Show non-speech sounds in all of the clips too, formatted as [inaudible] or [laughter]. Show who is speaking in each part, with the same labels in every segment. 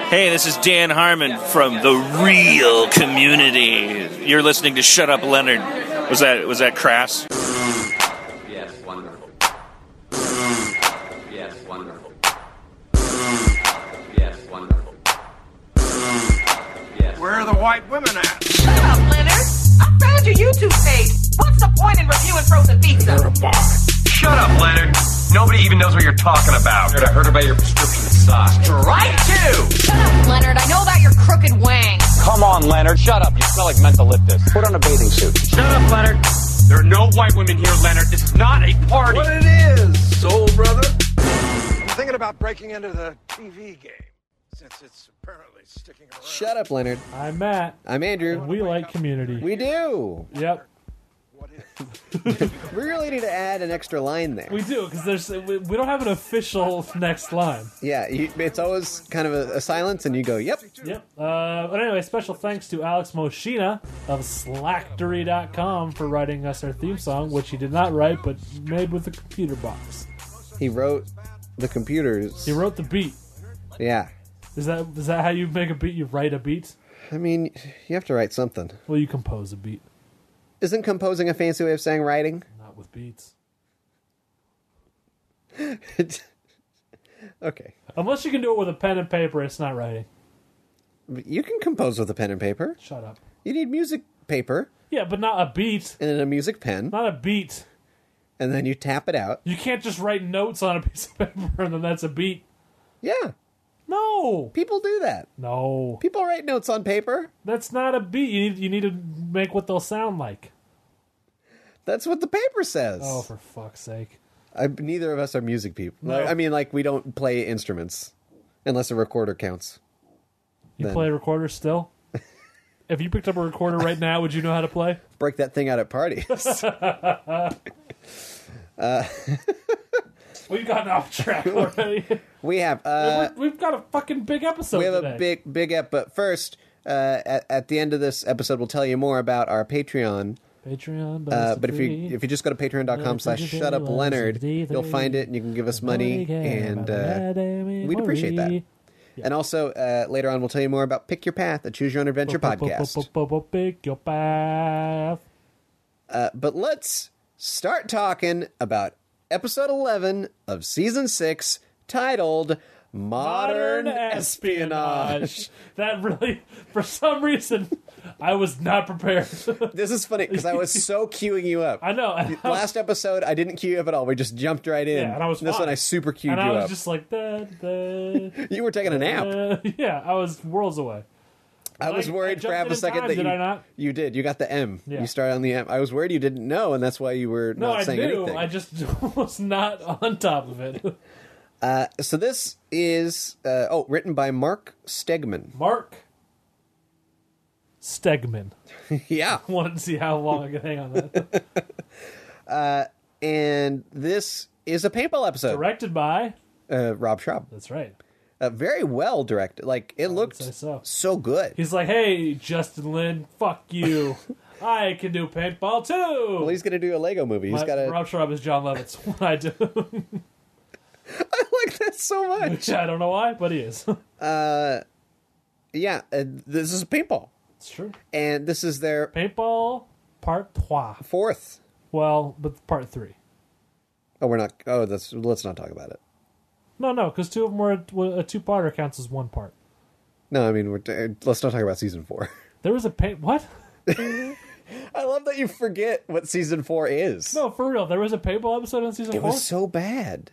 Speaker 1: Hey, this is Dan Harmon from the Real Community. You're listening to Shut Up, Leonard. Was that was that crass?
Speaker 2: Yes, wonderful. Yes, wonderful. Yes, wonderful. Yes.
Speaker 3: Where are the white women at?
Speaker 4: Shut up, Leonard. I found your YouTube page. What's the point in reviewing frozen pizza?
Speaker 5: Shut up, Leonard. Nobody even knows what you're talking about. I heard about your prescription sauce.
Speaker 4: Right to! Shut up, Leonard. I know about your crooked wang.
Speaker 6: Come on, Leonard. Shut up. You smell like mentholyptus. Put on a bathing suit.
Speaker 5: Shut up, Leonard. There are no white women here, Leonard. This is not a party.
Speaker 3: What it is, soul brother? I'm thinking about breaking into the TV game since it's apparently sticking around.
Speaker 7: Shut up, Leonard.
Speaker 8: I'm Matt.
Speaker 7: I'm Andrew.
Speaker 8: We like community.
Speaker 7: We do.
Speaker 8: yep.
Speaker 3: What is?
Speaker 7: We really need to add an extra line there.
Speaker 8: We do because there's we, we don't have an official next line.
Speaker 7: Yeah, you, it's always kind of a, a silence, and you go, "Yep."
Speaker 8: Yep. Uh, but anyway, special thanks to Alex Moschina of Slacktory.com for writing us our theme song, which he did not write but made with a computer box.
Speaker 7: He wrote the computers.
Speaker 8: He wrote the beat.
Speaker 7: Yeah,
Speaker 8: Is that is that how you make a beat? You write a beat?
Speaker 7: I mean, you have to write something.
Speaker 8: Well, you compose a beat,
Speaker 7: Isn't composing a fancy way of saying writing? [laughs]
Speaker 8: not with beats.
Speaker 7: okay,
Speaker 8: Unless you can do it with a pen and paper, it's not writing.
Speaker 7: But you can compose with a pen and paper.
Speaker 8: Shut up.
Speaker 7: You need music paper
Speaker 8: Yeah, but not a beat.
Speaker 7: and then a music pen,
Speaker 8: Not a beat.
Speaker 7: and then you tap it out.
Speaker 8: You can't just write notes on a piece of paper and then that's a beat.
Speaker 7: Yeah,
Speaker 8: No.
Speaker 7: people do that.
Speaker 8: No.
Speaker 7: People write notes on paper.
Speaker 8: That's not a beat. You need you need to make what they'll sound like.
Speaker 7: That's what the paper says.
Speaker 8: Oh, for fuck's sake.
Speaker 7: I, neither of us are music people.
Speaker 8: No.
Speaker 7: I mean, like we don't play instruments unless a recorder counts.
Speaker 8: You
Speaker 7: Then-
Speaker 8: play a
Speaker 7: [laughs]
Speaker 8: recorder still? if you picked up a recorder right now, would you know how to play?
Speaker 7: Break that thing out at parties.
Speaker 8: [laughs] We've gotten off
Speaker 7: [laughs] Uh,
Speaker 8: track already. [laughs]
Speaker 7: we have uh,
Speaker 8: We- We've got a fucking big episode
Speaker 7: we have
Speaker 8: today.
Speaker 7: a big big ep. But first, uh, at, at the end of this episode, we'll tell you more about our Patreon.
Speaker 8: Patreon.
Speaker 7: Uh, but if you if you just go to patreon.com slash shut up leonard you'll find it and you can give us money and uh, we'd appreciate that and also uh, later on we'll tell you more about pick your path a choose your own adventure podcast
Speaker 8: Pick your path.
Speaker 7: but let's start talking about episode 11 of season 6 titled modern, espionage.
Speaker 8: That really, for some reason, I was not prepared. [laughs]
Speaker 7: this is funny because i was so queuing you up
Speaker 8: I know. And [laughs] I was-
Speaker 7: last episode i didn't queue you up at all we just jumped right in
Speaker 8: Yeah, and I was
Speaker 7: this
Speaker 8: fine.
Speaker 7: one i super queued
Speaker 8: and
Speaker 7: you
Speaker 8: I was
Speaker 7: up
Speaker 8: just like, da,
Speaker 7: [laughs]
Speaker 8: da,
Speaker 7: you were taking a nap
Speaker 8: da. [laughs] yeah, I was worlds away.
Speaker 7: I was
Speaker 8: I- I
Speaker 7: worried
Speaker 8: jumped
Speaker 7: for half
Speaker 8: in
Speaker 7: a
Speaker 8: in
Speaker 7: second
Speaker 8: time,
Speaker 7: that
Speaker 8: did
Speaker 7: you,
Speaker 8: I not?
Speaker 7: you did. You got the M.
Speaker 8: Yeah.
Speaker 7: You started on the M. I was worried you didn't know, and that's why you were
Speaker 8: No,
Speaker 7: not
Speaker 8: I
Speaker 7: saying
Speaker 8: knew.
Speaker 7: anything.
Speaker 8: I just [laughs] was not on top of it. [laughs]
Speaker 7: So this is uh, oh, written by Mark Stegman.
Speaker 8: Mark Stegman. [laughs]
Speaker 7: yeah,
Speaker 8: Wanted to see how long I could hang
Speaker 7: [laughs]
Speaker 8: on that.
Speaker 7: and this is a paintball episode.
Speaker 8: Directed by.
Speaker 7: Uh, Rob Schraub,
Speaker 8: That's right.
Speaker 7: uh, very well directed. Like it looked
Speaker 8: say so.
Speaker 7: good.
Speaker 8: He's like, hey, Justin Lin, fuck
Speaker 7: [laughs]
Speaker 8: you. I can do paintball too.
Speaker 7: well, he's gonna do a Lego movie. He's
Speaker 8: My-
Speaker 7: got to.
Speaker 8: Rob Schraub is John Lovitz. [laughs] What I do,
Speaker 7: I [laughs] like that so much.
Speaker 8: [laughs] which I don't know why, but he is. [laughs]
Speaker 7: yeah, uh, this is paintball,
Speaker 8: it's true.
Speaker 7: and this is their
Speaker 8: Paintball part trois.
Speaker 7: fourth.
Speaker 8: Well, but part three.
Speaker 7: Oh, we're not. Oh, that's. Let's not talk about it.
Speaker 8: No, no, because two of them were were- a two-parter counts as one part.
Speaker 7: No, I mean, we're, uh, let's not talk about season four. [laughs]
Speaker 8: There was a paint. What? [laughs]
Speaker 7: I love that you forget what season four is.
Speaker 8: No, for real. There was a paintball episode in season
Speaker 7: it
Speaker 8: four.
Speaker 7: was so bad.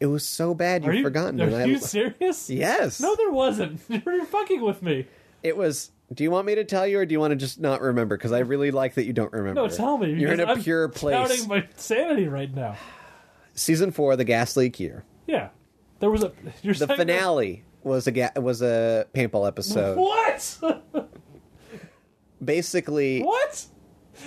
Speaker 7: It was so bad
Speaker 8: are
Speaker 7: you've
Speaker 8: you
Speaker 7: forgotten.
Speaker 8: Are
Speaker 7: and I-
Speaker 8: you serious?
Speaker 7: yes.
Speaker 8: No, there wasn't. [laughs] You're fucking with me.
Speaker 7: it was. Do you want me to tell you, or do you want to just not remember? Because I really like that you don't remember.
Speaker 8: No, tell me.
Speaker 7: You're in a
Speaker 8: because I'm [laughs]
Speaker 7: pure place.
Speaker 8: Doubting my sanity right now.
Speaker 7: Season four, the gas leak year.
Speaker 8: Yeah, there was a. [laughs] You're
Speaker 7: The
Speaker 8: saying there-
Speaker 7: finale was a ga- was a paintball episode.
Speaker 8: What? [laughs]
Speaker 7: Basically,
Speaker 8: What?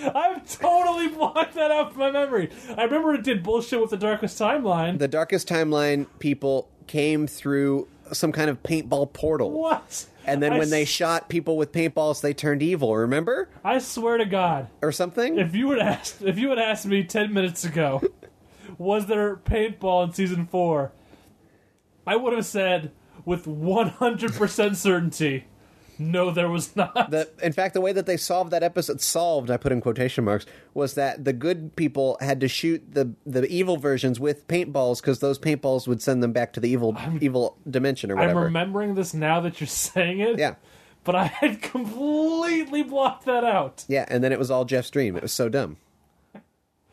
Speaker 8: I've totally blocked that out from my memory. I remember it did bullshit with the Darkest Timeline.
Speaker 7: the darkest timeline people came through some kind of paintball portal.
Speaker 8: what?
Speaker 7: And then
Speaker 8: I
Speaker 7: when they
Speaker 8: s-
Speaker 7: shot people with paintballs, they turned evil. Remember,
Speaker 8: I swear to God,
Speaker 7: or something?
Speaker 8: if you would asked, if you would asked me ten minutes ago, was there paintball in season four? I would have said with 100% certainty. No, there was not.
Speaker 7: The, in fact, the way that they solved that episode, solved, I put in quotation marks, was that the good people had to shoot the, the evil versions with paintballs because those paintballs would send them back to the evil evil dimension or
Speaker 8: I'm
Speaker 7: whatever.
Speaker 8: remembering this now that you're saying it.
Speaker 7: Yeah.
Speaker 8: But I had completely blocked that out.
Speaker 7: yeah, and then it was all Jeff's dream. It was so dumb.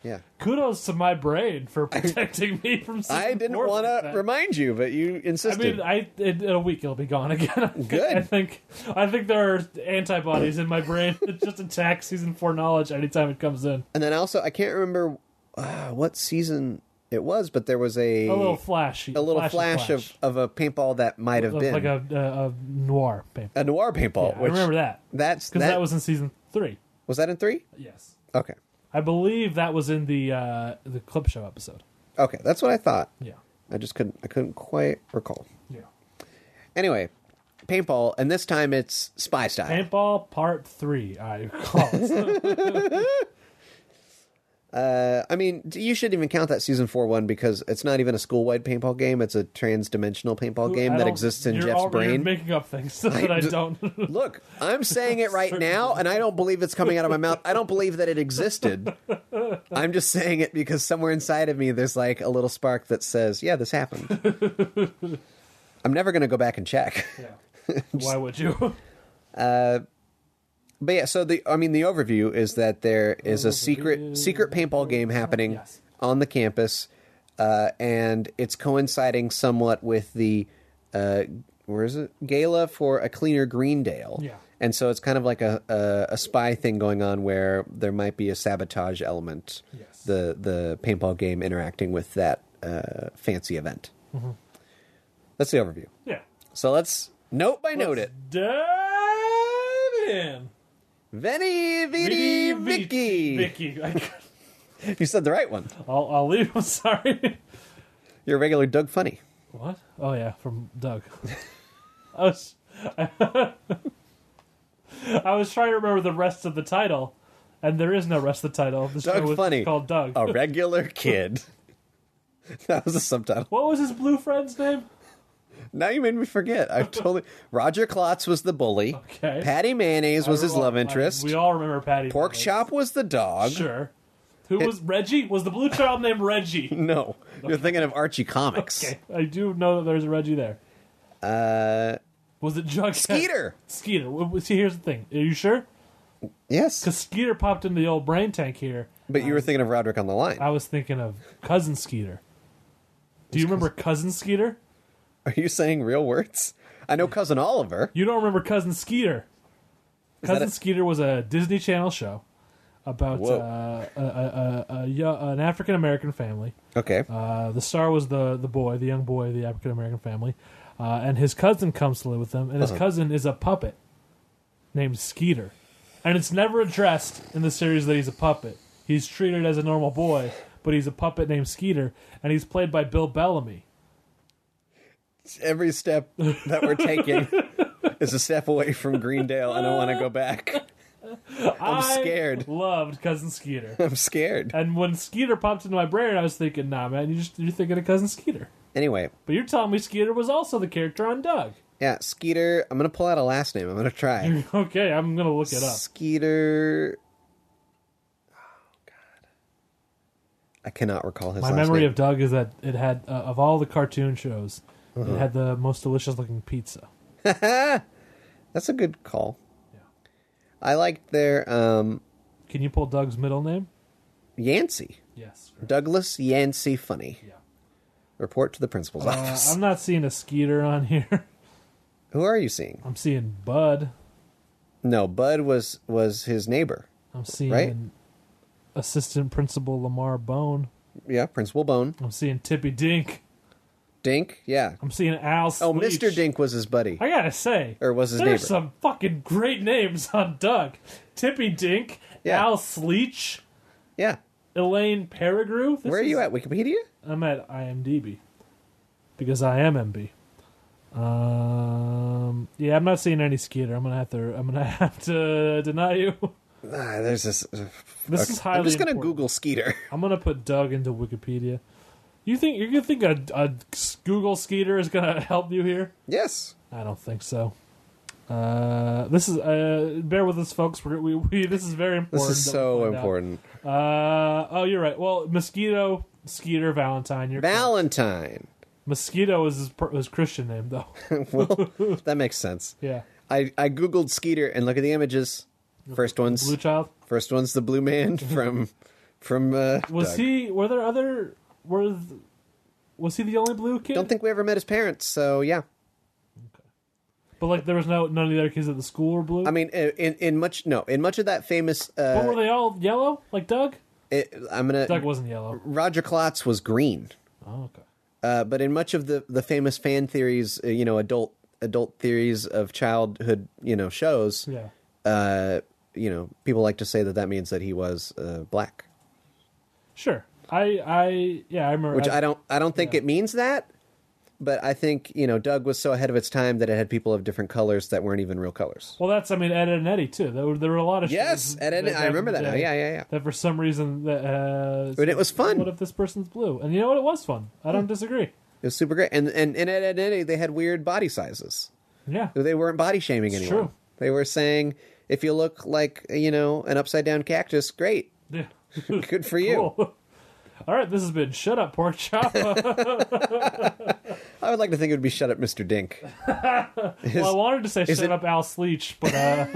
Speaker 7: Yeah.
Speaker 8: Kudos to my brain for protecting me from.
Speaker 7: [laughs] I didn't
Speaker 8: more
Speaker 7: want
Speaker 8: like
Speaker 7: to
Speaker 8: that.
Speaker 7: remind you, but you
Speaker 8: I mean,
Speaker 7: insisted.
Speaker 8: I in, in a week it'll be gone again. [laughs]
Speaker 7: Good.
Speaker 8: I think I think there are antibodies in my brain [laughs] that just attack season four knowledge anytime it comes in.
Speaker 7: and then also, I can't remember uh, what season it was, but there was a,
Speaker 8: A little flash,
Speaker 7: a little flash, of, of a paintball that might have been
Speaker 8: like a, a, a noir paper.
Speaker 7: a noir paintball.
Speaker 8: I
Speaker 7: Oh, which
Speaker 8: remember that
Speaker 7: That's
Speaker 8: because that, was in season three.
Speaker 7: was that in three?
Speaker 8: Yes,
Speaker 7: Okay,
Speaker 8: I believe that was in the uh, the clip show episode.
Speaker 7: okay, that's what I thought.
Speaker 8: Yeah,
Speaker 7: I just couldn't I couldn't quite recall.
Speaker 8: yeah.
Speaker 7: Anyway, paintball, and this time it's spy style.
Speaker 8: Paintball Part Three. [laughs] I call it.
Speaker 7: Uh, I mean, d- you shouldn't even count that season four one because it's not even a school wide paintball game. It's a trans dimensional paintball game
Speaker 8: I
Speaker 7: that
Speaker 8: don't-
Speaker 7: exists in
Speaker 8: you're
Speaker 7: Jeff's
Speaker 8: al- You're
Speaker 7: brain.
Speaker 8: making up things [laughs] so that I
Speaker 7: d- [laughs]
Speaker 8: don't.
Speaker 7: Look, I'm saying it
Speaker 8: [laughs]
Speaker 7: right now, and I don't believe it's coming out of my mouth. I don't believe that it existed.
Speaker 8: [laughs]
Speaker 7: I'm just saying it because somewhere inside of me, there's like a little spark that says, "Yeah, this happened."
Speaker 8: [laughs]
Speaker 7: I'm never going to go back and check. [laughs]
Speaker 8: Why would you? [laughs]
Speaker 7: But yeah, so the I mean the overview is that there is a secret secret paintball game happening
Speaker 8: Yes.
Speaker 7: on the campus, uh, and it's coinciding somewhat with the uh, where is it gala for a cleaner Greendale.
Speaker 8: Yeah.
Speaker 7: and so it's kind of like a, a a spy thing going on where there might be a sabotage element.
Speaker 8: Yes.
Speaker 7: the the paintball game interacting with that uh, fancy event. That's the overview.
Speaker 8: Yeah.
Speaker 7: So let's note by note it.
Speaker 8: Dive in.
Speaker 7: Veni, vidi, vici.
Speaker 8: Vicky. I,
Speaker 7: You said the right one.
Speaker 8: will I'll leave. [laughs] I'm sorry.
Speaker 7: You're a regular Doug Funny.
Speaker 8: What? Oh, yeah, from Doug. [laughs] I was. [laughs] I, was trying to remember the rest of the title, and there is no rest of the title. The
Speaker 7: Doug
Speaker 8: show was
Speaker 7: Funny. Oh.
Speaker 8: called Doug.
Speaker 7: A regular kid. [laughs] that was a subtitle.
Speaker 8: What was his blue friend's name?
Speaker 7: Now you made me forget. I totally. Roger Klotz was the bully.
Speaker 8: Okay.
Speaker 7: Patty Mayonnaise was his love interest.
Speaker 8: we all remember Patty.
Speaker 7: Pork
Speaker 8: Mayonnaise.
Speaker 7: Chop was the dog.
Speaker 8: Sure. Who was Reggie? Was the blue child
Speaker 7: [laughs]
Speaker 8: named Reggie?
Speaker 7: No, you're thinking of Archie Comics.
Speaker 8: Okay, I do know that there's a Reggie there.
Speaker 7: Uh,
Speaker 8: Was it Jughead?
Speaker 7: Skeeter.
Speaker 8: Skeeter. W- w- See, here's the thing. Are you sure?
Speaker 7: Yes,
Speaker 8: Because Skeeter popped into the old brain tank here.
Speaker 7: but you were thinking of Roderick on the line.
Speaker 8: I was thinking of cousin Skeeter. Do you remember cousin Skeeter?
Speaker 7: Are you saying real words? I know cousin Oliver.
Speaker 8: You don't remember cousin Skeeter?
Speaker 7: that
Speaker 8: Cousin
Speaker 7: a-
Speaker 8: Skeeter was a Disney Channel show about
Speaker 7: Whoa.
Speaker 8: uh, a, a, a, a, yo- an African American family.
Speaker 7: Okay,
Speaker 8: Uh, the star was the the boy, the young boy, the African American family, uh, and his cousin comes to live with them, and
Speaker 7: Uh-huh.
Speaker 8: his cousin is a puppet named Skeeter, and it's never addressed in the series that he's a puppet. He's treated as a normal boy, but he's a puppet named Skeeter, and he's played by Bill Bellamy.
Speaker 7: every step that we're
Speaker 8: [laughs]
Speaker 7: taking is a step away from Greendale, and I want to go back.
Speaker 8: I'm
Speaker 7: scared.
Speaker 8: Loved cousin Skeeter,
Speaker 7: I'm scared.
Speaker 8: and when Skeeter popped into my brain, I was thinking, Nah, man, you just you're thinking of cousin Skeeter,
Speaker 7: Anyway,
Speaker 8: but you're telling me Skeeter was also the character on Doug. [laughs]
Speaker 7: yeah, Skeeter. I'm gonna pull out a last name. I'm gonna try
Speaker 8: Okay, I'm gonna look it up.
Speaker 7: Skeeter. Oh, God. I cannot recall his
Speaker 8: My
Speaker 7: last
Speaker 8: memory
Speaker 7: name.
Speaker 8: of Doug is that it had uh, of all the cartoon shows,
Speaker 7: Uh-huh.
Speaker 8: it had the most delicious looking pizza.
Speaker 7: That's a good call. I liked their um,
Speaker 8: Can you pull Doug's middle name?
Speaker 7: Yancey,
Speaker 8: Yes. Uh,
Speaker 7: Douglas Yancey Funny.
Speaker 8: Yeah.
Speaker 7: Report to the principal's
Speaker 8: Uh,
Speaker 7: office.
Speaker 8: I'm not seeing a Skeeter on here. [laughs]
Speaker 7: Who are you seeing?
Speaker 8: I'm seeing Bud.
Speaker 7: No, Bud was was his neighbor.
Speaker 8: I'm seeing
Speaker 7: Right.
Speaker 8: Assistant Principal Lamar Bone.
Speaker 7: Yeah, Principal Bone.
Speaker 8: I'm seeing Tippy Dink.
Speaker 7: Dink. Yeah.
Speaker 8: I'm seeing Al.
Speaker 7: Oh,
Speaker 8: Sleech.
Speaker 7: Mr. Dink was his buddy.
Speaker 8: I gotta say,
Speaker 7: Or was his
Speaker 8: there's
Speaker 7: neighbor.
Speaker 8: some fucking great names on Doug. Tippy Dink,
Speaker 7: Yeah.
Speaker 8: Al Sleech,
Speaker 7: Yeah.
Speaker 8: Elaine Peregrew. This
Speaker 7: Where are
Speaker 8: is-
Speaker 7: you at? Wikipedia?
Speaker 8: I'm at IMDb because I am MB. Um, yeah, I'm not seeing any Skeeter. I'm gonna have to. I'm gonna [laughs] have to deny you.
Speaker 7: Ah, there's this.
Speaker 8: This is highly.
Speaker 7: I'm just gonna
Speaker 8: important.
Speaker 7: Google Skeeter. [laughs]
Speaker 8: I'm gonna put Doug into Wikipedia. You think you think a, a Google Skeeter is gonna [laughs] help you here?
Speaker 7: Yes.
Speaker 8: I don't think so. Uh, this is uh, bear with us, folks. We're, we we this is very important.
Speaker 7: This
Speaker 8: that
Speaker 7: is
Speaker 8: we
Speaker 7: so
Speaker 8: find out.
Speaker 7: important.
Speaker 8: Uh, oh, you're right. Well, mosquito, Skeeter, Valentine. You're correct.
Speaker 7: Valentine. [laughs]
Speaker 8: mosquito is his, per- his Christian name though. [laughs]
Speaker 7: well, that makes sense.
Speaker 8: yeah,
Speaker 7: I, I Googled Skeeter and look at the images. First
Speaker 8: Blue
Speaker 7: one's
Speaker 8: Child.
Speaker 7: first one's the blue man [laughs] from from uh,
Speaker 8: Was
Speaker 7: Doug.
Speaker 8: he? Were there other? Were th- was he the only blue kid?
Speaker 7: Don't think we ever met his parents, so yeah.
Speaker 8: but like, there was no none of the other kids at the school were blue.
Speaker 7: I mean, uh, in in much no, in much of that famous.
Speaker 8: but were
Speaker 7: Uh, Mm.
Speaker 8: they all yellow? Like Doug?
Speaker 7: it, I'm gonna
Speaker 8: Doug wasn't yellow.
Speaker 7: Roger Klotz was green,
Speaker 8: Oh, okay.
Speaker 7: uh, but in much of the the famous fan theories, uh, you know, adult adult theories of childhood, you know, shows.
Speaker 8: Yeah.
Speaker 7: Uh, you know, people like to say that that means that he was uh, black,
Speaker 8: Sure. I I yeah I remember.
Speaker 7: which I, don't I don't think it means that. But I think you know Doug was so ahead of its time that it had people of different colors that weren't even real colors.
Speaker 8: Well, that's I mean Ed and Eddie too. There were, there were a lot of
Speaker 7: Yes,
Speaker 8: shows
Speaker 7: Ed, Ed,
Speaker 8: that-
Speaker 7: I remember that now.
Speaker 8: day
Speaker 7: Yeah, yeah, yeah.
Speaker 8: That for some reason that uh,
Speaker 7: But it was fun.
Speaker 8: What if this person's blue? And you know what? It was fun. I don't disagree.
Speaker 7: It was super great, and and and at Ed, Ed, Ed, they had weird body sizes.
Speaker 8: Yeah.
Speaker 7: they weren't body shaming anyone.
Speaker 8: true.
Speaker 7: They were saying if you look like you know an upside down cactus,
Speaker 8: [laughs]
Speaker 7: great,
Speaker 8: Yeah.
Speaker 7: good for you.
Speaker 8: Cool. All right, this has been Shut Up Pork
Speaker 7: [laughs]
Speaker 8: Chop. well,
Speaker 7: I would like to think it would be shut up, Mister Dink.
Speaker 8: I wanted to say Shut
Speaker 7: it-
Speaker 8: Up Al Sleech, but
Speaker 7: [laughs]
Speaker 8: uh,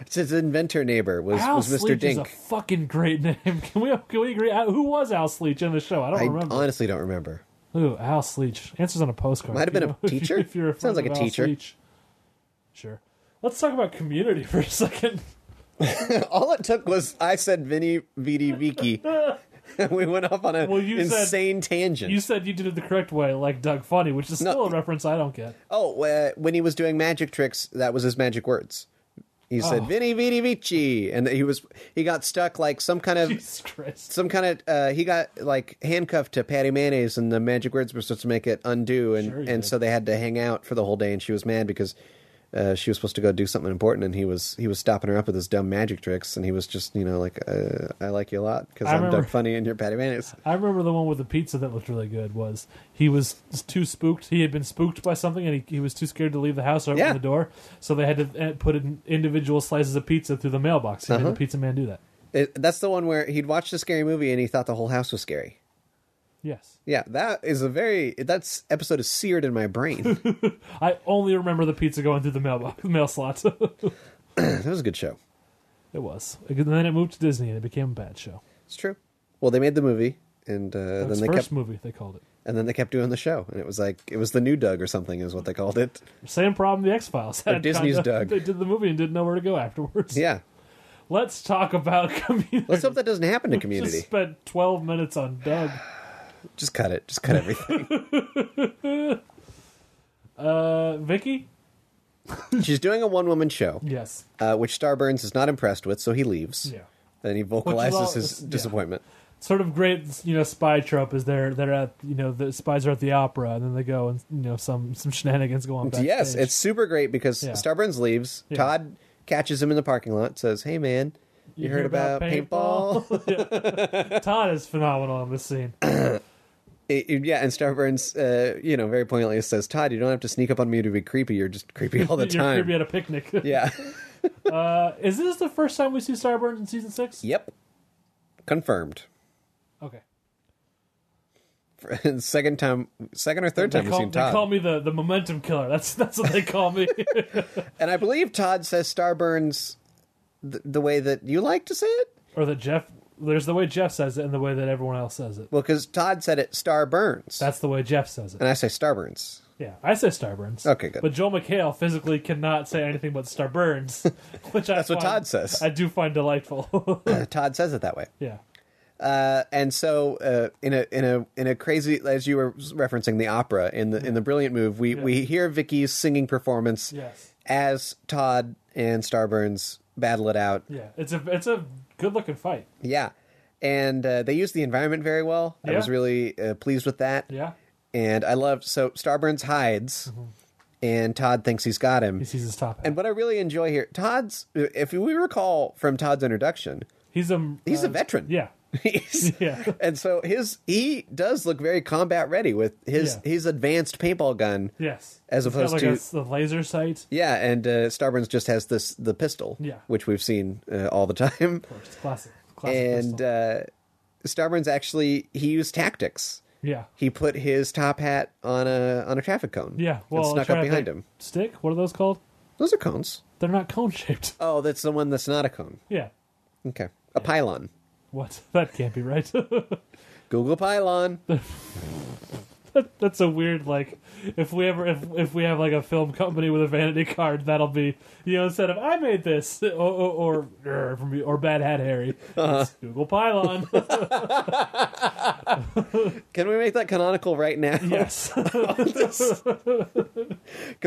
Speaker 7: It's his inventor neighbor was
Speaker 8: Al
Speaker 7: was Mister
Speaker 8: Sleech is a
Speaker 7: Dink.
Speaker 8: fucking great name. [laughs] Can we can we agree? Uh, Who was Al Sleech in the show? I don't
Speaker 7: I
Speaker 8: remember.
Speaker 7: honestly don't remember.
Speaker 8: Ooh, Al Sleech. Answers on a postcard.
Speaker 7: Might have
Speaker 8: If you
Speaker 7: been a
Speaker 8: know- [laughs] if you-
Speaker 7: teacher?
Speaker 8: if you're
Speaker 7: Sounds
Speaker 8: friend
Speaker 7: like
Speaker 8: of
Speaker 7: a
Speaker 8: Al
Speaker 7: teacher.
Speaker 8: Sleech. Sure. Let's talk about community [laughs] for a second.
Speaker 7: All it took was I said Vinny Vidi Vicky.
Speaker 8: [laughs]
Speaker 7: we went off on a
Speaker 8: Well, you said-
Speaker 7: insane tangent.
Speaker 8: You said you did it the correct way, like Doug Funny, which is
Speaker 7: No.
Speaker 8: still a reference I
Speaker 7: [laughs]
Speaker 8: don't get.
Speaker 7: Oh, uh, when he was doing magic tricks, that was his magic words. He said
Speaker 8: Oh.
Speaker 7: Vinny Vidi Vici, and he was he got stuck like some kind
Speaker 8: [laughs]
Speaker 7: of
Speaker 8: Jesus Christ.
Speaker 7: some kind of uh, he got like handcuffed to Patty Mayonnaise, and the magic words were supposed to make it undo, and
Speaker 8: Sure you
Speaker 7: and
Speaker 8: did.
Speaker 7: so they had to hang out for the whole day, and she was mad because uh, she was supposed to go do something important, and he was he was stopping her up with his dumb magic tricks, and he was just you know like uh, I like you a lot because
Speaker 8: I
Speaker 7: I'm
Speaker 8: remember-
Speaker 7: Doug Funny and you're Patty Mayonnaise.
Speaker 8: I remember the one with the pizza that looked really good was he was too spooked. He had been spooked by something and he, he was too scared to leave the house or open
Speaker 7: Yeah.
Speaker 8: the door. So they had to uh, put in individual slices of pizza through the mailbox. He
Speaker 7: Uh-huh.
Speaker 8: made the pizza man do that.
Speaker 7: It, that's the one where he'd watched a scary movie and he thought the whole house was scary.
Speaker 8: Yes.
Speaker 7: Yeah, that is a very that's episode is seared in my
Speaker 8: [laughs]
Speaker 7: brain.
Speaker 8: I only remember the pizza going through the mailbox, mail [laughs] slot.
Speaker 7: that was a good show.
Speaker 8: It was. And then it moved to Disney and it became a bad show.
Speaker 7: It's true. Well, they made the movie, and uh,
Speaker 8: Doug's
Speaker 7: then they
Speaker 8: first
Speaker 7: kept
Speaker 8: movie, they called it.
Speaker 7: and then they kept doing the show, and it was like it was the new Doug or something is what they called it.
Speaker 8: Same problem the X Files had.
Speaker 7: Disney's
Speaker 8: kinda.
Speaker 7: Doug.
Speaker 8: They did the movie and didn't know where to go afterwards.
Speaker 7: Yeah,
Speaker 8: Let's talk about [laughs] community.
Speaker 7: let's hope that doesn't happen to
Speaker 8: Just
Speaker 7: Community.
Speaker 8: spent 12 minutes on Doug.
Speaker 7: Just cut it. Just cut
Speaker 8: [laughs]
Speaker 7: everything.
Speaker 8: Uh, Vicky?
Speaker 7: She's doing a one-woman show,
Speaker 8: Yes.
Speaker 7: uh, which Starburns is not impressed with, so he leaves.
Speaker 8: Yeah.
Speaker 7: And he
Speaker 8: Which
Speaker 7: vocalizes
Speaker 8: is all-
Speaker 7: his
Speaker 8: yeah.
Speaker 7: disappointment.
Speaker 8: Sort of great, you know, spy trope is they're they're at you know the spies are at the opera and then they go and you know some some shenanigans go on. Backstage.
Speaker 7: Yes, it's super great because
Speaker 8: Yeah.
Speaker 7: Starburns leaves.
Speaker 8: Yeah.
Speaker 7: Todd catches him in the parking lot. Says, "Hey, man, you, heard, about, paintball?" [laughs]
Speaker 8: Yeah. Todd is phenomenal in this scene.
Speaker 7: It- it- yeah, and Starburns, uh, you know, very poignantly says, "Todd, you don't have to sneak up on me to be creepy. You're just creepy all the
Speaker 8: [laughs] You're
Speaker 7: time."
Speaker 8: creepy at a picnic.
Speaker 7: Yeah.
Speaker 8: [laughs] Is this the first time we see Starburns in season six?
Speaker 7: yep. Confirmed.
Speaker 8: Okay.
Speaker 7: [laughs] second time, second or third
Speaker 8: They
Speaker 7: time we've
Speaker 8: call,
Speaker 7: seen
Speaker 8: they
Speaker 7: Todd,
Speaker 8: call me the, the momentum killer. That's [laughs] that's what they
Speaker 7: [laughs]
Speaker 8: call me.
Speaker 7: and I believe Todd says Starburns th- the way that you like to say it.
Speaker 8: or the Jeff. There's the way Jeff says it and the way that everyone else says it.
Speaker 7: Well, because Todd said it Starburns,
Speaker 8: That's the way Jeff says it.
Speaker 7: and I say Starburns.
Speaker 8: Yeah, I say Starburns.
Speaker 7: Okay, good.
Speaker 8: But Joel McHale physically cannot say anything but Starburns, [laughs] which I
Speaker 7: That's what
Speaker 8: find-
Speaker 7: Todd says.
Speaker 8: I do find delightful. [laughs]
Speaker 7: Uh, Todd says it that way.
Speaker 8: yeah,
Speaker 7: Uh, and so uh, in a in a in a crazy as you were referencing the opera in the in
Speaker 8: Hmm.
Speaker 7: the brilliant move we we hear Vicky's singing performance
Speaker 8: Yes.
Speaker 7: as Todd and Starburns battle it out
Speaker 8: yeah. It's a it's a good looking fight.
Speaker 7: yeah and uh, they use the environment very well I
Speaker 8: Yeah.
Speaker 7: was really uh, pleased with that
Speaker 8: Yeah,
Speaker 7: and I loved so Starburns hides
Speaker 8: Mm-hmm.
Speaker 7: and Todd thinks he's got him
Speaker 8: he sees his top. Hat.
Speaker 7: and what I really enjoy here Todd's if we recall from Todd's introduction
Speaker 8: he's a
Speaker 7: he's
Speaker 8: uh,
Speaker 7: a veteran
Speaker 8: Yeah,
Speaker 7: [laughs]
Speaker 8: [laughs]
Speaker 7: He's-
Speaker 8: Yeah. [laughs]
Speaker 7: And so his he does look very combat ready with his
Speaker 8: Yeah.
Speaker 7: his advanced paintball gun.
Speaker 8: Yes.
Speaker 7: As
Speaker 8: It's got,
Speaker 7: opposed
Speaker 8: like
Speaker 7: to-
Speaker 8: a s- the laser sight.
Speaker 7: Yeah, and uh, Starburns just has this the pistol,
Speaker 8: Yeah.
Speaker 7: which we've seen uh, all the
Speaker 8: [laughs]
Speaker 7: time.
Speaker 8: It's classic. Classic
Speaker 7: And uh,
Speaker 8: pistol.
Speaker 7: Starburns actually he used tactics.
Speaker 8: yeah.
Speaker 7: He put his top hat on a on a traffic cone.
Speaker 8: Yeah.
Speaker 7: well, and
Speaker 8: Well, I'm
Speaker 7: snuck
Speaker 8: trying
Speaker 7: up
Speaker 8: to
Speaker 7: behind
Speaker 8: think-
Speaker 7: him.
Speaker 8: Stick? What are those called?
Speaker 7: Those are cones.
Speaker 8: They're not cone shaped. [laughs]
Speaker 7: Oh, that's the one that's not a cone.
Speaker 8: Yeah.
Speaker 7: Okay, a pylon.
Speaker 8: What? That can't be right. [laughs]
Speaker 7: Google pylon.
Speaker 8: That's a weird like. If we ever if if we have like a film company with a vanity card, that'll be you know instead of I made this [laughs] or or or, or, from you- or Bad Hat Harry,
Speaker 7: Uh-huh.
Speaker 8: it's Google Pylon.
Speaker 7: [laughs]
Speaker 8: [laughs]
Speaker 7: Can we make that canonical right now? [laughs]
Speaker 8: yes, [laughs]
Speaker 7: Because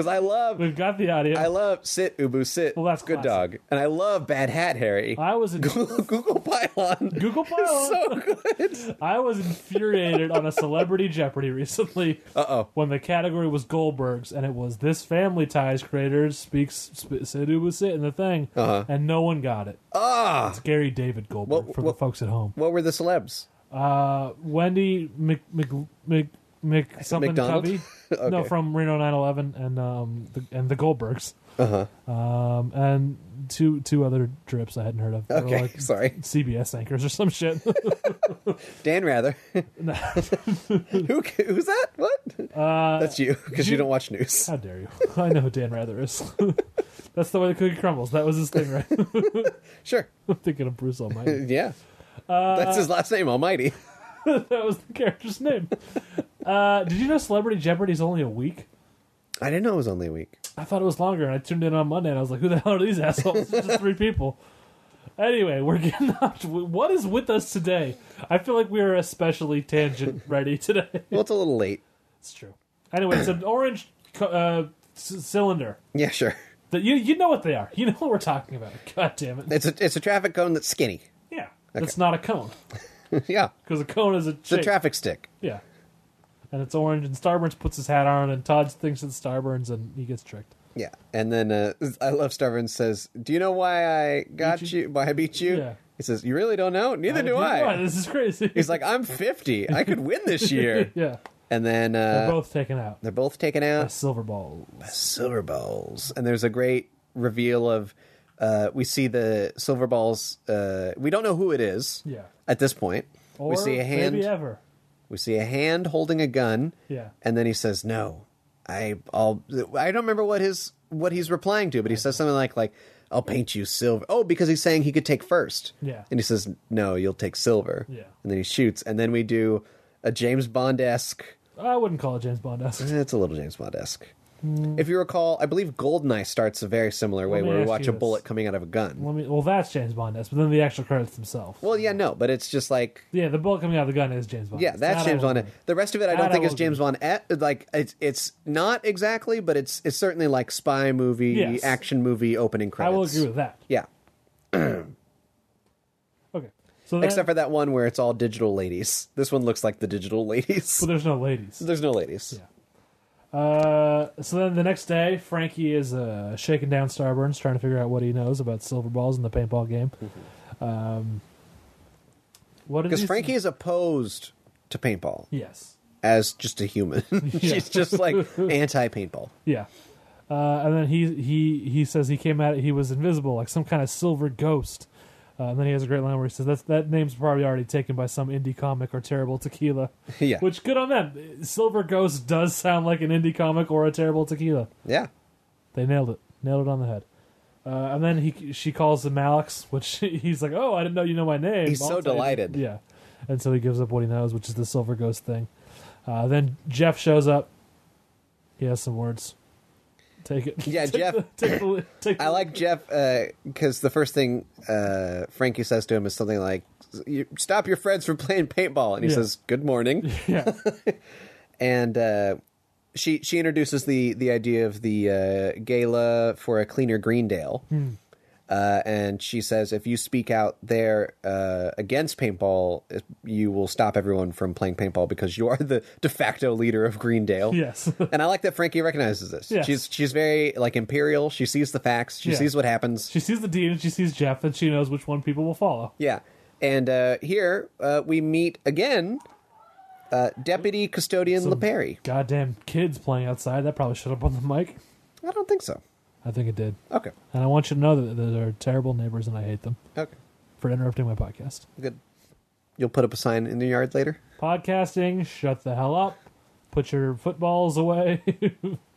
Speaker 7: I love
Speaker 8: we've got the audio.
Speaker 7: I
Speaker 8: I,
Speaker 7: love sit Ubu sit.
Speaker 8: Well, that's
Speaker 7: good
Speaker 8: classic.
Speaker 7: dog, and I love Bad Hat Harry.
Speaker 8: was
Speaker 7: [laughs]
Speaker 8: in
Speaker 7: Google Pylon. [laughs]
Speaker 8: [laughs] Google Pylon. I was infuriated on a Celebrity Jeopardy recently. Uh
Speaker 7: Uh-oh.
Speaker 8: When the category was Goldberg's and it was this Family Ties creators speaks sp- said it was it in the thing, uh-huh. and no one got it. Ah, it's Gary David Goldberg
Speaker 7: What-
Speaker 8: for
Speaker 7: what-
Speaker 8: the folks at home.
Speaker 7: What were the celebs?
Speaker 8: Uh, Wendy Mc Mc Mc, Mc something
Speaker 7: McDonald?
Speaker 8: Covey.
Speaker 7: [laughs] Okay.
Speaker 8: No, from Reno 911 and um the, and the Goldbergs.
Speaker 7: Uh-huh.
Speaker 8: Um, and two two other drips I hadn't heard of. They were
Speaker 7: Okay, [laughs]
Speaker 8: like
Speaker 7: sorry.
Speaker 8: CBS anchors or some shit. [laughs]
Speaker 7: Dan Rather. [laughs] Who, ca- who's that? What? Uh, That's you, because you don't watch
Speaker 8: [laughs]
Speaker 7: news. [laughs]
Speaker 8: How dare you? I know who Dan Rather is. [laughs] That's the way the cookie crumbles. That was his thing, right? [laughs]
Speaker 7: Sure.
Speaker 8: I'm thinking of
Speaker 7: [laughs]
Speaker 8: Bruce Almighty.
Speaker 7: Yeah.
Speaker 8: Uh,
Speaker 7: That's his last name, Almighty. [laughs]
Speaker 8: That was the character's name. Uh, did you know Celebrity Jeopardy is only a week?
Speaker 7: I didn't know it was only a week.
Speaker 8: I thought it was longer, and I tuned in on Monday, and I was like, "Who the hell are these assholes?" It's just three people. Anyway, we're getting [laughs] up. To, what is with us today? I feel like we are especially tangent ready today. [laughs]
Speaker 7: Well, it's a little late.
Speaker 8: It's true. Anyway, it's an orange co- uh, c- cylinder.
Speaker 7: Yeah, sure.
Speaker 8: That you you know what they are. You know what we're talking about. God damn it.
Speaker 7: It's a it's a traffic cone that's skinny. [laughs]
Speaker 8: Yeah, that's not a cone
Speaker 7: yeah,
Speaker 8: because a cone is a
Speaker 7: it's a
Speaker 8: shape.
Speaker 7: traffic stick.
Speaker 8: Yeah. And it's orange, and Starburns puts his hat on, and Todd thinks it's Starburns, and he gets tricked.
Speaker 7: Yeah, and then uh, I love Starburns says, "Do you know why I got you? Why I beat you?"
Speaker 8: Yeah.
Speaker 7: He says, "You really don't know? Neither do I."
Speaker 8: [laughs] Yeah, This is crazy.
Speaker 7: He's like, "I'm 50. I could win this year."
Speaker 8: [laughs] yeah.
Speaker 7: And then uh,
Speaker 8: They're both taken out.
Speaker 7: they're both taken out.
Speaker 8: Silver balls.
Speaker 7: silver balls and there's a great reveal of uh, we see the silver balls uh, we don't know who it is
Speaker 8: Yeah.
Speaker 7: at this point
Speaker 8: Or
Speaker 7: we see a hand
Speaker 8: Maybe ever.
Speaker 7: we see a hand holding a gun
Speaker 8: Yeah.
Speaker 7: and then he says no i i'll i don't remember what his what he's replying to but he says something like like i'll paint you silver oh because he's saying he could take first
Speaker 8: Yeah.
Speaker 7: and he says no you'll take silver
Speaker 8: Yeah.
Speaker 7: and then he shoots and then we do a james bond-esque
Speaker 8: I wouldn't call it James Bond esque.
Speaker 7: Eh, It's a little James Bond esque. If you recall, I believe Goldeneye starts a very similar way
Speaker 8: Hmm. me
Speaker 7: where we
Speaker 8: ask
Speaker 7: watch
Speaker 8: you
Speaker 7: a bullet
Speaker 8: this.
Speaker 7: coming out of a gun.
Speaker 8: Let me. Well, that's James Bond esque, but then the actual credits themselves.
Speaker 7: well, yeah, no, but it's just like
Speaker 8: yeah, the bullet coming out of the gun is James Bond.
Speaker 7: yeah, that's James Bond. The rest of it, I
Speaker 8: That
Speaker 7: don't
Speaker 8: I
Speaker 7: think is
Speaker 8: will
Speaker 7: James Bond. e- Like it's it's not exactly, but it's it's certainly like spy movie,
Speaker 8: Yes.
Speaker 7: action movie opening
Speaker 8: I
Speaker 7: credits.
Speaker 8: will agree with that.
Speaker 7: Yeah,
Speaker 8: Okay. So then,
Speaker 7: except for that one where it's all digital ladies. This one looks like the digital [laughs] ladies.
Speaker 8: But there's no ladies.
Speaker 7: There's no ladies.
Speaker 8: Uh, so then the next day, Frankie is uh, shaking down Starburns, trying to figure out what he knows about silver balls in the paintball game. Um, what
Speaker 7: Mm-hmm.
Speaker 8: did
Speaker 7: Because
Speaker 8: he say?
Speaker 7: Frankie is opposed to paintball
Speaker 8: Yes.
Speaker 7: as just a
Speaker 8: [laughs]
Speaker 7: human. [laughs] She's just like anti paintball.
Speaker 8: Yeah. Uh, and then he he he says he came at it. He was invisible, like some kind of silver ghost. Uh, and then he has a great line where he says that that name's probably already taken by some indie comic or terrible tequila.
Speaker 7: Yeah.
Speaker 8: Which good on them. Silver Ghost does sound like an indie comic or a terrible tequila.
Speaker 7: Yeah.
Speaker 8: They nailed it. Nailed it on the head. Uh, and then he she calls him Alex, which [laughs] he's like, "Oh, I didn't know you know my name."
Speaker 7: He's so
Speaker 8: I'll tell you."
Speaker 7: delighted.
Speaker 8: Yeah, and so he gives up what he knows, which is the Silver Ghost thing. Uh, then Jeff shows up. He has some words. Take it.
Speaker 7: Yeah,
Speaker 8: [laughs] Take
Speaker 7: Jeff-
Speaker 8: the- take the- take the-
Speaker 7: I like Jeff because the first thing uh, Frankie says to him is something like, "You- "Stop your friends from playing paintball," and he
Speaker 8: Yeah.
Speaker 7: says, "Good morning."
Speaker 8: [laughs] Yeah,
Speaker 7: and uh, she she introduces the the idea of the uh, gala for a cleaner Greendale,
Speaker 8: Hmm.
Speaker 7: uh, and she says, "If you speak out there uh, against paintball, you will stop everyone from playing paintball because you are the de facto leader of Greendale."
Speaker 8: yes. [laughs]
Speaker 7: And I like that Frankie recognizes this.
Speaker 8: Yes.
Speaker 7: She's she's very like imperial. She sees the facts. She
Speaker 8: Yeah.
Speaker 7: sees what happens.
Speaker 8: she sees the dean and she sees Jeff, and she knows which one people will follow.
Speaker 7: Yeah. And uh, here uh, we meet again uh, Deputy Custodian LePerry.
Speaker 8: Goddamn kids playing outside. That probably shut up on the mic.
Speaker 7: I don't think so.
Speaker 8: I think it did.
Speaker 7: Okay.
Speaker 8: And I want you to know that they're terrible neighbors and I hate them
Speaker 7: Okay.
Speaker 8: for interrupting my podcast.
Speaker 7: Good. You'll put up a sign in the yard later.
Speaker 8: Podcasting, shut the hell up. Put your footballs away. [laughs]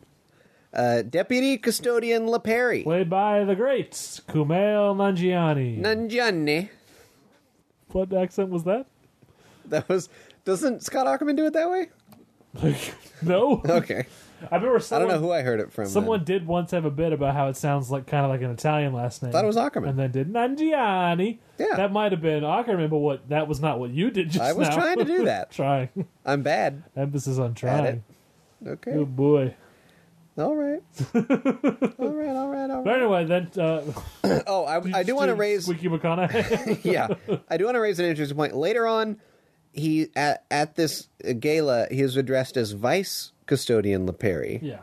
Speaker 7: Uh, Deputy Custodian LePerry.
Speaker 8: Played by the greats, Kumail Nanjiani.
Speaker 7: Nanjiani.
Speaker 8: what accent was that?
Speaker 7: That was. Doesn't Scott Ackerman do it that way? [laughs]
Speaker 8: no.
Speaker 7: Okay.
Speaker 8: I remember
Speaker 7: I
Speaker 8: someone,
Speaker 7: don't know who I heard it from. then.
Speaker 8: someone did once have a bit about how it sounds like kind of like an Italian last name.
Speaker 7: Thought it was Ackerman.
Speaker 8: And then did Nanjiani.
Speaker 7: Yeah.
Speaker 8: That might have been Ackerman, but what that was not what you did just
Speaker 7: I was
Speaker 8: now.
Speaker 7: trying to do
Speaker 8: [laughs]
Speaker 7: that.
Speaker 8: trying.
Speaker 7: I'm bad
Speaker 8: Emphasis on
Speaker 7: at
Speaker 8: trying.
Speaker 7: it. Okay.
Speaker 8: Good boy.
Speaker 7: All
Speaker 8: [laughs]
Speaker 7: right. all right. All right. All
Speaker 8: But
Speaker 7: right.
Speaker 8: anyway, then uh,
Speaker 7: Oh, [laughs] I, I do want to raise. [laughs]
Speaker 8: Wiki McConaughey.
Speaker 7: yeah, I do want to raise an interesting point. Later on, he at, at this uh, gala, he was addressed as Vice Custodian LePerry.
Speaker 8: [laughs] yeah,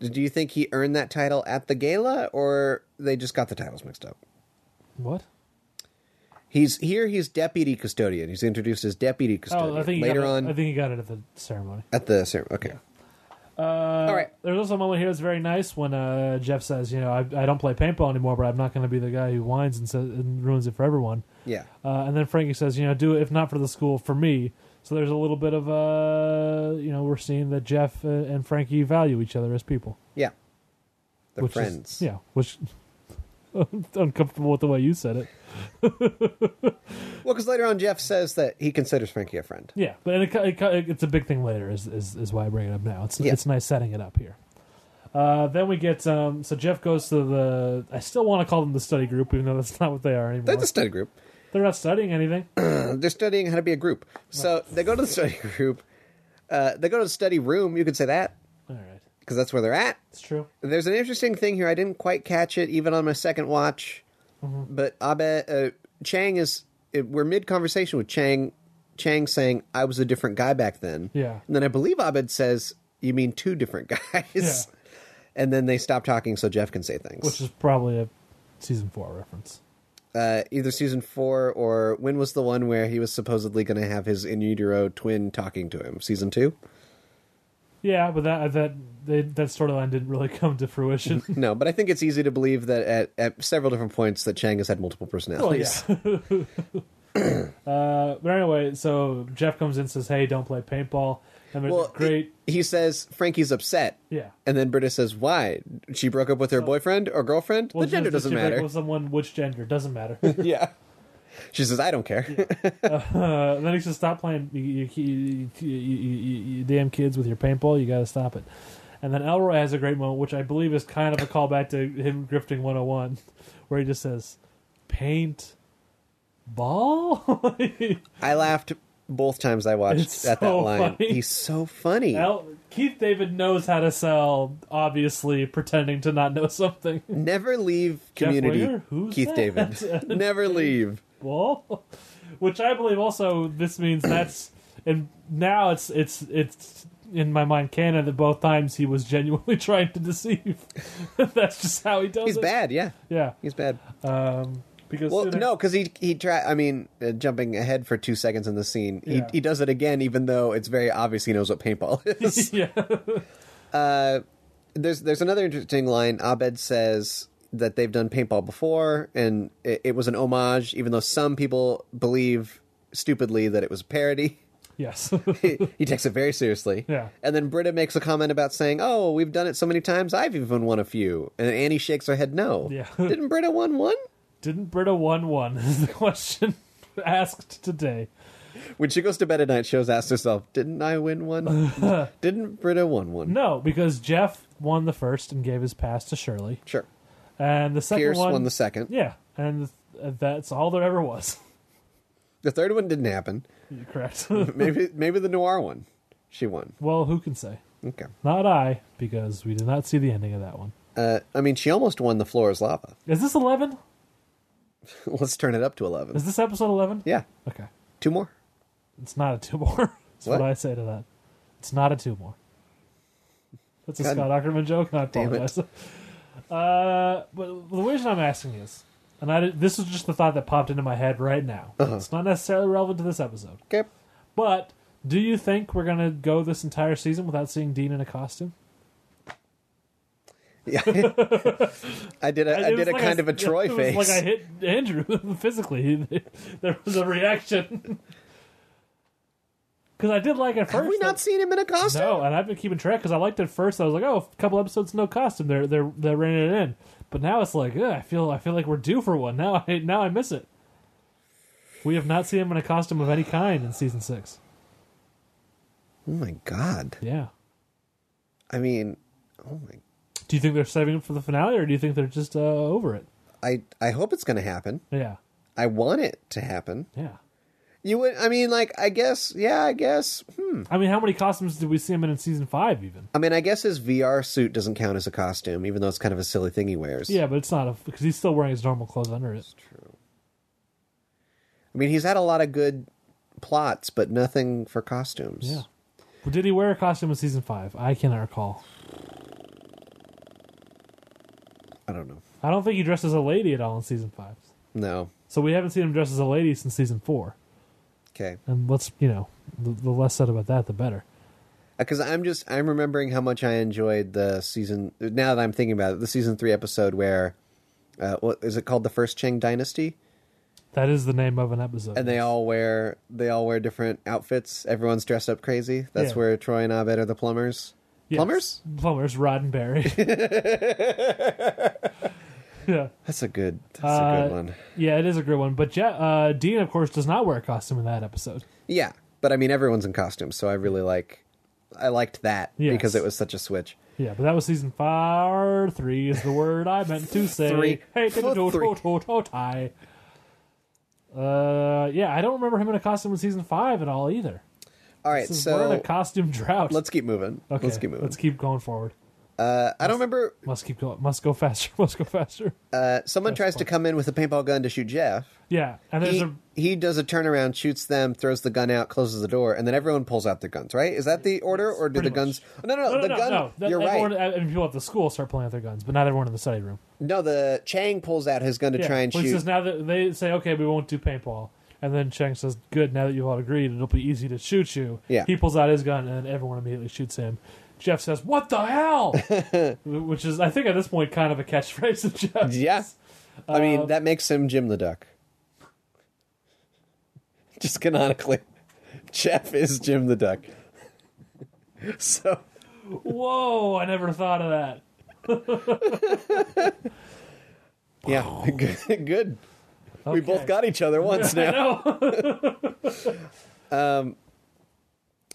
Speaker 7: Do you think he earned that title at the gala, or they just got the titles mixed up?
Speaker 8: what?
Speaker 7: He's here. He's deputy custodian. He's introduced as deputy custodian.
Speaker 8: Oh, I think he
Speaker 7: later
Speaker 8: got it-
Speaker 7: on
Speaker 8: I think he got it at the ceremony.
Speaker 7: at the ceremony. Okay. All right.
Speaker 8: Uh, There's also a moment here that's very nice when uh, Jeff says, "You know, I, I don't play paintball anymore, but I'm not going to be the guy who whines and, says, and ruins it for everyone."
Speaker 7: Yeah.
Speaker 8: Uh, and then Frankie says, "You know, do it if not for the school, for me." So there's a little bit of uh, you know, we're seeing that Jeff uh, and Frankie value each other as people.
Speaker 7: Yeah. They're
Speaker 8: which is-
Speaker 7: friends.
Speaker 8: yeah, which [laughs] I'm uncomfortable with the way you said it.
Speaker 7: Well, because later on, Jeff says that he considers Frankie a friend.
Speaker 8: Yeah, but it, it, it's a big thing later. Is, is is why I bring it up now. It's
Speaker 7: Yeah.
Speaker 8: it's nice setting it up here. Uh, then we get um, so Jeff goes to the. I still want to call them the study group, even though that's not what they are anymore.
Speaker 7: They're the study group.
Speaker 8: They're not studying anything. [coughs]
Speaker 7: They're studying how to be a group. So they go to the study [laughs] group. Uh, they go to the study room. You could say that
Speaker 8: All right,
Speaker 7: because that's where they're at.
Speaker 8: it's true.
Speaker 7: There's an interesting thing here. I didn't quite catch it even on my second watch,
Speaker 8: Mm-hmm.
Speaker 7: but Abe uh, Chang is it, we're mid conversation with Chang. Chang saying I was a different guy back then.
Speaker 8: Yeah.
Speaker 7: and then I believe Abed says you mean two different [laughs] guys.
Speaker 8: Yeah.
Speaker 7: And then they stop talking so Jeff can say things.
Speaker 8: Which is probably a season four reference.
Speaker 7: uh, either season four or when was the one where he was supposedly going to have his in utero twin talking to him? Season two?
Speaker 8: Yeah, but that that they, that storyline didn't really [laughs] come
Speaker 7: [laughs]
Speaker 8: to fruition.
Speaker 7: No, but I think it's easy to believe that at, at several different points that Chang has had multiple
Speaker 8: Well,
Speaker 7: personalities.
Speaker 8: Oh, yeah. [laughs] uh, but anyway, so Jeff comes in and says, "Hey, don't play paintball." And there's
Speaker 7: Well,
Speaker 8: a great.
Speaker 7: He, he says Frankie's upset,
Speaker 8: yeah.
Speaker 7: and then Britta says, "Why? She broke up with her boyfriend or girlfriend?
Speaker 8: Oh. Well,
Speaker 7: the gender
Speaker 8: just-
Speaker 7: doesn't
Speaker 8: just like
Speaker 7: matter."
Speaker 8: With someone, which gender doesn't matter.
Speaker 7: [laughs] yeah. She says, "I don't care."
Speaker 8: Uh, then he says, "Stop playing, you, you, you, you, you, you damn kids with your paintball. You got to stop it." And then Elroy has a great moment, which I believe is kind of a callback to him grifting 101, where he just says, "Paint ball."
Speaker 7: [laughs] I laughed both times I watched
Speaker 8: It's
Speaker 7: at that
Speaker 8: so
Speaker 7: line.
Speaker 8: funny.
Speaker 7: He's so funny.
Speaker 8: [laughs] El- Keith David knows how to sell, obviously pretending to not know something.
Speaker 7: Never leave
Speaker 8: Jeff
Speaker 7: community.
Speaker 8: Winger? Who's
Speaker 7: Keith
Speaker 8: that? [laughs]
Speaker 7: David. Never leave.
Speaker 8: Ball, [laughs] which I believe also this means that's and now it's it's it's in my mind canon that both times he was genuinely [laughs] trying to deceive. that's just how he does
Speaker 7: He's
Speaker 8: it.
Speaker 7: bad. Yeah.
Speaker 8: Yeah.
Speaker 7: He's bad.
Speaker 8: Um, because
Speaker 7: Well,
Speaker 8: sooner-
Speaker 7: no, because he he try. I mean, uh, jumping ahead for two seconds in the scene, he
Speaker 8: Yeah.
Speaker 7: he does it again, even though it's very obvious he knows what paintball [laughs] is.
Speaker 8: [laughs] yeah.
Speaker 7: there's there's another interesting line. Abed says that they've done paintball before, and it, it was an homage, even though some people believe stupidly that it was a parody. [laughs]
Speaker 8: yes. [laughs]
Speaker 7: he, he takes it very seriously.
Speaker 8: Yeah.
Speaker 7: And then Britta makes a comment about saying, "Oh, we've done it so many times. I've even won a few." And Annie shakes her head, "No,
Speaker 8: Yeah.
Speaker 7: [laughs] didn't Britta won one?"
Speaker 8: Didn't Britta one one [laughs] is the question asked today.
Speaker 7: When she goes to bed at night, she always asks herself, "Didn't I win
Speaker 8: [laughs]
Speaker 7: one? Didn't Britta won one?"
Speaker 8: No, because Jeff won the first and gave his pass to Shirley,
Speaker 7: Sure.
Speaker 8: and the second
Speaker 7: Pierce
Speaker 8: one
Speaker 7: won the second.
Speaker 8: yeah, and th- that's all there ever was. [laughs]
Speaker 7: The third one didn't happen.
Speaker 8: Correct. [laughs]
Speaker 7: Maybe maybe the noir one. She won.
Speaker 8: well, who can say?
Speaker 7: Okay.
Speaker 8: Not I, because we did not see the ending of that one.
Speaker 7: Uh, I mean, she almost won the floor is lava. [laughs]
Speaker 8: Is this 11?
Speaker 7: Let's turn it up to eleven.
Speaker 8: Is this episode 11?
Speaker 7: Yeah,
Speaker 8: Okay.
Speaker 7: two more.
Speaker 8: It's not a two more. [laughs] That's what?
Speaker 7: What?
Speaker 8: I say to that. It's not a two more. That's a
Speaker 7: God
Speaker 8: Scott Ackerman joke, and I
Speaker 7: damn it.
Speaker 8: apologize. Uh, but the reason I'm asking is and I did- this is just the thought that popped into my head right now.
Speaker 7: Uh-huh.
Speaker 8: It's not necessarily relevant to this episode,
Speaker 7: Okay.
Speaker 8: but do you think we're gonna go this entire season without seeing Dean in a costume? [laughs]
Speaker 7: Yeah. [laughs] I did a I,
Speaker 8: It
Speaker 7: did
Speaker 8: was
Speaker 7: a
Speaker 8: like
Speaker 7: kind of a
Speaker 8: yeah,
Speaker 7: Troy
Speaker 8: it was
Speaker 7: face.
Speaker 8: Like I hit Andrew [laughs] physically. He- There was a reaction. [laughs] Because I did like at
Speaker 7: [laughs]
Speaker 8: first.
Speaker 7: Have we not
Speaker 8: that-
Speaker 7: seen him in a costume?
Speaker 8: no, and I've been keeping track because I liked it first. I was like, oh, a couple episodes no costume. They're they're they're reining it in. But now it's like, ugh, I feel I feel like we're due for one. Now I now I miss it. We have not seen him in a costume of any kind in season six.
Speaker 7: Oh my god.
Speaker 8: Yeah.
Speaker 7: I mean, oh my.
Speaker 8: Do you think they're saving it for the finale, or do you think they're just uh, over it?
Speaker 7: I I hope it's going to happen.
Speaker 8: Yeah.
Speaker 7: I want it to happen.
Speaker 8: Yeah.
Speaker 7: You would. I mean, like I guess. Yeah, I guess. Hmm.
Speaker 8: I mean, how many costumes did we see him in in season five? Even.
Speaker 7: I mean, I guess his VR suit doesn't count as a costume, even though it's kind of a silly thing he wears.
Speaker 8: Yeah, but it's not a because he's still wearing his normal clothes under it.
Speaker 7: I mean, he's had a lot of good plots, but nothing for costumes.
Speaker 8: Yeah. Well, did he wear a costume in season five? I cannot recall.
Speaker 7: I don't know.
Speaker 8: I don't think he dressed as a lady at all in season five.
Speaker 7: No.
Speaker 8: So we haven't seen him dressed as a lady since season four.
Speaker 7: Okay.
Speaker 8: And let's you know, the, the less said about that, the better.
Speaker 7: Because Uh, I'm just I'm remembering how much I enjoyed the season. Now that I'm thinking about it, the season three episode where, uh, what is it called? The first Chang Dynasty,
Speaker 8: That is the name of an episode.
Speaker 7: and they all wear they all wear different outfits. Everyone's dressed up crazy. That's
Speaker 8: Yeah.
Speaker 7: where Troy and Abed are the plumbers.
Speaker 8: Yes.
Speaker 7: Plumbers? [laughs]
Speaker 8: plumbers, Roddenberry. yeah,
Speaker 7: That's a good. That's a
Speaker 8: Uh,
Speaker 7: good one.
Speaker 8: yeah, it is a good one. But Je- uh, Dean, of course, does not wear a costume in that episode.
Speaker 7: Yeah, but I mean everyone's in costumes, so I really like. I liked that
Speaker 8: Yes.
Speaker 7: because it was such a switch.
Speaker 8: Yeah, but that was season five. Three is the word I meant
Speaker 7: [laughs]
Speaker 8: to say.
Speaker 7: Three.
Speaker 8: Hey,
Speaker 7: [laughs]
Speaker 8: did it do-
Speaker 7: Three.
Speaker 8: to- to- to- tie. Uh, yeah, I don't remember him in a costume in season five at all either.
Speaker 7: All right,
Speaker 8: This is- we're in a
Speaker 7: so
Speaker 8: costume drought.
Speaker 7: let's keep moving.
Speaker 8: Okay,
Speaker 7: let's keep moving.
Speaker 8: Let's keep going forward.
Speaker 7: I don't remember.
Speaker 8: Must keep going. Must go faster. [laughs] Must go faster.
Speaker 7: Uh, someone tries to come in with a paintball gun to shoot Jeff.
Speaker 8: yeah, and there's
Speaker 7: he,
Speaker 8: a
Speaker 7: he does a turnaround, shoots them, throws the gun out, closes the door, and then everyone pulls out their guns. Right? Is that the order, or do
Speaker 8: pretty
Speaker 7: the guns?
Speaker 8: much.
Speaker 7: No, no, no.
Speaker 8: no, no,
Speaker 7: Oh, the
Speaker 8: no,
Speaker 7: gun.
Speaker 8: no. That-
Speaker 7: You're
Speaker 8: everyone,
Speaker 7: right.
Speaker 8: I mean, people at the school start playing with their guns, but not everyone in the study room.
Speaker 7: No, the Chang pulls out his gun to
Speaker 8: Yeah.
Speaker 7: try and
Speaker 8: well, He
Speaker 7: shoot.
Speaker 8: says now that they say, okay, we won't do paintball, and then Chang says, good. Now that you've all agreed, it'll be easy to shoot you.
Speaker 7: Yeah.
Speaker 8: He pulls out his gun, and everyone immediately shoots him. Jeff says, "What the hell?"
Speaker 7: [laughs]
Speaker 8: Which is, I think, at this point, kind of a catchphrase of
Speaker 7: [laughs]
Speaker 8: Jeff.
Speaker 7: yeah. I
Speaker 8: Uh,
Speaker 7: mean, that makes him Jim the Duck. [laughs] Just canonically, [laughs] Jeff is Jim the Duck. [laughs] so
Speaker 8: Whoa! I never thought of that.
Speaker 7: yeah, good. [laughs] good. We both got each other
Speaker 8: [laughs]
Speaker 7: once now. [laughs]
Speaker 8: No.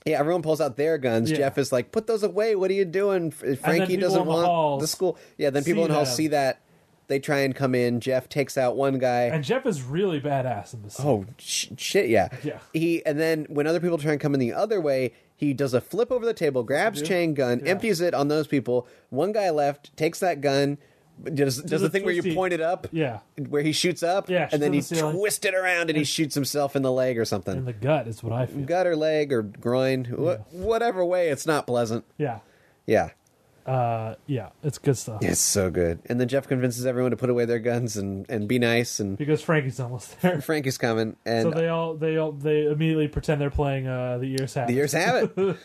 Speaker 7: Yeah, everyone pulls out their guns.
Speaker 8: Yeah.
Speaker 7: Jeff is like, "Put those away. What are you doing?" F- Frankie
Speaker 8: people
Speaker 7: doesn't
Speaker 8: in the
Speaker 7: want
Speaker 8: halls
Speaker 7: the school. Yeah, then people
Speaker 8: see
Speaker 7: in hall
Speaker 8: them.
Speaker 7: see that. They try and come in. Jeff takes out one guy.
Speaker 8: and Jeff is really badass in this. scene.
Speaker 7: oh sh- shit! Yeah.
Speaker 8: Yeah.
Speaker 7: He and then when other people try and come in the other way, he does a flip over the table, grabs chain gun, empties it on those people. One guy left, takes that gun, does does
Speaker 8: a
Speaker 7: the thing where you
Speaker 8: twisty.
Speaker 7: point it up,
Speaker 8: Yeah.
Speaker 7: where he shoots up,
Speaker 8: Yeah,
Speaker 7: and then he
Speaker 8: shoots in the ceiling.
Speaker 7: twists it around and he shoots himself in the leg or
Speaker 8: In
Speaker 7: something.
Speaker 8: the gut is what I feel.
Speaker 7: Gut or leg or groin, wh- whatever way, it's not pleasant.
Speaker 8: Yeah.
Speaker 7: Yeah.
Speaker 8: Uh, yeah, it's good stuff.
Speaker 7: It's so good. And then Jeff convinces everyone to put away their guns and, and be nice. And
Speaker 8: Because Frankie's almost there.
Speaker 7: Frank is coming.
Speaker 8: So
Speaker 7: And
Speaker 8: they all they all they immediately pretend they're playing uh, the ears half.
Speaker 7: the years
Speaker 8: [laughs]
Speaker 7: have it.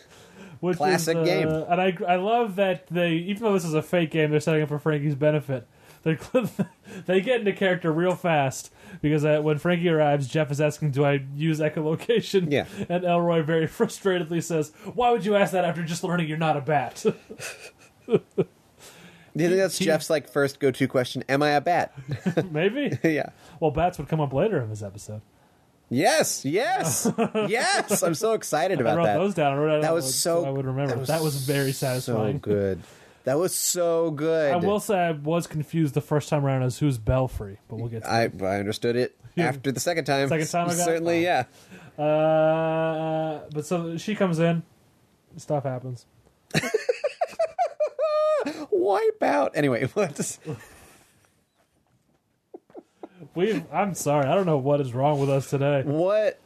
Speaker 8: which
Speaker 7: classic
Speaker 8: is, uh,
Speaker 7: game.
Speaker 8: And I I love that they even though this is a fake game, they're setting up for Frankie's benefit. They [laughs] they get into character real fast because uh, when Frankie arrives, Jeff is asking, "Do I use echolocation?"
Speaker 7: Yeah.
Speaker 8: [laughs] and Elroy very [laughs] frustratedly says, "Why would you ask that after just learning you're not a bat?" [laughs]
Speaker 7: Do you think that's Jeff's like first go to question? Am I a bat? [laughs]
Speaker 8: Maybe.
Speaker 7: yeah.
Speaker 8: Well, bats would come up later in this episode.
Speaker 7: Yes.
Speaker 8: [laughs]
Speaker 7: Yes. yes. I'm so excited
Speaker 8: I
Speaker 7: about
Speaker 8: wrote
Speaker 7: that.
Speaker 8: those down. I wrote out
Speaker 7: That was
Speaker 8: loud
Speaker 7: so.
Speaker 8: I would remember. That was, very satisfying.
Speaker 7: So good. That was so good.
Speaker 8: I will say I was confused the first time around as who's Belfry, but we'll get to
Speaker 7: I, I understood it after the second time.
Speaker 8: Second time I got it?
Speaker 7: certainly, yeah.
Speaker 8: Uh, but so she comes in, stuff happens.
Speaker 7: Wipe out. Anyway, [laughs] what?
Speaker 8: We, I'm sorry, I don't know what is wrong with us today.
Speaker 7: What?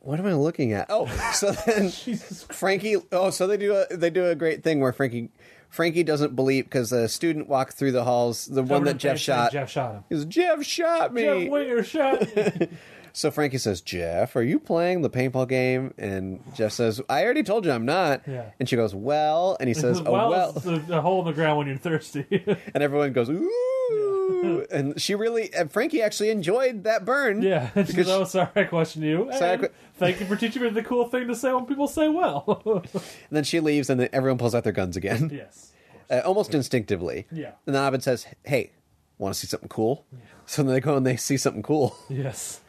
Speaker 7: What am I
Speaker 8: [laughs]
Speaker 7: looking at? Oh, so then
Speaker 8: Jesus Christ.
Speaker 7: Frankie. Oh, so they do a they do a great thing where Frankie Frankie doesn't believe because the student walked through the halls, the one that Jeff shot.
Speaker 8: Jeff shot him.
Speaker 7: is Jeff shot me.
Speaker 8: Jeff
Speaker 7: [laughs]
Speaker 8: Winger shot me.
Speaker 7: So Frankie says, Jeff, are you playing the paintball game? And Jeff says, I already told you I'm not.
Speaker 8: Yeah.
Speaker 7: And she goes, Well.
Speaker 8: [laughs]
Speaker 7: And he says, Oh, well.
Speaker 8: it's a, a hole in the ground when you're thirsty. [laughs]
Speaker 7: And everyone goes, Ooh. and she really, and Frankie actually enjoyed that burn.
Speaker 8: yeah. [laughs] And she
Speaker 7: Because
Speaker 8: goes, oh, sorry, I questioned you.
Speaker 7: Sorry, I
Speaker 8: And
Speaker 7: que-
Speaker 8: thank you for teaching me the cool thing to say when people say well. [laughs]
Speaker 7: And then she leaves, and then everyone pulls out their guns again,
Speaker 8: yes.
Speaker 7: uh, almost instinctively.
Speaker 8: Yeah.
Speaker 7: And then Abed says, Hey, want to see something cool? So then they go and they see something cool.
Speaker 8: Yes.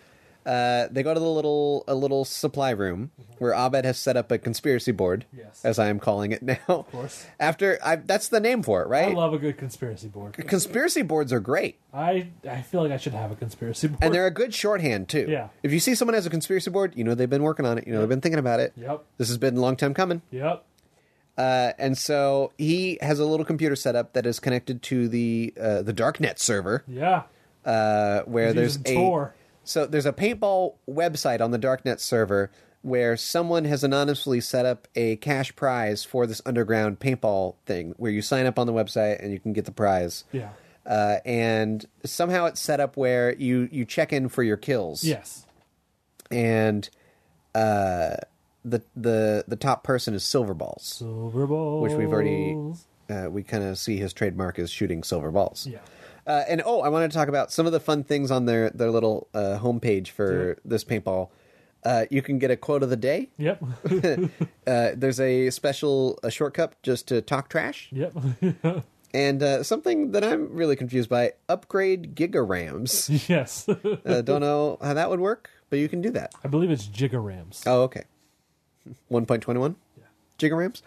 Speaker 7: Uh, they go to the little a little supply room where Abed has set up a conspiracy board,
Speaker 8: Mm-hmm. Yes.
Speaker 7: as I am calling it [laughs] now. Of
Speaker 8: course.
Speaker 7: After I, that's the name for it, right?
Speaker 8: I love a good conspiracy board.
Speaker 7: conspiracy boards are great
Speaker 8: I I feel like I should have a conspiracy board.
Speaker 7: and they're a good shorthand too
Speaker 8: Yeah.
Speaker 7: if you see someone has a conspiracy board you know they've been working on it you know they've been thinking about it
Speaker 8: Yep.
Speaker 7: this has been a long time coming
Speaker 8: Yep.
Speaker 7: uh, and so he has a little computer set up that is connected to the uh, the darknet server
Speaker 8: Yeah.
Speaker 7: uh, where
Speaker 8: He's
Speaker 7: there's
Speaker 8: using
Speaker 7: a
Speaker 8: Tor.
Speaker 7: so there's a paintball website on the darknet server where someone has anonymously set up a cash prize for this underground paintball thing where you sign up on the website and you can get the prize
Speaker 8: Yeah.
Speaker 7: uh, and somehow it's set up where you you check in for your kills.
Speaker 8: Yes.
Speaker 7: and uh, the the the top person is silver balls,
Speaker 8: Silver balls.
Speaker 7: which we've already uh, we kind of see his trademark is shooting silver balls.
Speaker 8: Yeah.
Speaker 7: Uh, and oh, I wanted to talk about some of the fun things on their their little uh, homepage for this paintball. Uh, you can get a quote of the day.
Speaker 8: Yep. [laughs]
Speaker 7: Uh, there's a special a shortcut just to talk trash,
Speaker 8: yep. [laughs]
Speaker 7: and uh, something that I'm really confused by: upgrade gigorams.
Speaker 8: [laughs] yes.
Speaker 7: uh, don't know how that would work, but you can do that.
Speaker 8: I believe it's Jigorams.
Speaker 7: Oh, okay. [laughs] 1.21 gigorams.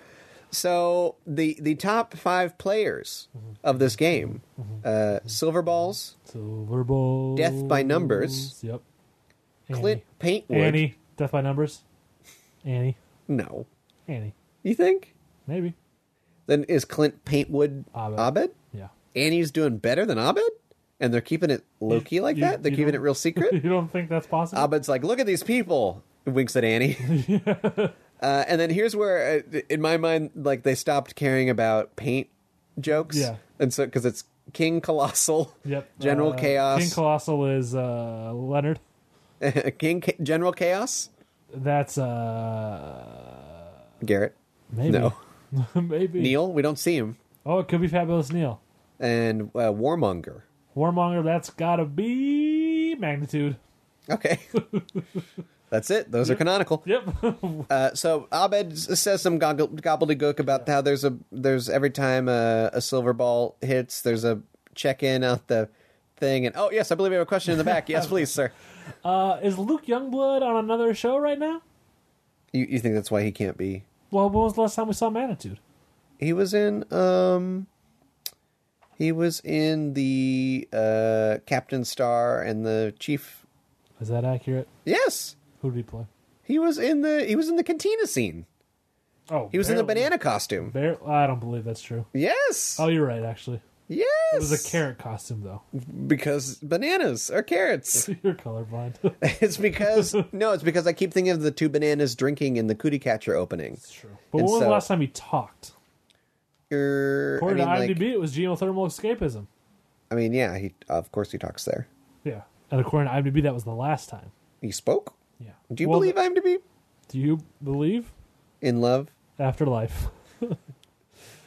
Speaker 7: So the the top five players
Speaker 8: Mm-hmm.
Speaker 7: of this game: uh, Silver Balls,
Speaker 8: Silver balls.
Speaker 7: Death by Numbers,
Speaker 8: Yep.
Speaker 7: Clint Paintwood.
Speaker 8: Mm-hmm. Annie. Annie. Death by Numbers. Annie.
Speaker 7: No,
Speaker 8: Annie.
Speaker 7: you think?
Speaker 8: Maybe.
Speaker 7: Then is Clint Paintwood Abed?
Speaker 8: Abed. Yeah. [laughs]
Speaker 7: Annie's doing better than Abed, and they're keeping it low key like
Speaker 8: you-
Speaker 7: that. They're
Speaker 8: you
Speaker 7: keeping it
Speaker 8: don't-
Speaker 7: real secret.
Speaker 8: you [laughs] don't think that's possible?
Speaker 7: Abed's like, look at these people. Winks at
Speaker 8: [laughs]
Speaker 7: Annie. uh, and then here's where, uh, in my mind, like they stopped caring about paint jokes.
Speaker 8: Yeah.
Speaker 7: And so, because it's King Colossal,
Speaker 8: yep.
Speaker 7: General
Speaker 8: Uh, King
Speaker 7: Chaos,
Speaker 8: Colossal is uh, Leonard.
Speaker 7: [laughs] King Ca- General Chaos,
Speaker 8: That's uh,
Speaker 7: Garrett,
Speaker 8: maybe.
Speaker 7: No.
Speaker 8: [laughs] maybe.
Speaker 7: Neil. We don't see him,
Speaker 8: Oh, it could be Fabulous Neil.
Speaker 7: and uh, Warmonger.
Speaker 8: Warmonger, that's gotta be Magnitude. [laughs]
Speaker 7: Okay. That's it. Those are canonical.
Speaker 8: Yep. [laughs]
Speaker 7: Uh, so Abed s- says some goggle, gobbledygook about how there's a there's every time a, a silver ball hits, there's a check in out the thing, and oh yes, I believe we have a question in the back. Yes, please, sir.
Speaker 8: uh, is Luke Youngblood on another show right now?
Speaker 7: [laughs] You you think that's why he can't be?
Speaker 8: Well, when was the last time we saw Magnitude?
Speaker 7: He was in um, he was in the uh Captain Star and the Chief.
Speaker 8: Is that accurate?
Speaker 7: Yes,
Speaker 8: Who did he play?
Speaker 7: he was in the he was in the cantina scene.
Speaker 8: Oh,
Speaker 7: He was in the
Speaker 8: barely-
Speaker 7: banana costume.
Speaker 8: Bar- I don't believe that's true.
Speaker 7: Yes,
Speaker 8: Oh, you're right, actually.
Speaker 7: yes.
Speaker 8: It was a carrot costume,
Speaker 7: [laughs]
Speaker 8: though.
Speaker 7: because bananas are carrots.
Speaker 8: [laughs] you're colorblind.
Speaker 7: [laughs] It's because no, it's because I keep thinking of the two bananas drinking in the cootie catcher opening.
Speaker 8: it's true. But
Speaker 7: And
Speaker 8: when was
Speaker 7: so-
Speaker 8: the last time he talked?
Speaker 7: Er, I mean,
Speaker 8: According
Speaker 7: like,
Speaker 8: to IMDb, it was geothermal escapism.
Speaker 7: I mean, yeah, he of course he talks there.
Speaker 8: Yeah. And according to IMDb, that was the last time.
Speaker 7: He spoke.
Speaker 8: Yeah.
Speaker 7: Do you
Speaker 8: Well,
Speaker 7: believe I'm to be
Speaker 8: Do you believe
Speaker 7: in love?
Speaker 8: afterlife? [laughs]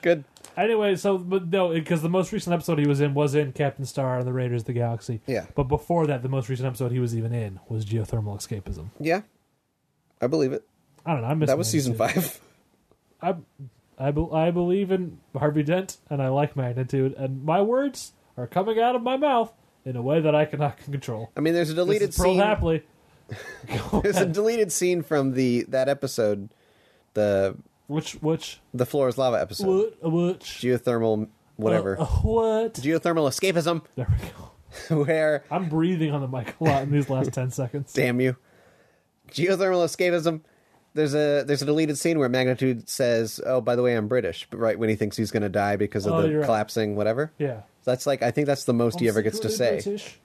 Speaker 7: Good.
Speaker 8: Anyway, so but no, because the most recent episode he was in was in Captain Star and the Raiders of the Galaxy.
Speaker 7: Yeah.
Speaker 8: But before that, the most recent episode he was even in was geothermal escapism.
Speaker 7: Yeah, I believe it.
Speaker 8: I don't know. I missed
Speaker 7: That was season five. [laughs]
Speaker 8: I, I, be- I believe in Harvey Dent and I like magnitude, and my words are coming out of my mouth in a way that I cannot [laughs] control.
Speaker 7: I mean, there's a deleted
Speaker 8: This is Pearl
Speaker 7: scene. [laughs]
Speaker 8: Hapley.
Speaker 7: There's
Speaker 8: [laughs]
Speaker 7: a deleted scene from the that episode, the
Speaker 8: Which which
Speaker 7: the floor is lava episode,
Speaker 8: what which
Speaker 7: geothermal whatever,
Speaker 8: uh, uh, what?
Speaker 7: geothermal escapism, [laughs]
Speaker 8: There we go.
Speaker 7: where
Speaker 8: I'm breathing on the mic a lot in these last ten seconds.
Speaker 7: Damn you. Geothermal escapism. There's a there's a deleted scene where Magnitude says, "Oh, by the way, I'm British." But right when he thinks he's going to die because of
Speaker 8: Oh,
Speaker 7: the
Speaker 8: you're right.
Speaker 7: collapsing whatever.
Speaker 8: Yeah.
Speaker 7: That's like I think that's the most he ever gets to say
Speaker 8: British.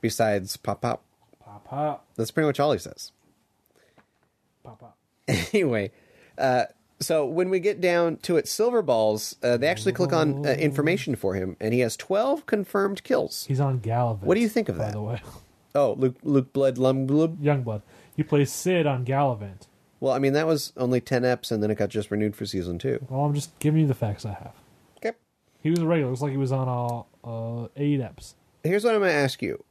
Speaker 7: besides pop pop.
Speaker 8: Pop pop
Speaker 7: [laughs] That's pretty much all he says.
Speaker 8: pop pop.
Speaker 7: anyway, uh So when we get down to it, Silver Balls, uh, they actually click on
Speaker 8: Oh.
Speaker 7: uh, information for him, and he has 12 confirmed kills.
Speaker 8: He's on Gallivant.
Speaker 7: What do you think of
Speaker 8: By
Speaker 7: that?
Speaker 8: the way, [laughs]
Speaker 7: Oh, Luke, Luke Blood Lumblub.
Speaker 8: Youngblood. He plays Sid on Gallivant.
Speaker 7: Well, I mean, that was only 10 eps, and then it got just renewed for season two.
Speaker 8: Well, I'm just giving you the facts I have.
Speaker 7: Okay.
Speaker 8: He was a regular. Looks like he was on all uh, eight eps.
Speaker 7: Here's what I'm going to ask you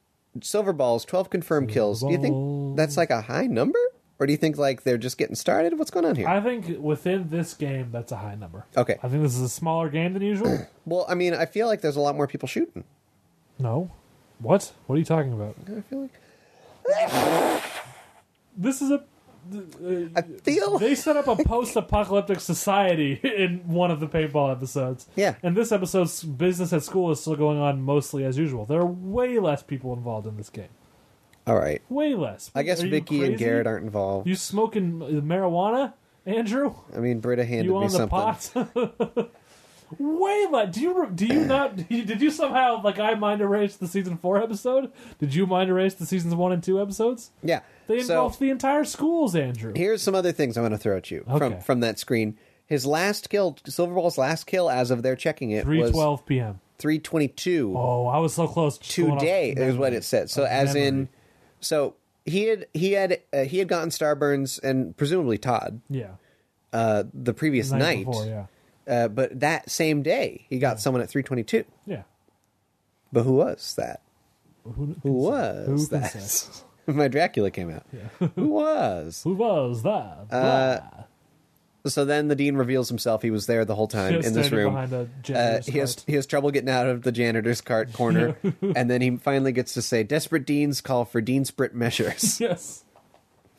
Speaker 7: Silver Balls, 12 confirmed kills. Do you think that's like a high number? Or do you think like they're just getting started? What's going on here?
Speaker 8: I think within this game, that's a high number.
Speaker 7: Okay.
Speaker 8: I think this is a smaller game
Speaker 7: [clears throat]
Speaker 8: than usual.
Speaker 7: Well, I mean, I feel like there's a lot more people shooting.
Speaker 8: no. What? What are you talking about?
Speaker 7: I feel like.
Speaker 8: This is a.
Speaker 7: I feel.
Speaker 8: They set
Speaker 7: [laughs]
Speaker 8: up a post-apocalyptic society in one of the paintball episodes.
Speaker 7: Yeah.
Speaker 8: And this episode's business at school is still going on mostly as usual. There are way less people involved in this game.
Speaker 7: All right.
Speaker 8: Way less.
Speaker 7: I guess
Speaker 8: Are you
Speaker 7: Vicky and
Speaker 8: crazy?
Speaker 7: Garrett aren't involved.
Speaker 8: You smoking marijuana, Andrew?
Speaker 7: I mean, Britta handed
Speaker 8: You
Speaker 7: me
Speaker 8: on the
Speaker 7: something.
Speaker 8: pot? [laughs] Way less. Do you
Speaker 7: [clears throat]
Speaker 8: do you not? Did you somehow like I mind erase the season four episode? Did you mind erase the seasons one and two episodes?
Speaker 7: Yeah.
Speaker 8: They
Speaker 7: so
Speaker 8: involved the entire schools, Andrew.
Speaker 7: here's some other things I'm going to throw at you
Speaker 8: Okay.
Speaker 7: from from that screen. His last kill, Silverball's last kill, as of their checking it,
Speaker 8: Three
Speaker 7: was
Speaker 8: twelve p.m.
Speaker 7: 322
Speaker 8: Oh, I was so close. to going off
Speaker 7: today. Is what
Speaker 8: memory.
Speaker 7: it said. So
Speaker 8: Of
Speaker 7: as in,
Speaker 8: memory.
Speaker 7: so he had he had uh, he had gotten Starburns and presumably Todd
Speaker 8: yeah,
Speaker 7: uh, the previous
Speaker 8: the night,
Speaker 7: night,
Speaker 8: before, yeah,
Speaker 7: uh, but that same day he got someone at 322.
Speaker 8: yeah.
Speaker 7: But who was that?
Speaker 8: Who,
Speaker 7: Who was
Speaker 8: Who can
Speaker 7: that?
Speaker 8: say?
Speaker 7: [laughs] My Dracula came out. who was?
Speaker 8: [laughs] Who was that?
Speaker 7: Uh,
Speaker 8: Blah.
Speaker 7: So then the dean reveals himself. He was there the whole time
Speaker 8: Just
Speaker 7: in this room.
Speaker 8: standing behind a
Speaker 7: Uh,
Speaker 8: janitor's
Speaker 7: he has
Speaker 8: cart.
Speaker 7: he has trouble getting out of the janitor's cart corner, and then he finally gets to say, "Desperate deans call for dean sprit
Speaker 8: [laughs]
Speaker 7: measures,"
Speaker 8: [laughs] yes,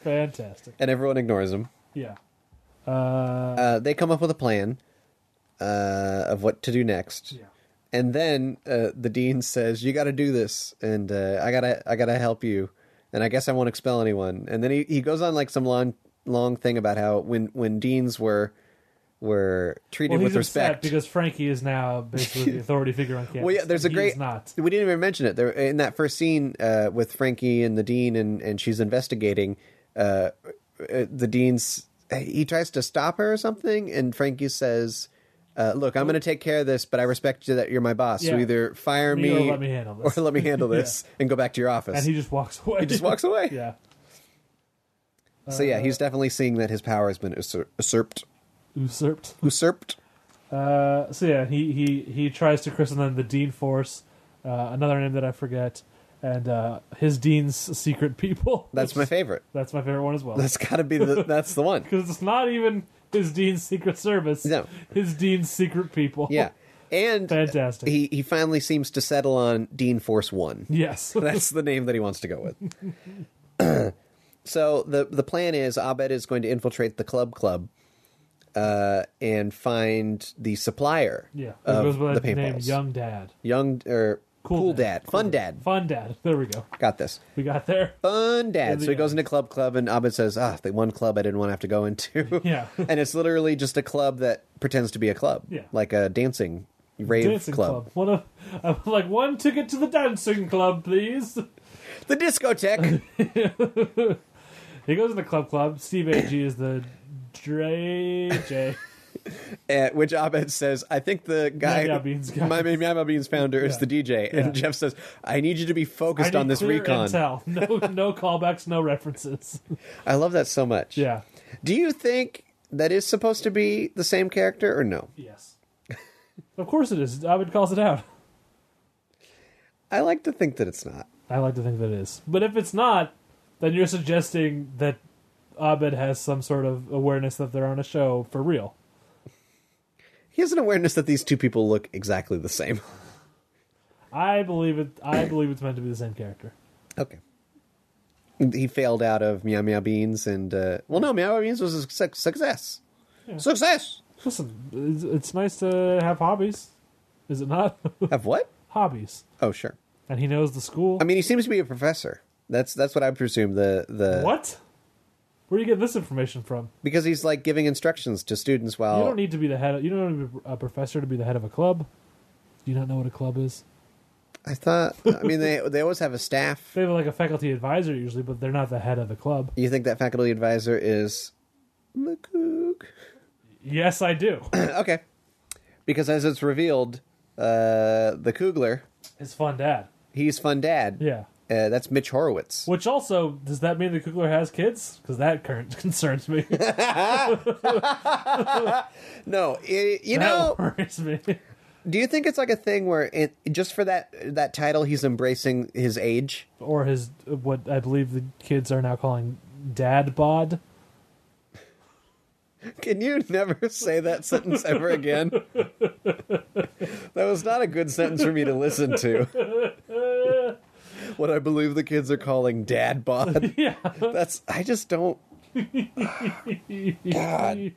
Speaker 8: fantastic.
Speaker 7: and everyone ignores him.
Speaker 8: Yeah. Uh,
Speaker 7: Uh, they come up with a plan uh, of what to do next,
Speaker 8: yeah.
Speaker 7: and then uh, the dean says, "You got to do this, and uh, I gotta I gotta help you, and I guess I won't expel anyone." And then he, he goes on like some long long thing about how when when deans were were treated
Speaker 8: Well, he's
Speaker 7: with
Speaker 8: upset
Speaker 7: respect
Speaker 8: because Frankie is now basically
Speaker 7: [laughs]
Speaker 8: the authority figure on campus.
Speaker 7: Well, yeah, there's a
Speaker 8: He's
Speaker 7: great. [laughs]
Speaker 8: not.
Speaker 7: We didn't even mention it. There in that first scene uh, with Frankie and the dean, and and she's investigating. Uh, uh, the dean's he tries to stop her or something, and Frankie says. Uh, look, I'm going to take care of this, but I respect you that you're my boss. So
Speaker 8: Yeah.
Speaker 7: either fire me,
Speaker 8: Me or let me handle this.
Speaker 7: or let me handle
Speaker 8: [laughs] Yeah.
Speaker 7: this and go back to your office.
Speaker 8: And he just walks away.
Speaker 7: He just walks away.
Speaker 8: [laughs] yeah. Uh,
Speaker 7: so yeah, he's definitely seeing that his power has been usur- usurped.
Speaker 8: Usurped.
Speaker 7: Usurped.
Speaker 8: Uh, so yeah, he, he, he tries to christen them the Dean Force, uh, another name that I forget, and uh, his Dean's secret people.
Speaker 7: [laughs] That's my favorite.
Speaker 8: [laughs] That's my favorite one as well. [laughs]
Speaker 7: That's got to be the. That's the one.
Speaker 8: Because it's not even his Dean's secret service.
Speaker 7: No.
Speaker 8: His Dean's secret people.
Speaker 7: Yeah, and
Speaker 8: Fantastic.
Speaker 7: he he finally seems to settle on Dean Force
Speaker 8: [laughs]
Speaker 7: One.
Speaker 8: [laughs] yes.
Speaker 7: That's the name [laughs] that he wants to go with. [clears throat] so the the plan is Abed is going to infiltrate the club club uh, and find the supplier.
Speaker 8: yeah. It
Speaker 7: of
Speaker 8: goes by
Speaker 7: the
Speaker 8: the name
Speaker 7: paintballs.
Speaker 8: Young Dad.
Speaker 7: young or cool,
Speaker 8: Cool
Speaker 7: dad,
Speaker 8: Dad.
Speaker 7: fun dad.
Speaker 8: Fun Dad. There we go.
Speaker 7: Got this.
Speaker 8: We got there. [laughs]
Speaker 7: Fun dad.
Speaker 8: the
Speaker 7: So he goes
Speaker 8: end.
Speaker 7: into club club and Abed says, "Ah, the one club I didn't want to have to go into."
Speaker 8: [laughs] Yeah.
Speaker 7: and it's literally just a club that pretends to be a club,
Speaker 8: Yeah.
Speaker 7: like a dancing rave
Speaker 8: dancing club.
Speaker 7: club.
Speaker 8: One of, I would like one ticket to the dancing club, please.
Speaker 7: the discotheque.
Speaker 8: He goes to the club club. Steve Ag is the Dre
Speaker 7: [laughs]
Speaker 8: J.
Speaker 7: At which Abed says, I think the guy,
Speaker 8: Yum Yum Beans guy.
Speaker 7: my Yum Yum Beans founder is
Speaker 8: Yeah.
Speaker 7: the DJ. And
Speaker 8: Yeah.
Speaker 7: Jeff says, I need you to be
Speaker 8: I
Speaker 7: focused
Speaker 8: need
Speaker 7: on this
Speaker 8: clear
Speaker 7: recon.
Speaker 8: Intel. No, no callbacks.
Speaker 7: [laughs]
Speaker 8: No references.
Speaker 7: I love that so much.
Speaker 8: Yeah.
Speaker 7: Do you think that is supposed to be the same character or no?
Speaker 8: Yes. Of course it is. Abed calls it out.
Speaker 7: I like to think that it's not.
Speaker 8: I like to think that it is. But if it's not, then you're suggesting that Abed has some sort of awareness that they're on a show for real.
Speaker 7: He has an awareness that these two people look exactly the same. [laughs]
Speaker 8: I believe it. I believe it's meant to be the same character.
Speaker 7: okay. He failed out of Meow Meow Beans and, uh, well, no, Meow Meow Beans was a suc- success.
Speaker 8: [laughs]
Speaker 7: Success!
Speaker 8: Listen, it's, it's nice to have hobbies, is it not? [laughs]
Speaker 7: Of what?
Speaker 8: hobbies.
Speaker 7: Oh, sure.
Speaker 8: And he knows the school.
Speaker 7: I mean, he seems to be a professor. That's that's what I presume the the
Speaker 8: what? Where do you get this information from?
Speaker 7: because he's like giving instructions to students while
Speaker 8: You don't need to be the head. Of, you don't need to be a professor to be the head of a club. Do you not know what a club is? e-
Speaker 7: I thought I mean they they always have a staff.
Speaker 8: They have like a faculty advisor usually, but they're not the head of the club.
Speaker 7: You think that faculty advisor is McCook?
Speaker 8: Yes,
Speaker 7: [coughs]
Speaker 8: I do.
Speaker 7: [laughs] okay. Because as it's revealed, uh, the Kugler,
Speaker 8: His fun dad.
Speaker 7: he's fun dad.
Speaker 8: Yeah.
Speaker 7: Uh, that's Mitch Horowitz.
Speaker 8: Which also does that mean the Kugler has kids? Because that current [laughs]
Speaker 7: [laughs]
Speaker 8: concerns me. that
Speaker 7: No, i you know,
Speaker 8: worries me.
Speaker 7: do you think it's like a thing where it, just for that that title he's embracing his age?
Speaker 8: Or his what I believe the kids are now calling dad bod.
Speaker 7: Can you never [laughs] say that sentence ever again? that was not a good sentence for me to listen to. what I believe the kids are calling dad bod.
Speaker 8: Yeah.
Speaker 7: That's I just don't.
Speaker 8: [laughs]
Speaker 7: God.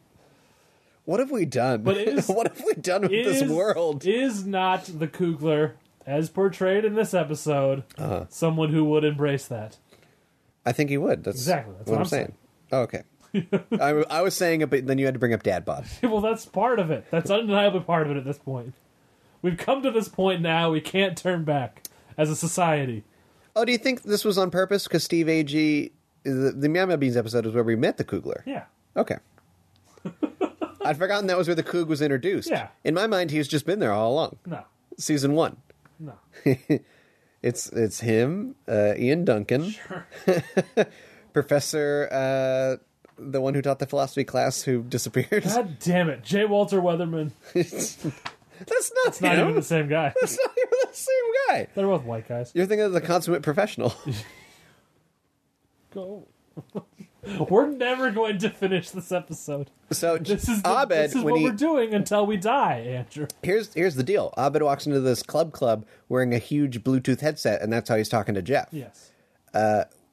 Speaker 7: What have we done?
Speaker 8: But it
Speaker 7: [laughs]
Speaker 8: is-
Speaker 7: what have we done with this
Speaker 8: Is-
Speaker 7: world?
Speaker 8: is not the Kugler as portrayed in this episode
Speaker 7: Uh-huh.
Speaker 8: someone who would embrace that.
Speaker 7: I think he would. That's
Speaker 8: Exactly, that's what I'm saying.
Speaker 7: Oh, okay. [laughs] I, I was saying it, but then you had to bring up dad bod.
Speaker 8: well, that's part of it. That's undeniably part of it at this point. We've come to this point now. We can't turn back as a society.
Speaker 7: Oh, do you think this was on purpose? Because Steve Ag, the, the Meow Meow Beans episode is where we met the Kugler.
Speaker 8: Yeah.
Speaker 7: Okay. [laughs] I'd forgotten that was where the Coog was introduced.
Speaker 8: Yeah.
Speaker 7: In my mind, he's just been there all along.
Speaker 8: No.
Speaker 7: Season one.
Speaker 8: No.
Speaker 7: It's it's him, uh, Ian Duncan, [laughs] Professor, uh, the one who taught the philosophy class who disappeared.
Speaker 8: God damn it, J. Walter Weatherman.
Speaker 7: [laughs] That's not
Speaker 8: Not
Speaker 7: him.
Speaker 8: even the same
Speaker 7: [laughs]
Speaker 8: guy.
Speaker 7: That's not even the same guy.
Speaker 8: They're both white guys.
Speaker 7: You're thinking of the consummate professional. [laughs]
Speaker 8: Go. [laughs] we're never going to finish this episode.
Speaker 7: So
Speaker 8: [laughs] This is the,
Speaker 7: Abed,
Speaker 8: this is
Speaker 7: when
Speaker 8: what
Speaker 7: he
Speaker 8: we're doing until we die, Andrew.
Speaker 7: here's here's the deal. Abed walks into this club club wearing a huge Bluetooth headset, and that's how he's talking to Jeff.
Speaker 8: Yes.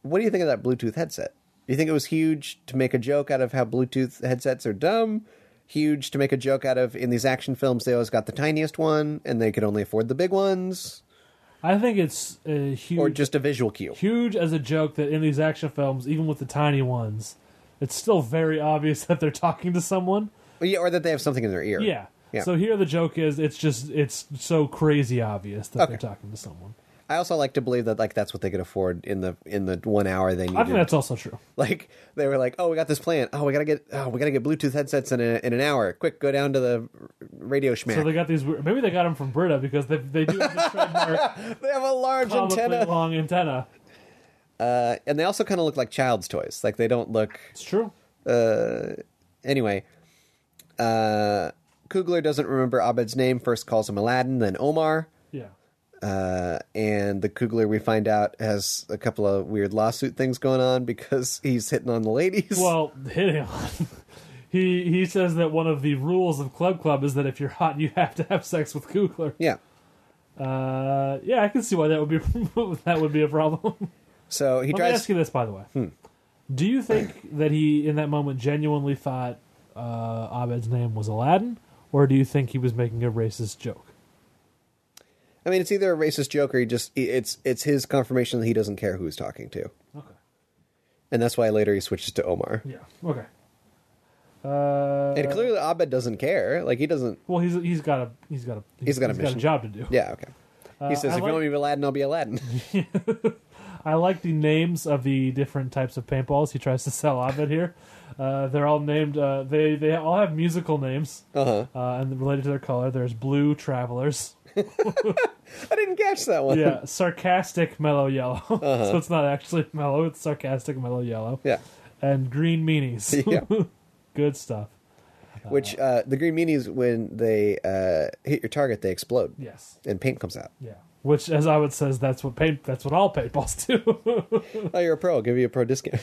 Speaker 7: what do you think of that Bluetooth headset? Do you think it was huge to make a joke out of how Bluetooth headsets are dumb? Huge to make a joke out of in these action films, they always got the tiniest one and they could only afford the big ones,
Speaker 8: I think it's a huge
Speaker 7: or just a visual cue.
Speaker 8: huge as a joke that in these action films, even with the tiny ones, it's still very obvious [laughs] that they're talking to someone.
Speaker 7: Yeah, or that they have something in their ear.
Speaker 8: Yeah.
Speaker 7: Yeah.
Speaker 8: So here the joke is it's just it's so crazy obvious that they're
Speaker 7: Okay.
Speaker 8: talking to someone.
Speaker 7: I also like to believe that like that's what they could afford in the in the one hour they
Speaker 8: I think
Speaker 7: needed.
Speaker 8: that's also true.
Speaker 7: [laughs] Like they were like, oh, we got this plan. Oh, we gotta get oh, we gotta get Bluetooth headsets in a, in an hour. Quick, go down to the radio schmack.
Speaker 8: So they got these. weird- Maybe they got them from Brita because they they do
Speaker 7: [laughs]
Speaker 8: have this trademark
Speaker 7: they have a large
Speaker 8: comically
Speaker 7: antenna,
Speaker 8: long antenna.
Speaker 7: and they also kind of look like child's toys. Like they don't look
Speaker 8: It's true.
Speaker 7: anyway, uh, Kugler doesn't remember Abed's name. First calls him Aladdin, then Omar, Uh,
Speaker 8: Yeah.
Speaker 7: and the Kugler we find out has a couple of weird lawsuit things going on because [laughs] he's hitting on the ladies.
Speaker 8: Well, hitting on. [laughs] He, he says that one of the rules of Club Club is that if you're hot, you have to have sex with Kugler.
Speaker 7: yeah.
Speaker 8: Uh, yeah, I can see why that would be [laughs] that would be a problem. [laughs]
Speaker 7: So he
Speaker 8: Let me
Speaker 7: tries.
Speaker 8: ask you this, by the way.
Speaker 7: Hmm.
Speaker 8: Do you think that he, in that moment, genuinely thought uh, Abed's name was Aladdin, or do you think he was making a racist joke?
Speaker 7: I mean, it's either a racist joke or he just it's it's his confirmation that he doesn't care who he's talking to,
Speaker 8: Okay.
Speaker 7: and that's why later he switches to Omar.
Speaker 8: Yeah. Okay. Uh,
Speaker 7: And clearly, Abed doesn't care. Like he doesn't.
Speaker 8: well, he's he's got a he's got a
Speaker 7: He's got a mission.
Speaker 8: job to do.
Speaker 7: Yeah. Okay. He says,
Speaker 8: Uh,
Speaker 7: "If
Speaker 8: I
Speaker 7: you
Speaker 8: like-
Speaker 7: want me to be Aladdin, I'll be Aladdin." [laughs]
Speaker 8: I like the names of the different types of paintballs he tries to sell Abed here. Uh, they're all named. Uh, they they all have musical names
Speaker 7: Uh-huh.
Speaker 8: uh and related to their color. There's blue travelers.
Speaker 7: I didn't catch that one. [laughs]
Speaker 8: yeah, sarcastic mellow yellow. [laughs] so it's not actually mellow; it's sarcastic mellow yellow.
Speaker 7: Uh-huh. Yeah.
Speaker 8: and green meanies.
Speaker 7: [laughs] Yeah.
Speaker 8: [laughs] Good stuff.
Speaker 7: Which uh, the green meanies, when they uh, hit your target, they explode.
Speaker 8: Yes.
Speaker 7: and paint comes
Speaker 8: [laughs]
Speaker 7: out.
Speaker 8: Yeah. Which, as I would says, that's what paint. That's what all paintballs do. [laughs]
Speaker 7: Oh, you're a pro. I'll give you a pro discount.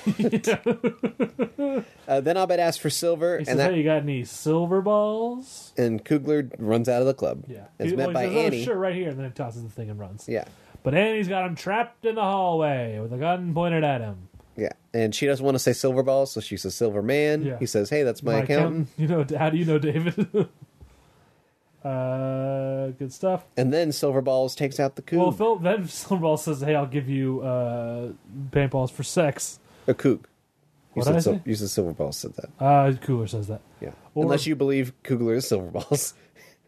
Speaker 7: uh, then Abed asks for silver,
Speaker 8: he
Speaker 7: and
Speaker 8: says,
Speaker 7: that,
Speaker 8: "Hey, you got any silver balls?"
Speaker 7: and Kugler runs out of the club.
Speaker 8: Yeah.
Speaker 7: and is
Speaker 8: He-
Speaker 7: met
Speaker 8: well, he
Speaker 7: by
Speaker 8: says,
Speaker 7: Annie.
Speaker 8: Oh, sure, right here, and then tosses the thing and runs.
Speaker 7: Yeah,
Speaker 8: But Annie's got him trapped in the hallway with a gun pointed at him.
Speaker 7: yeah, and she doesn't want to say silver ball, so she says silver man.
Speaker 8: Yeah.
Speaker 7: He says, "Hey, that's my, accountant."
Speaker 8: [laughs] You know how do you know David? [laughs] uh, good stuff.
Speaker 7: And then silver balls takes out the Coog.
Speaker 8: Well, Phil, then [laughs] Silverball says, "Hey, I'll give you uh, paintballs for sex."
Speaker 7: a Coog. You
Speaker 8: What'd
Speaker 7: said,
Speaker 8: I
Speaker 7: sil-
Speaker 8: say?
Speaker 7: you said silver balls said that.
Speaker 8: Uh, Cooler says that.
Speaker 7: Yeah,
Speaker 8: Or-
Speaker 7: unless you believe Kugler is silver balls.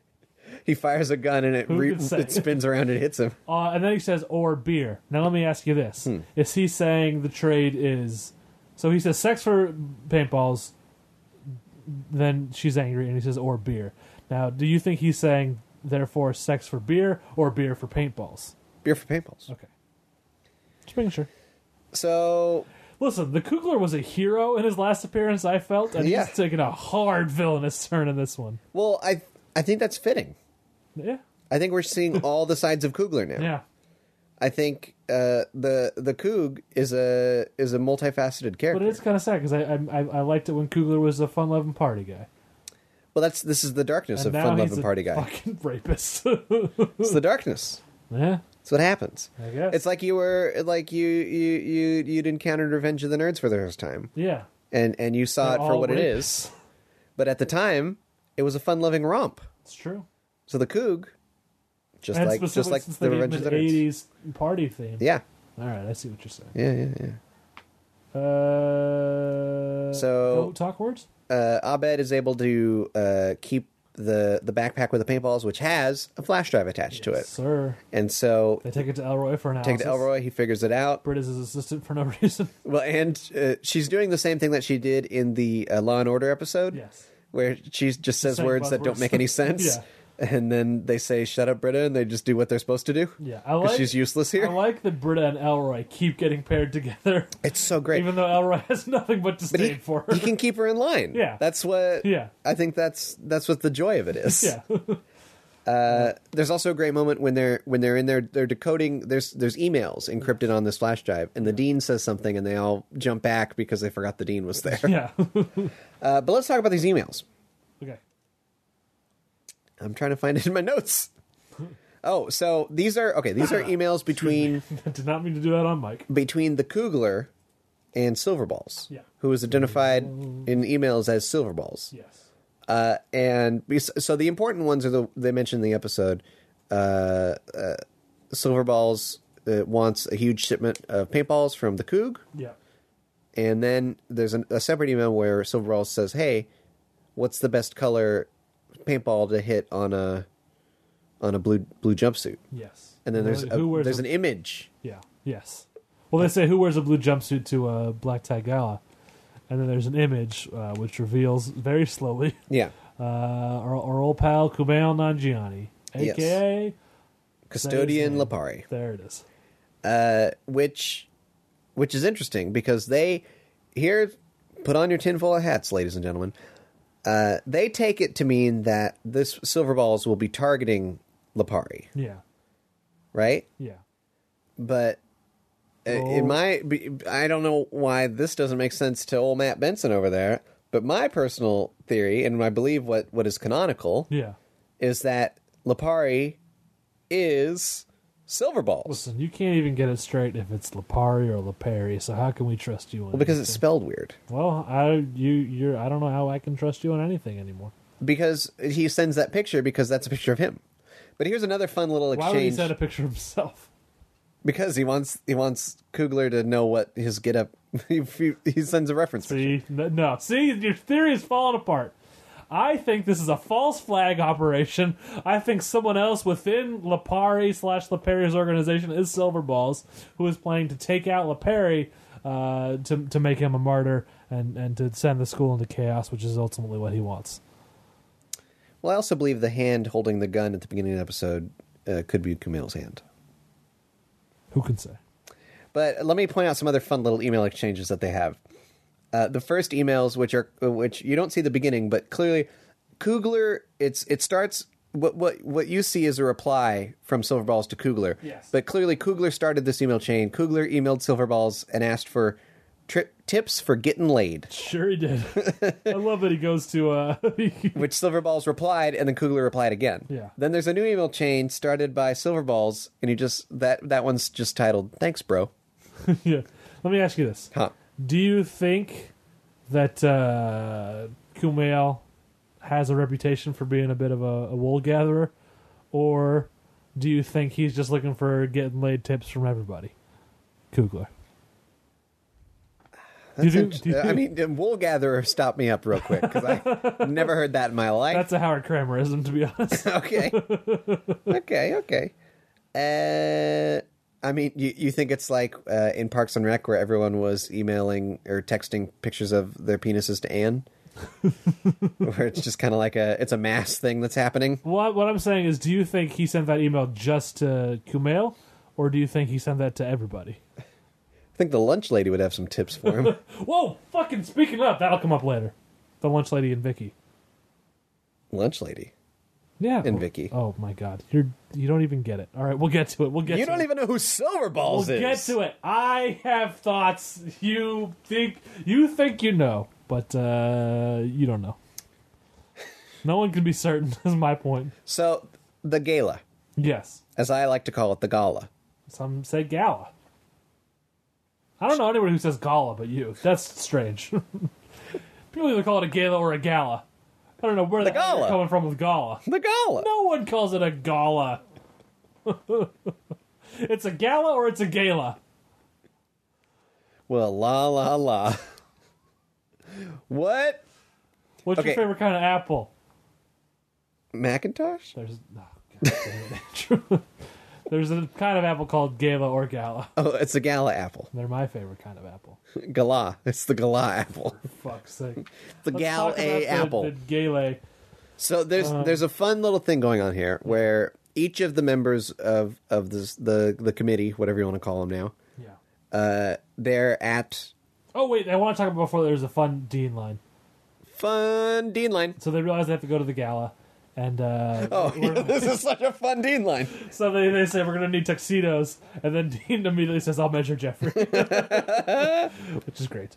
Speaker 7: [laughs] he fires a gun and it
Speaker 8: Who
Speaker 7: re-
Speaker 8: could say?
Speaker 7: it spins around and hits him.
Speaker 8: Uh, and then he says, "Or beer." Now let me ask you this:
Speaker 7: Hmm.
Speaker 8: Is he saying the trade is? So he says, "Sex for paintballs, then she's angry and he says, or beer. Now, do you think he's saying, therefore, sex for beer or beer for paintballs?
Speaker 7: Beer for paintballs.
Speaker 8: Okay. Just making sure.
Speaker 7: So
Speaker 8: Listen, the Kugler was a hero in his last appearance, I felt, and
Speaker 7: Yeah.
Speaker 8: he's taking a hard villainous turn in this one.
Speaker 7: well, I I think that's fitting.
Speaker 8: Yeah.
Speaker 7: I think we're
Speaker 8: [laughs]
Speaker 7: seeing all the sides of Kugler now.
Speaker 8: Yeah.
Speaker 7: I think uh, the the Coog is a is a multifaceted
Speaker 8: But
Speaker 7: character.
Speaker 8: it's kind of sad because I, I I- I liked it when Kugler was a fun loving party guy.
Speaker 7: well, that's this is the darkness
Speaker 8: And
Speaker 7: of
Speaker 8: now
Speaker 7: fun
Speaker 8: he's
Speaker 7: loving
Speaker 8: a
Speaker 7: party guy.
Speaker 8: fucking [laughs] rapist.
Speaker 7: It's the darkness.
Speaker 8: yeah.
Speaker 7: That's what happens.
Speaker 8: I guess.
Speaker 7: It's like you were like you you you you'd encountered Revenge of the Nerds for the first time,
Speaker 8: Yeah.
Speaker 7: and and you saw
Speaker 8: They're
Speaker 7: it for
Speaker 8: all
Speaker 7: what it
Speaker 8: rapists.
Speaker 7: is. But at the time, it was a fun loving romp.
Speaker 8: It's true.
Speaker 7: So the Coog, just
Speaker 8: and
Speaker 7: like just
Speaker 8: specifically
Speaker 7: like
Speaker 8: since
Speaker 7: the
Speaker 8: they gave him
Speaker 7: Revenge of the
Speaker 8: an
Speaker 7: Nerds.
Speaker 8: 80s party theme.
Speaker 7: Yeah,
Speaker 8: All right, I see what you're saying.
Speaker 7: yeah, yeah, yeah.
Speaker 8: Uh,
Speaker 7: So-
Speaker 8: go talk words.
Speaker 7: uh, Abed is able to uh, keep the the backpack with the paintballs, which has a flash drive attached to it.
Speaker 8: Sir,
Speaker 7: And so
Speaker 8: they take it to Elroy for an
Speaker 7: take it to Elroy. He figures it out.
Speaker 8: Britt is his assistant for no [laughs] reason.
Speaker 7: Well, and uh, she's doing the same thing that she did in the uh, Law and Order episode,
Speaker 8: yes.
Speaker 7: where she just says
Speaker 8: Same
Speaker 7: words that
Speaker 8: buzzwords.
Speaker 7: don't make
Speaker 8: [laughs]
Speaker 7: any sense.
Speaker 8: Yeah.
Speaker 7: And then they say "Shut up, Britta," and they just do what they're supposed to do.
Speaker 8: Yeah, I
Speaker 7: 'Cause
Speaker 8: like-
Speaker 7: she's useless here.
Speaker 8: I like that Britta and Elroy keep getting paired together,
Speaker 7: it's so great.
Speaker 8: even though Elroy [laughs] has nothing but
Speaker 7: but he,
Speaker 8: disdain for her.
Speaker 7: he can keep her in line.
Speaker 8: [laughs] Yeah.
Speaker 7: that's what.
Speaker 8: Yeah.
Speaker 7: I think that's that's what the joy of it is.
Speaker 8: [laughs] yeah,
Speaker 7: There's also a great moment when they're when they're in there they're decoding there's there's emails encrypted on this flash drive and the dean says something and they all jump back because they forgot the dean was there.
Speaker 8: yeah. [laughs]
Speaker 7: Uh, but let's talk about these emails.
Speaker 8: okay.
Speaker 7: I'm trying to find it in my notes. Oh, so these are okay. These are emails between
Speaker 8: I did not mean to do that on Mike.
Speaker 7: between the Kugler and Silverballs,
Speaker 8: Yeah.
Speaker 7: who is identified in emails as Silverballs.
Speaker 8: Yes.
Speaker 7: Uh, and we- so the important ones are the they mentioned in the episode. Uh, uh, Silverballs uh, wants a huge shipment of paintballs from the Coog,
Speaker 8: Yeah.
Speaker 7: and then there's an, a separate email where Silverballs says, "Hey, what's the best color paintball to hit on a on a blue blue jumpsuit?"
Speaker 8: Yes.
Speaker 7: And then there's
Speaker 8: Who
Speaker 7: a,
Speaker 8: wears
Speaker 7: there's
Speaker 8: a-
Speaker 7: an e- image.
Speaker 8: Yeah. Yes. Well, they say who wears a blue jumpsuit to a black tie gala, and then there's an image uh, which reveals very slowly
Speaker 7: Yeah,
Speaker 8: uh, our, our old pal Kumail Nanjiani,
Speaker 7: Yes.
Speaker 8: aka
Speaker 7: custodian
Speaker 8: name.
Speaker 7: Lapari,
Speaker 8: there it is.
Speaker 7: which which is interesting because they here put on your tinfoil hats, ladies and gentlemen. Uh, they take it to mean that this Silverballs will be targeting Lapari,
Speaker 8: Yeah.
Speaker 7: right?
Speaker 8: Yeah.
Speaker 7: but uh in my be- i don't know why this doesn't make sense to old matt benson over there but my personal theory and i believe what, what is canonical
Speaker 8: Yeah.
Speaker 7: is that lapari is silverballs
Speaker 8: Listen, you can't even get it straight if it's Lapari or Lapari. So how can we trust you? On
Speaker 7: well, because it's
Speaker 8: anything?
Speaker 7: spelled weird
Speaker 8: well, I you you're I don't know how I can trust you on anything anymore.
Speaker 7: because he sends that picture because that's a picture of him but here's another fun little
Speaker 8: Why would he
Speaker 7: exchange
Speaker 8: send a picture of himself? [laughs]
Speaker 7: because he wants he wants kugler to know what his get up [laughs] he, he sends a reference picture.
Speaker 8: See, no, no. see, your theory is falling apart. I think this is a false flag operation. I think someone else within Lapari slash Lapari's organization is Silverballs, who is planning to take out Lapari uh, to to make him a martyr and and to send the school into chaos, which is ultimately what he wants.
Speaker 7: well i also believe the hand holding the gun at the beginning of the episode uh, could be camille's hand
Speaker 8: Who can say?
Speaker 7: But let me point out some other fun little email exchanges that they have. Uh, the first emails, which are which you don't see the beginning, but clearly, Kugler. It's it starts. What what what you see is a reply from Silverballs to Kugler.
Speaker 8: Yes.
Speaker 7: But clearly, Kugler started this email chain. Kugler emailed Silverballs and asked for tri- tips for getting laid,
Speaker 8: Sure, he did. [laughs] I love that he goes to. Uh, [laughs]
Speaker 7: which Silverballs replied, and then Kugler replied again.
Speaker 8: Yeah.
Speaker 7: Then there's a new email chain started by Silverballs, and you just that that one's just titled "Thanks, bro."
Speaker 8: yeah. Let me ask you this:
Speaker 7: Huh.
Speaker 8: Do you think that uh, Kumail has a reputation for being a bit of a, a wool gatherer, or do you think he's just looking for getting laid tips from everybody? Kugler.
Speaker 7: That's
Speaker 8: You do-
Speaker 7: int-
Speaker 8: do you-
Speaker 7: I mean, uh, wool gatherer stopped me up real quick because
Speaker 8: [laughs]
Speaker 7: I never heard that in my life.
Speaker 8: That's a Howard Kramerism, to be [laughs]
Speaker 7: [laughs]
Speaker 8: honest.
Speaker 7: okay, okay, okay. Uh, I mean, you, you think it's like
Speaker 8: [laughs]
Speaker 7: uh, in Parks and Rec where everyone was emailing or texting pictures of their penises to Anne? where it's just kind of like a it's a mass thing that's happening.
Speaker 8: What what I'm saying is, do you think he sent that email just to Kumail, or do you think he sent that to everybody?
Speaker 7: I think the lunch lady would have some tips for
Speaker 8: [laughs]
Speaker 7: him.
Speaker 8: Whoa! Fucking speaking up, that'll come up later. The lunch lady and Vicky.
Speaker 7: lunch lady.
Speaker 8: Yeah.
Speaker 7: And Vicky.
Speaker 8: Oh my God, you're you don't even get it. All right, we'll get to it. We'll get.
Speaker 7: You
Speaker 8: to
Speaker 7: don't
Speaker 8: it.
Speaker 7: even know who Silver
Speaker 8: We'll
Speaker 7: Balls is.
Speaker 8: get to it. I have thoughts. You think you think you know, but uh, you don't know. No one can be certain. [laughs] Is my point.
Speaker 7: So the gala,
Speaker 8: Yes,
Speaker 7: as I like to call it, the gala.
Speaker 8: some say gala. I don't know anyone who says gala, but you. That's strange. [laughs] People either call it a gala or a gala. I don't know where the, hell
Speaker 7: gala.
Speaker 8: you're coming from with gala.
Speaker 7: The gala.
Speaker 8: No one calls it a gala. [laughs] it's a gala or it's a gala.
Speaker 7: Well, la la la. what?
Speaker 8: What's
Speaker 7: Okay.
Speaker 8: your favorite kind of apple?
Speaker 7: Macintosh?
Speaker 8: There's oh, God damn it. [laughs] There's a kind of apple called Gala or Gala.
Speaker 7: Oh, it's a gala apple.
Speaker 8: They're my favorite kind of apple.
Speaker 7: Gala. It's the gala apple. [laughs]
Speaker 8: Fuck's sake.
Speaker 7: The
Speaker 8: Let's
Speaker 7: gal
Speaker 8: talk about
Speaker 7: a
Speaker 8: the-
Speaker 7: apple.
Speaker 8: The um, Gala.
Speaker 7: So there's there's a fun little thing going on here where each of the members of of this, the the committee, whatever you want to call them now,
Speaker 8: Yeah.
Speaker 7: uh, they're at
Speaker 8: Oh wait, I want to talk about before there's a fun Dean line.
Speaker 7: fun Dean line.
Speaker 8: So they realize they have to go to the gala, and uh,
Speaker 7: Oh, [laughs] this is such a fun Dean line.
Speaker 8: so they, they say we're gonna need tuxedos, and then [laughs] Dean immediately says, "I'll measure Jeffrey," [laughs] which is great.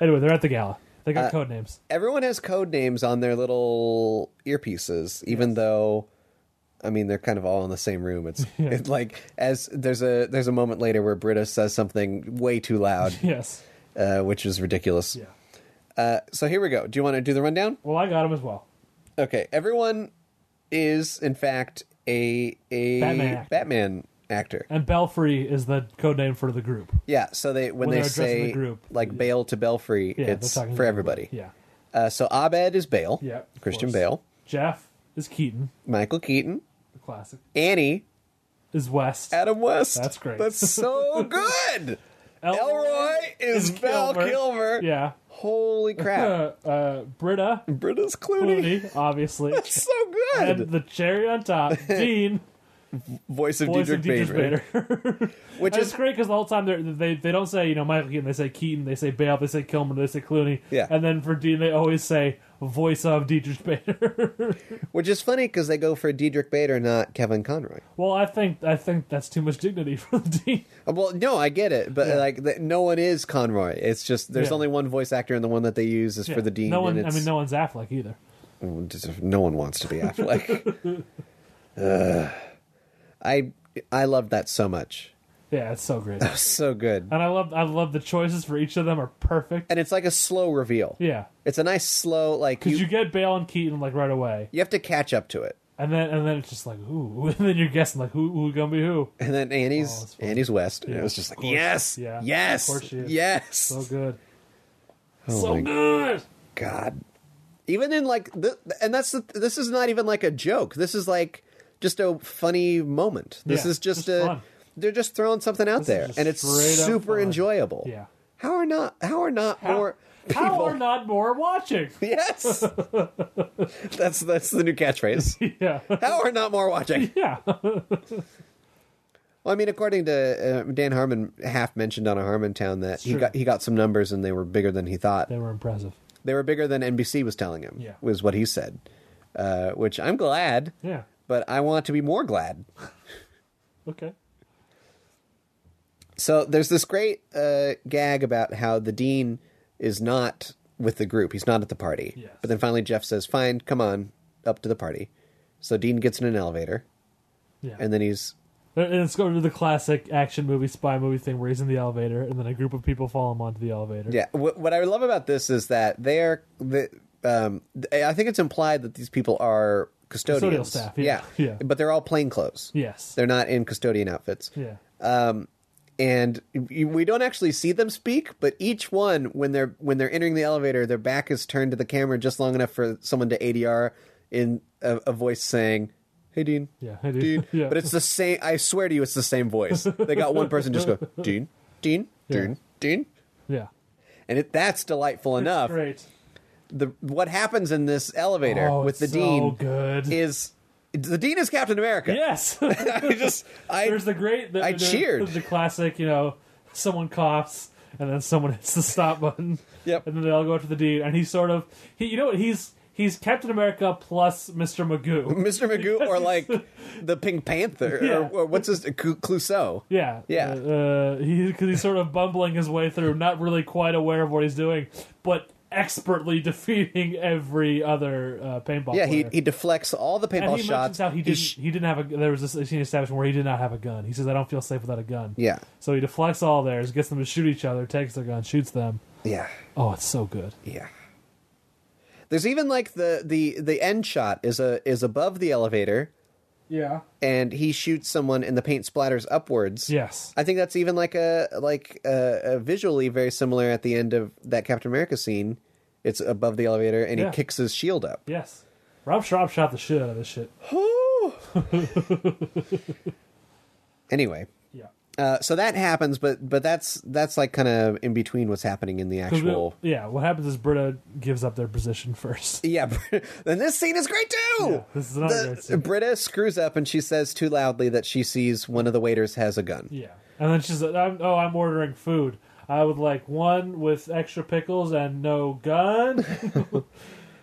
Speaker 8: Anyway, they're at the gala. They got code names.
Speaker 7: Everyone has code names on their little earpieces, even though. I mean, they're kind of all in the same room.
Speaker 8: [laughs]
Speaker 7: It's it's like as there's a there's a moment later where Britta says something way too
Speaker 8: [laughs]
Speaker 7: loud,
Speaker 8: Yes.
Speaker 7: uh, which is ridiculous. Uh,
Speaker 8: Yeah.
Speaker 7: So here we go. Do you want to do the rundown?
Speaker 8: Well, I got them as well.
Speaker 7: Okay, everyone is in fact a a
Speaker 8: Batman actor. Uh,
Speaker 7: Batman actor.
Speaker 8: And Belfry is the code name for the group.
Speaker 7: Yeah, so they when,
Speaker 8: When
Speaker 7: they
Speaker 8: they're addressing
Speaker 7: say
Speaker 8: the group.
Speaker 7: like Bale to Belfry,
Speaker 8: Yeah,
Speaker 7: it's
Speaker 8: they're talking
Speaker 7: for
Speaker 8: to
Speaker 7: everybody.
Speaker 8: Yeah.
Speaker 7: Uh, so Abed is Bale,
Speaker 8: Yeah, of
Speaker 7: Christian
Speaker 8: course.
Speaker 7: Bale,
Speaker 8: Jeff is Keaton,
Speaker 7: Michael Keaton,
Speaker 8: the classic.
Speaker 7: Annie,
Speaker 8: Is West.
Speaker 7: Adam West.
Speaker 8: That's great.
Speaker 7: That's
Speaker 8: [laughs]
Speaker 7: so good.
Speaker 8: El-
Speaker 7: Elroy is Val Kilmer.
Speaker 8: Yeah.
Speaker 7: Holy crap!
Speaker 8: [laughs] Uh, uh, Britta
Speaker 7: Britta's Clooney. [laughs]
Speaker 8: Clooney, obviously.
Speaker 7: So good.
Speaker 8: and the cherry on
Speaker 7: [laughs]
Speaker 8: top, Dean,
Speaker 7: voice of
Speaker 8: voice
Speaker 7: Diedrich,
Speaker 8: of Dietrich
Speaker 7: Bader,
Speaker 8: Bader. [laughs]
Speaker 7: which
Speaker 8: It's
Speaker 7: is
Speaker 8: great because the whole time they're- they they don't say you know Michael Keaton, they say Keaton, they say Bale, they say Kilmer, they say Clooney.
Speaker 7: Yeah.
Speaker 8: And then for Dean, they always say voice of Dietrich Bader. [laughs]
Speaker 7: which is funny because they go for Diedrich Bader, not Kevin Conroy.
Speaker 8: well, I think I think that's too much dignity for Dean.
Speaker 7: Well, no, I get it, but
Speaker 8: Yeah.
Speaker 7: like th no one is Conroy. It's just there's
Speaker 8: Yeah.
Speaker 7: only one voice actor, and the one that they use is for the dean.
Speaker 8: No one.
Speaker 7: and
Speaker 8: I
Speaker 7: it's, [laughs] Mm,
Speaker 8: mean, no one's Affleck either.
Speaker 7: no, one wants to be Affleck. Ugh.
Speaker 8: [laughs]
Speaker 7: I I love that so much,
Speaker 8: Yeah, it's so
Speaker 7: [laughs]
Speaker 8: great.
Speaker 7: so good,
Speaker 8: And I love I love the choices for each of them are perfect.
Speaker 7: and it's like a slow reveal.
Speaker 8: Yeah,
Speaker 7: It's a nice slow like you,
Speaker 8: because you
Speaker 7: you
Speaker 8: get Bale and Keaton like right away,
Speaker 7: have to catch up to it,
Speaker 8: and then and then it's just like ooh, [laughs] and then you're guessing like who who gonna be who.
Speaker 7: and then
Speaker 8: Oh,
Speaker 7: Annie's
Speaker 8: that's funny.
Speaker 7: Annie's West, and it
Speaker 8: Yeah,
Speaker 7: was just
Speaker 8: of
Speaker 7: like
Speaker 8: course.
Speaker 7: yes,
Speaker 8: Yeah, of
Speaker 7: yes,
Speaker 8: course she is.
Speaker 7: yes,
Speaker 8: So good,
Speaker 7: [laughs] Oh
Speaker 8: so
Speaker 7: my
Speaker 8: good.
Speaker 7: God. Even in like the, and that's the, this is not even like a joke. This is like just a funny moment. This
Speaker 8: Yeah,
Speaker 7: is just,
Speaker 8: just
Speaker 7: a
Speaker 8: fun.
Speaker 7: they're just throwing something out
Speaker 8: This is
Speaker 7: there,
Speaker 8: just
Speaker 7: and it's
Speaker 8: straight up
Speaker 7: super
Speaker 8: fun.
Speaker 7: enjoyable.
Speaker 8: Yeah.
Speaker 7: How are not? How are not more [laughs] people?
Speaker 8: How are not more watching?
Speaker 7: [laughs]
Speaker 8: [laughs]
Speaker 7: yes. that's that's the new catchphrase.
Speaker 8: [laughs] Yeah,
Speaker 7: how are not more watching?
Speaker 8: yeah,
Speaker 7: Well, I mean, according to uh, Dan Harmon, half mentioned on a Harmon Town that he
Speaker 8: Sure.
Speaker 7: got he got some numbers and they were bigger than he thought.
Speaker 8: they were impressive.
Speaker 7: They were bigger than NBC was telling him.
Speaker 8: Yeah.
Speaker 7: was what he said. Uh, which I'm glad.
Speaker 8: Yeah,
Speaker 7: but I want to be more glad.
Speaker 8: okay.
Speaker 7: So there's this great uh, gag about how the dean is not with the group; he's not at the party.
Speaker 8: Yes.
Speaker 7: But then finally, Jeff says, "Fine, come on up to the party." So Dean gets in an elevator,
Speaker 8: Yeah, Uh,
Speaker 7: and then he's
Speaker 8: and it's going to the classic action movie, spy movie thing where he's in the elevator, and then a group of people follow him onto the elevator.
Speaker 7: yeah. What, what I love about this is that they are the. Um, th- I think it's implied that these people are custodians.
Speaker 8: Custodial staff, yeah. Yeah.
Speaker 7: But they're all plain clothes.
Speaker 8: Yes.
Speaker 7: They're not in custodian outfits.
Speaker 8: Yeah.
Speaker 7: Uh, and y- we don't actually see them speak but each one when they're when they're entering the elevator their back is turned to the camera just long enough for someone to adr in a, a voice saying hey dean
Speaker 8: Yeah, hey, dude.
Speaker 7: dean
Speaker 8: [laughs] Yeah.
Speaker 7: but it's the same i swear to you it's the same voice they got one person just go dean dean
Speaker 8: [laughs] Yeah.
Speaker 7: dean dean
Speaker 8: yeah.
Speaker 7: uh, and it, that's delightful enough
Speaker 8: Great.
Speaker 7: the what happens in this elevator
Speaker 8: Oh,
Speaker 7: with the
Speaker 8: it's so
Speaker 7: dean
Speaker 8: good.
Speaker 7: is the dean is Captain America.
Speaker 8: yes.
Speaker 7: [laughs]
Speaker 8: [laughs]
Speaker 7: I just I
Speaker 8: there's the great. The,
Speaker 7: I
Speaker 8: the-
Speaker 7: cheered.
Speaker 8: The classic, you know, someone coughs and then someone [laughs] hits the stop button.
Speaker 7: Yep.
Speaker 8: And then they all go after the dean, and he's sort of he. You know what? He's he's Captain America plus Mr. Magoo.
Speaker 7: Mr. Magoo or like the Pink Panther
Speaker 8: Yeah.
Speaker 7: or, or what's his Clu- Clouseau.
Speaker 8: Yeah.
Speaker 7: Yeah.
Speaker 8: Because uh, he, 'cause he's sort of bumbling his way through, not really quite aware of what he's doing, but expertly [laughs] defeating every other uh, paintball.
Speaker 7: Yeah, he,
Speaker 8: player.
Speaker 7: he deflects all the
Speaker 8: And
Speaker 7: paintball
Speaker 8: he
Speaker 7: shots.
Speaker 8: mentions how he didn't,
Speaker 7: sh-
Speaker 8: he didn't have a there was this scene establishment where he did not have a gun. He says, "I don't feel safe without a gun."
Speaker 7: yeah,
Speaker 8: So he deflects all theirs, gets them to shoot each other, takes their gun, shoots them.
Speaker 7: yeah,
Speaker 8: Oh, it's so good.
Speaker 7: yeah. There's even like the the the end shot is a is above the elevator,
Speaker 8: Yeah.
Speaker 7: and he shoots someone, and the paint splatters upwards.
Speaker 8: Yes.
Speaker 7: I think that's even like a like a, a visually very similar at the end of that Captain America scene. It's above the elevator, and
Speaker 8: Yeah.
Speaker 7: he kicks his shield up.
Speaker 8: Yes. Rob Schraub shot the shit out of this shit.
Speaker 7: [laughs] Anyway,
Speaker 8: Yeah.
Speaker 7: uh, so that happens, but but that's that's like kind of in between what's happening in the
Speaker 8: 'Cause we-
Speaker 7: actual.
Speaker 8: yeah. What happens is Britta gives up their position first.
Speaker 7: Yeah, [laughs] then this scene is great too.
Speaker 8: Yeah, [laughs] this is another great scene.
Speaker 7: Britta screws up and she says too loudly that she sees one of the waiters has a gun.
Speaker 8: Yeah. And then she's like, I'm, "Oh, I'm ordering food. I would like one with extra pickles and no
Speaker 7: [laughs]
Speaker 8: gun."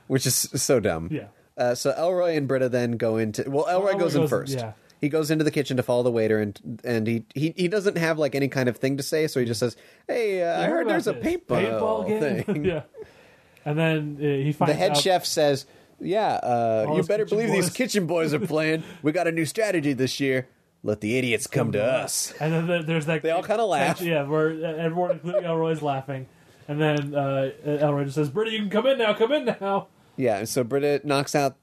Speaker 7: which is so dumb.
Speaker 8: Yeah.
Speaker 7: Uh, so Elroy and Britta then go into. Well, Elroy,
Speaker 8: Elroy
Speaker 7: goes in
Speaker 8: goes-
Speaker 7: first.
Speaker 8: yeah.
Speaker 7: He goes into the kitchen to follow the waiter, and and he, he he doesn't have like any kind of thing to say, so he just says, "Hey, uh, I heard
Speaker 8: about
Speaker 7: there's a
Speaker 8: this
Speaker 7: paintball, thing."
Speaker 8: [laughs] yeah. And then uh, he finds
Speaker 7: The head
Speaker 8: out,
Speaker 7: chef says, "Yeah, uh,
Speaker 8: All
Speaker 7: you
Speaker 8: those
Speaker 7: better
Speaker 8: kitchen
Speaker 7: believe these
Speaker 8: boys."
Speaker 7: kitchen boys are
Speaker 8: [laughs]
Speaker 7: playing. we got a new strategy this year. Let the idiots come to us."
Speaker 8: And then there- there's that.
Speaker 7: They all kinda laugh.
Speaker 8: Yeah, where uh, everyone, including Elroy's, laughing. And then uh, Elroy just says, "Britta, you can come in now. Come in now."
Speaker 7: Yeah, and so Britta knocks out.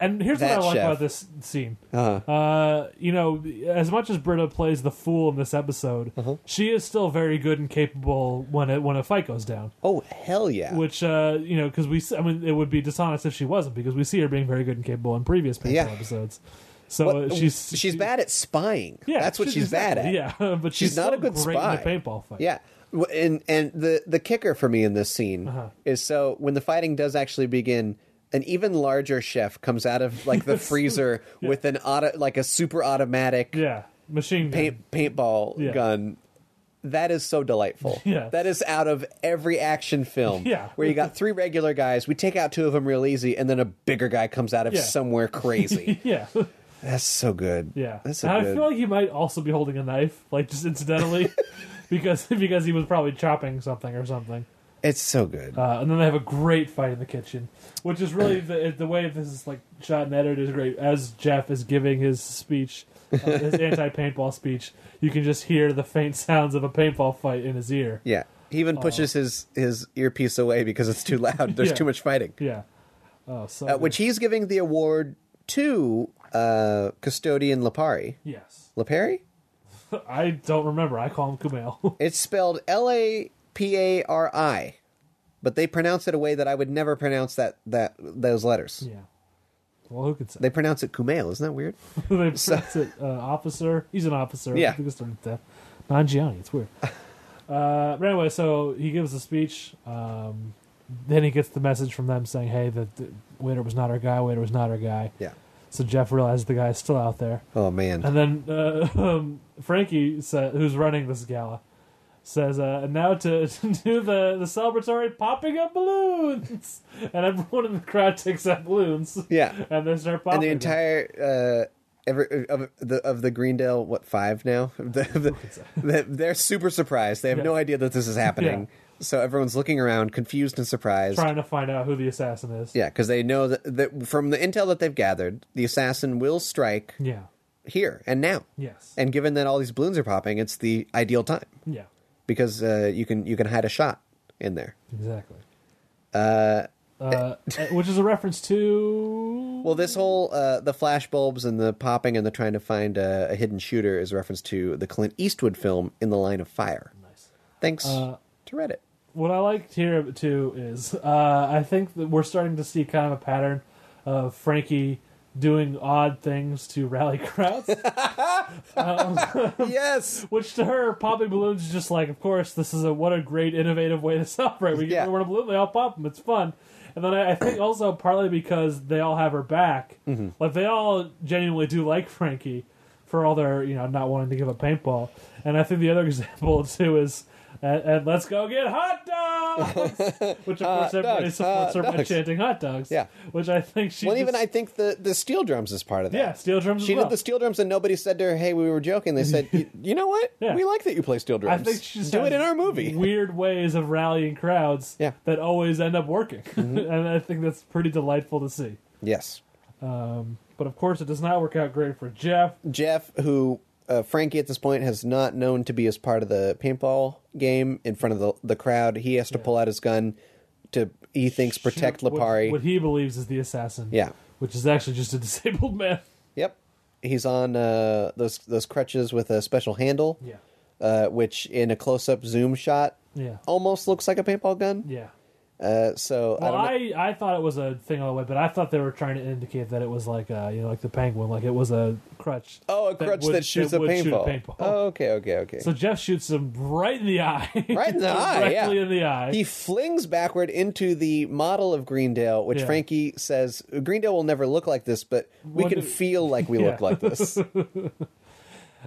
Speaker 8: And here's
Speaker 7: That
Speaker 8: what I like
Speaker 7: chef.
Speaker 8: about this scene.
Speaker 7: Uh-huh.
Speaker 8: Uh, you know, as much as Britta plays the fool in this episode,
Speaker 7: Uh-huh.
Speaker 8: she is still very good and capable when it, when a fight goes down.
Speaker 7: Oh hell yeah!
Speaker 8: Which uh, you know, because we, s- I mean, it would be dishonest if she wasn't, because we see her being very good and capable in previous paintball
Speaker 7: Yeah.
Speaker 8: episodes. So
Speaker 7: What-
Speaker 8: uh, she's
Speaker 7: she's
Speaker 8: she-
Speaker 7: bad at spying. Yeah, that's what she's, bad at.
Speaker 8: exactly- Yeah, [laughs] but she's,
Speaker 7: She's not
Speaker 8: still
Speaker 7: a good
Speaker 8: great
Speaker 7: spy.
Speaker 8: in the paintball fight.
Speaker 7: Yeah. W- And and the the kicker for me in this scene
Speaker 8: Uh-huh.
Speaker 7: is so when the fighting does actually begin, an even larger chef comes out of
Speaker 8: [laughs]
Speaker 7: like the freezer with an auto like a super automatic
Speaker 8: yeah, machine gun.
Speaker 7: paint paintball
Speaker 8: Yeah.
Speaker 7: gun. That is so
Speaker 8: [laughs]
Speaker 7: delightful.
Speaker 8: Yeah.
Speaker 7: That is out of every action film.
Speaker 8: [laughs] Yeah.
Speaker 7: Where you got three regular guys, we take out two of them real easy, and then a bigger guy comes out of
Speaker 8: Yeah.
Speaker 7: somewhere
Speaker 8: [laughs]
Speaker 7: crazy.
Speaker 8: [laughs] Yeah,
Speaker 7: That's so good.
Speaker 8: yeah.
Speaker 7: That's so
Speaker 8: and I
Speaker 7: good.
Speaker 8: feel like he might also be holding a knife, like just
Speaker 7: [laughs]
Speaker 8: incidentally, because [laughs] because he was probably chopping something or something.
Speaker 7: it's so good.
Speaker 8: Uh, and then they have a great fight in the kitchen, which is really the the way this is like shot and edited is great. As Jeff is giving his speech, uh, his anti paintball speech, you can just hear the faint sounds of a paintball fight in his ear.
Speaker 7: Yeah. He even pushes his his earpiece away because it's too loud. There's
Speaker 8: Oh. Yeah.
Speaker 7: too much fighting.
Speaker 8: Yeah. Oh, so
Speaker 7: Uh, which he's giving the award to uh, custodian Lapari.
Speaker 8: good. yes, [laughs]
Speaker 7: Lapari?
Speaker 8: I don't remember. I call him Kumail. [laughs]
Speaker 7: It's spelled L A P A R I, but they pronounce it a way that I would never pronounce that that those letters.
Speaker 8: yeah. Well, who could say?
Speaker 7: They pronounce it Kumail. Isn't that weird?
Speaker 8: they pronounce it uh, officer. He's an officer.
Speaker 7: Yeah.
Speaker 8: I think it's starting with that. Nanjiani.
Speaker 7: [laughs]
Speaker 8: It's weird. Uh, but anyway, so he gives the speech. Um, then he gets the message from them saying, "Hey, the, the waiter was not our guy. Waiter was not our guy."
Speaker 7: Yeah.
Speaker 8: So Jeff realizes the guy's still out there,
Speaker 7: Oh man.
Speaker 8: and then uh, [laughs] um, Frankie, sa- who's running this gala, says, uh, "And now to, [laughs] to do the the celebratory popping of balloons," [laughs] and everyone in the crowd takes out balloons.
Speaker 7: Yeah.
Speaker 8: and they start popping.
Speaker 7: And the
Speaker 8: them.
Speaker 7: entire. Uh, Every, of the of the Greendale, what five now? [laughs] The, the, they're super surprised. They have no
Speaker 8: Yeah.
Speaker 7: idea that this is happening. So everyone's looking around, confused and surprised.
Speaker 8: trying to find out who the assassin is.
Speaker 7: Yeah, because they know that, that from the intel that they've gathered, the assassin will strike
Speaker 8: Yeah.
Speaker 7: here and now.
Speaker 8: Yes.
Speaker 7: And given that all these balloons are popping, it's the ideal time
Speaker 8: yeah.
Speaker 7: because uh, you can you can hide a shot in there.
Speaker 8: Exactly. Uh, uh, which is a reference to
Speaker 7: Well, this whole uh, the flash bulbs and the popping and the trying to find a, a hidden shooter is a reference to the Clint Eastwood film In the Line of Fire. Nice. Thanks
Speaker 8: Uh,
Speaker 7: to Reddit.
Speaker 8: what I liked here too is uh, I think that we're starting to see kind of a pattern of Frankie doing odd things to rally [laughs] crowds,
Speaker 7: yes.
Speaker 8: which to her popping balloons is just like, of course, this is a what a great innovative way to [laughs] celebrate. We
Speaker 7: Yeah.
Speaker 8: get everyone a balloon, they all pop them, it's fun. And then I, I think also partly because they all have her back.
Speaker 7: Mm-hmm.
Speaker 8: Like they all genuinely do like Frankie for all their you know not wanting to give up paintball. And I think the other [laughs] example too is. At, at let's go get hot dogs,
Speaker 7: [laughs]
Speaker 8: which of course
Speaker 7: Hot
Speaker 8: everybody
Speaker 7: dogs,
Speaker 8: supports her
Speaker 7: hot
Speaker 8: by
Speaker 7: dogs.
Speaker 8: chanting hot dogs.
Speaker 7: Yeah.
Speaker 8: which I think she.
Speaker 7: Well, even
Speaker 8: just-
Speaker 7: I think the the steel drums is part of that.
Speaker 8: yeah, steel drums. as
Speaker 7: She
Speaker 8: well.
Speaker 7: did the steel drums, and nobody said to her, "Hey, we were joking." They said, "You, you know what?
Speaker 8: [laughs] Yeah.
Speaker 7: We like that you play steel
Speaker 8: I
Speaker 7: drums.
Speaker 8: think she just
Speaker 7: do
Speaker 8: has
Speaker 7: it in our movie." [laughs]
Speaker 8: Weird ways of rallying crowds
Speaker 7: Yeah. Mm-hmm.
Speaker 8: that always end up working, [laughs] and I think that's pretty delightful to see.
Speaker 7: yes,
Speaker 8: But of course, it does not work out great for Jeff.
Speaker 7: Jeff, who uh, Frankie at this point has not known to be as part of the paintball game in front of the the crowd, he has to pull out his gun to he thinks protect
Speaker 8: What-
Speaker 7: Lapari.
Speaker 8: what he believes is the assassin.
Speaker 7: Yeah.
Speaker 8: which is actually just a [laughs] disabled man.
Speaker 7: Yep, he's on uh, those those crutches with a special handle,
Speaker 8: Yeah,
Speaker 7: uh, which in a close up zoom shot
Speaker 8: yeah,
Speaker 7: almost looks like a paintball gun.
Speaker 8: yeah.
Speaker 7: Uh, so Oh. I
Speaker 8: Well,
Speaker 7: don't know.
Speaker 8: I, I thought it was a thing all the way, but I thought they were trying to indicate that it was like uh you know like the penguin, like it was a crutch.
Speaker 7: Oh, a crutch that,
Speaker 8: would-
Speaker 7: shoots a
Speaker 8: would
Speaker 7: paintball.
Speaker 8: shoot
Speaker 7: Oh, okay, okay, okay.
Speaker 8: So Jeff shoots him right in the eye.
Speaker 7: [laughs] right in
Speaker 8: [laughs]
Speaker 7: the eye, yeah.
Speaker 8: Directly in the eye.
Speaker 7: He flings backward into the model of Greendale, which
Speaker 8: Yeah.
Speaker 7: Frankie says Greendale will never look like this, but we
Speaker 8: What
Speaker 7: can
Speaker 8: do-
Speaker 7: feel like we
Speaker 8: [laughs] Yeah.
Speaker 7: look like this.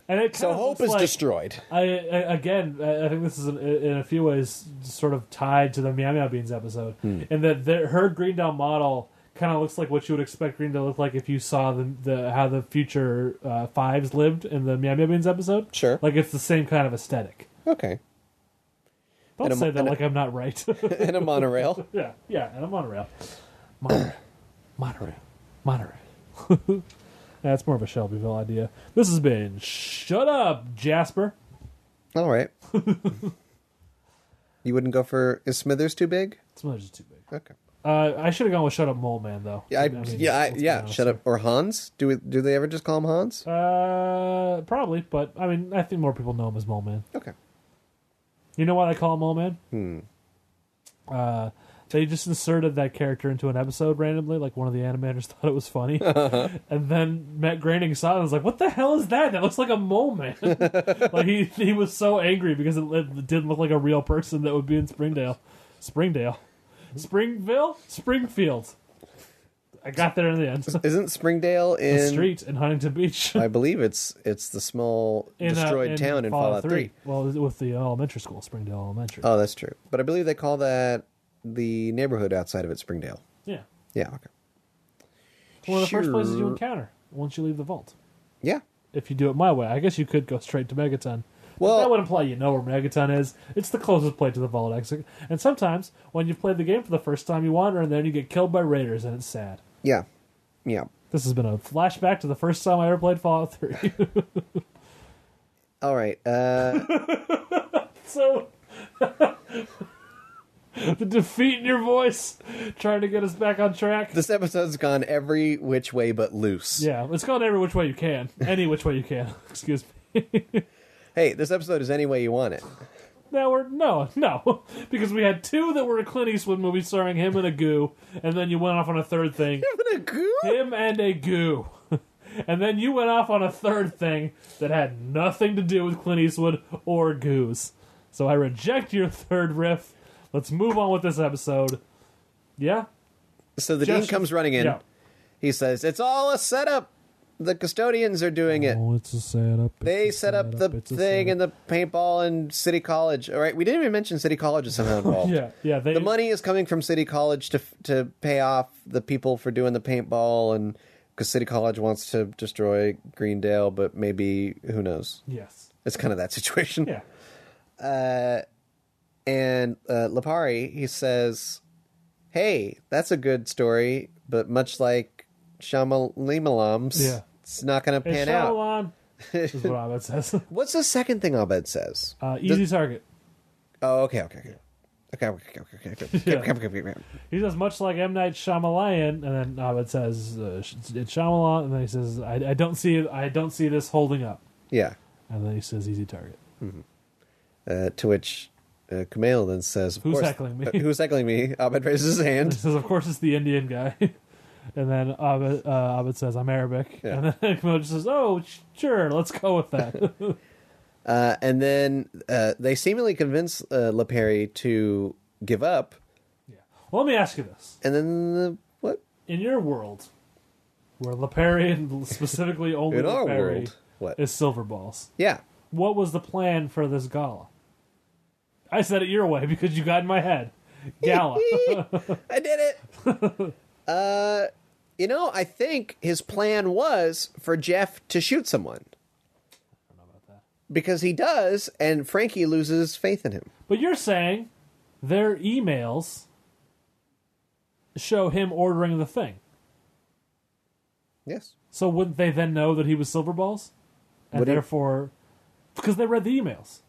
Speaker 8: and it
Speaker 7: So
Speaker 8: kinda
Speaker 7: hope
Speaker 8: looks
Speaker 7: is
Speaker 8: like-
Speaker 7: destroyed.
Speaker 8: I, I again, I I think this is in, in a few ways sort of tied to the Meow Meow Beans episode,
Speaker 7: Hmm.
Speaker 8: in that their, her Greendale model kind of looks like what you would expect Green to look like if you saw the, the how the future uh, fives lived in the Meow Meow Beans episode.
Speaker 7: Sure.
Speaker 8: like it's the same kind of aesthetic.
Speaker 7: Okay, [laughs]
Speaker 8: Don't
Speaker 7: And a-
Speaker 8: say that
Speaker 7: and a-
Speaker 8: like I'm not right. [laughs]
Speaker 7: and a monorail.
Speaker 8: yeah, yeah, and a monorail,
Speaker 7: [coughs]
Speaker 8: monorail, monorail, monorail. [laughs] That's more of a Shelbyville idea. This has been shut up, Jasper.
Speaker 7: All
Speaker 8: [laughs]
Speaker 7: right. you wouldn't go for is Smithers too big?
Speaker 8: Smothers is too big.
Speaker 7: Okay.
Speaker 8: Uh, I should have gone with Shut Up Mole Man though.
Speaker 7: Yeah, I,
Speaker 8: mean,
Speaker 7: yeah, I,
Speaker 8: let's be
Speaker 7: yeah.
Speaker 8: honest.
Speaker 7: Shut up. Or Hans? Do we, do they ever just call him Hans?
Speaker 8: Uh, probably, but I mean, I think more people know him as Mole Man.
Speaker 7: Okay.
Speaker 8: You know why they call him Mole Man? Hmm. Uh, they just inserted that character into an episode randomly. Like one of the animators [laughs] thought it
Speaker 7: [laughs]
Speaker 8: was funny, and then Matt Groening saw it and was like, "What the hell is that? That looks like a mole man." [laughs] like he he was so angry because it, it didn't look like a real person that would be in Springdale, Springdale,
Speaker 7: Hmm.
Speaker 8: Springville, Springfield. I got there in the
Speaker 7: [laughs]
Speaker 8: end.
Speaker 7: Isn't Springdale in?
Speaker 8: the street in Huntington
Speaker 7: [laughs]
Speaker 8: Beach.
Speaker 7: I believe it's it's the small
Speaker 8: In, uh,
Speaker 7: destroyed town in Fallout Three.
Speaker 8: Well, with the elementary school, Springdale Elementary.
Speaker 7: Oh, that's true. But I believe they call that the neighborhood outside of it Springdale.
Speaker 8: yeah.
Speaker 7: Yeah. Okay.
Speaker 8: It's one of the first places you
Speaker 7: Sure.
Speaker 8: encounter once you leave the vault.
Speaker 7: Yeah.
Speaker 8: If you do it my way, I guess you could go straight to Megaton.
Speaker 7: Well-
Speaker 8: Well, that would imply you know where Megaton is. It's the closest play to the vault exit. And sometimes, when you've played the game for the first time, you wander in there and you get killed by raiders, and it's sad.
Speaker 7: Yeah. Yeah.
Speaker 8: This has been a flashback to the first time I ever played Fallout [laughs] 3.
Speaker 7: All right. Uh, [laughs]
Speaker 8: so [laughs] the defeat in your voice trying to get us back on track
Speaker 7: this episode's gone every which way but loose.
Speaker 8: yeah it's called every which way you can any which way you can [laughs] excuse me
Speaker 7: Hey, this episode is any way you want it.
Speaker 8: now we're no no [laughs] because we had two that were a clint eastwood movie starring him and a goo and then you went off on a third
Speaker 7: [laughs]
Speaker 8: thing him and a goo [laughs] and then you went off on a third thing that had nothing to do with clint eastwood or goos so i reject your third riff let's move on with this episode yeah
Speaker 7: So the
Speaker 8: Just-
Speaker 7: dean comes running in.
Speaker 8: yeah
Speaker 7: He says, "It's all a setup. The custodians are doing it.
Speaker 8: Oh, it's a setup.
Speaker 7: They set up the thing and the paintball and City College. All right, we didn't even mention City College is somehow involved.
Speaker 8: [laughs] yeah, yeah. They,
Speaker 7: the money is coming from City College to to pay off the people for doing the paintball, and because City College wants to destroy Greendale, but maybe who knows?
Speaker 8: Yes.
Speaker 7: It's kind of that situation.
Speaker 8: Yeah.
Speaker 7: And uh, Lapari, he says, "Hey, that's a good story, but much like Shamalimalam's,
Speaker 8: Yeah.
Speaker 7: it's not going to
Speaker 8: Hey,
Speaker 7: pan out."
Speaker 8: Shyamalan is what Abed says.
Speaker 7: What's the second thing Abed says? [laughs]
Speaker 8: Uh, easy target.
Speaker 7: oh, okay, okay, okay. Okay, okay, okay, okay, okay, okay,
Speaker 8: Yeah.
Speaker 7: okay, okay, okay, okay.
Speaker 8: He says much like M Night Shyamalan, and then Abed says uh, sh- it's Shyamalan, and then he says I, I don't see it. I don't see this holding up,
Speaker 7: Yeah.
Speaker 8: and then he says easy target.
Speaker 7: Uh, to which uh, Kumail then says, of
Speaker 8: Who's
Speaker 7: course,
Speaker 8: heckling me?
Speaker 7: uh, who's heckling
Speaker 8: [laughs]
Speaker 7: me? Abed raises his
Speaker 8: He [laughs]
Speaker 7: hand.
Speaker 8: says of course it's the Indian guy, [laughs] and then Abed, uh, Abed says I'm Arabic,
Speaker 7: Yeah.
Speaker 8: and then [laughs] Kumail just says oh sh- sure let's go with
Speaker 7: [laughs]
Speaker 8: that.
Speaker 7: Uh, and then uh, they seemingly convince uh, LePerry to give up.
Speaker 8: Well, let me ask you this:
Speaker 7: And then the what?
Speaker 8: In your world, where LePerry and [laughs] specifically only
Speaker 7: In our
Speaker 8: LePerry
Speaker 7: world, what?
Speaker 8: is silver balls, [laughs]
Speaker 7: Yeah.
Speaker 8: what was the plan for this gala? I said it your way [laughs] because you got in my head.
Speaker 7: [laughs]
Speaker 8: Gala.
Speaker 7: I did it. uh,
Speaker 8: [laughs]
Speaker 7: you know, I think his plan was for Jeff to shoot someone. Because he does, and Frankie loses faith in him.
Speaker 8: but you're saying their emails show him ordering the thing.
Speaker 7: Yes.
Speaker 8: So wouldn't they then know that he was silver balls? And
Speaker 7: Would it-
Speaker 8: therefore, because they read the emails.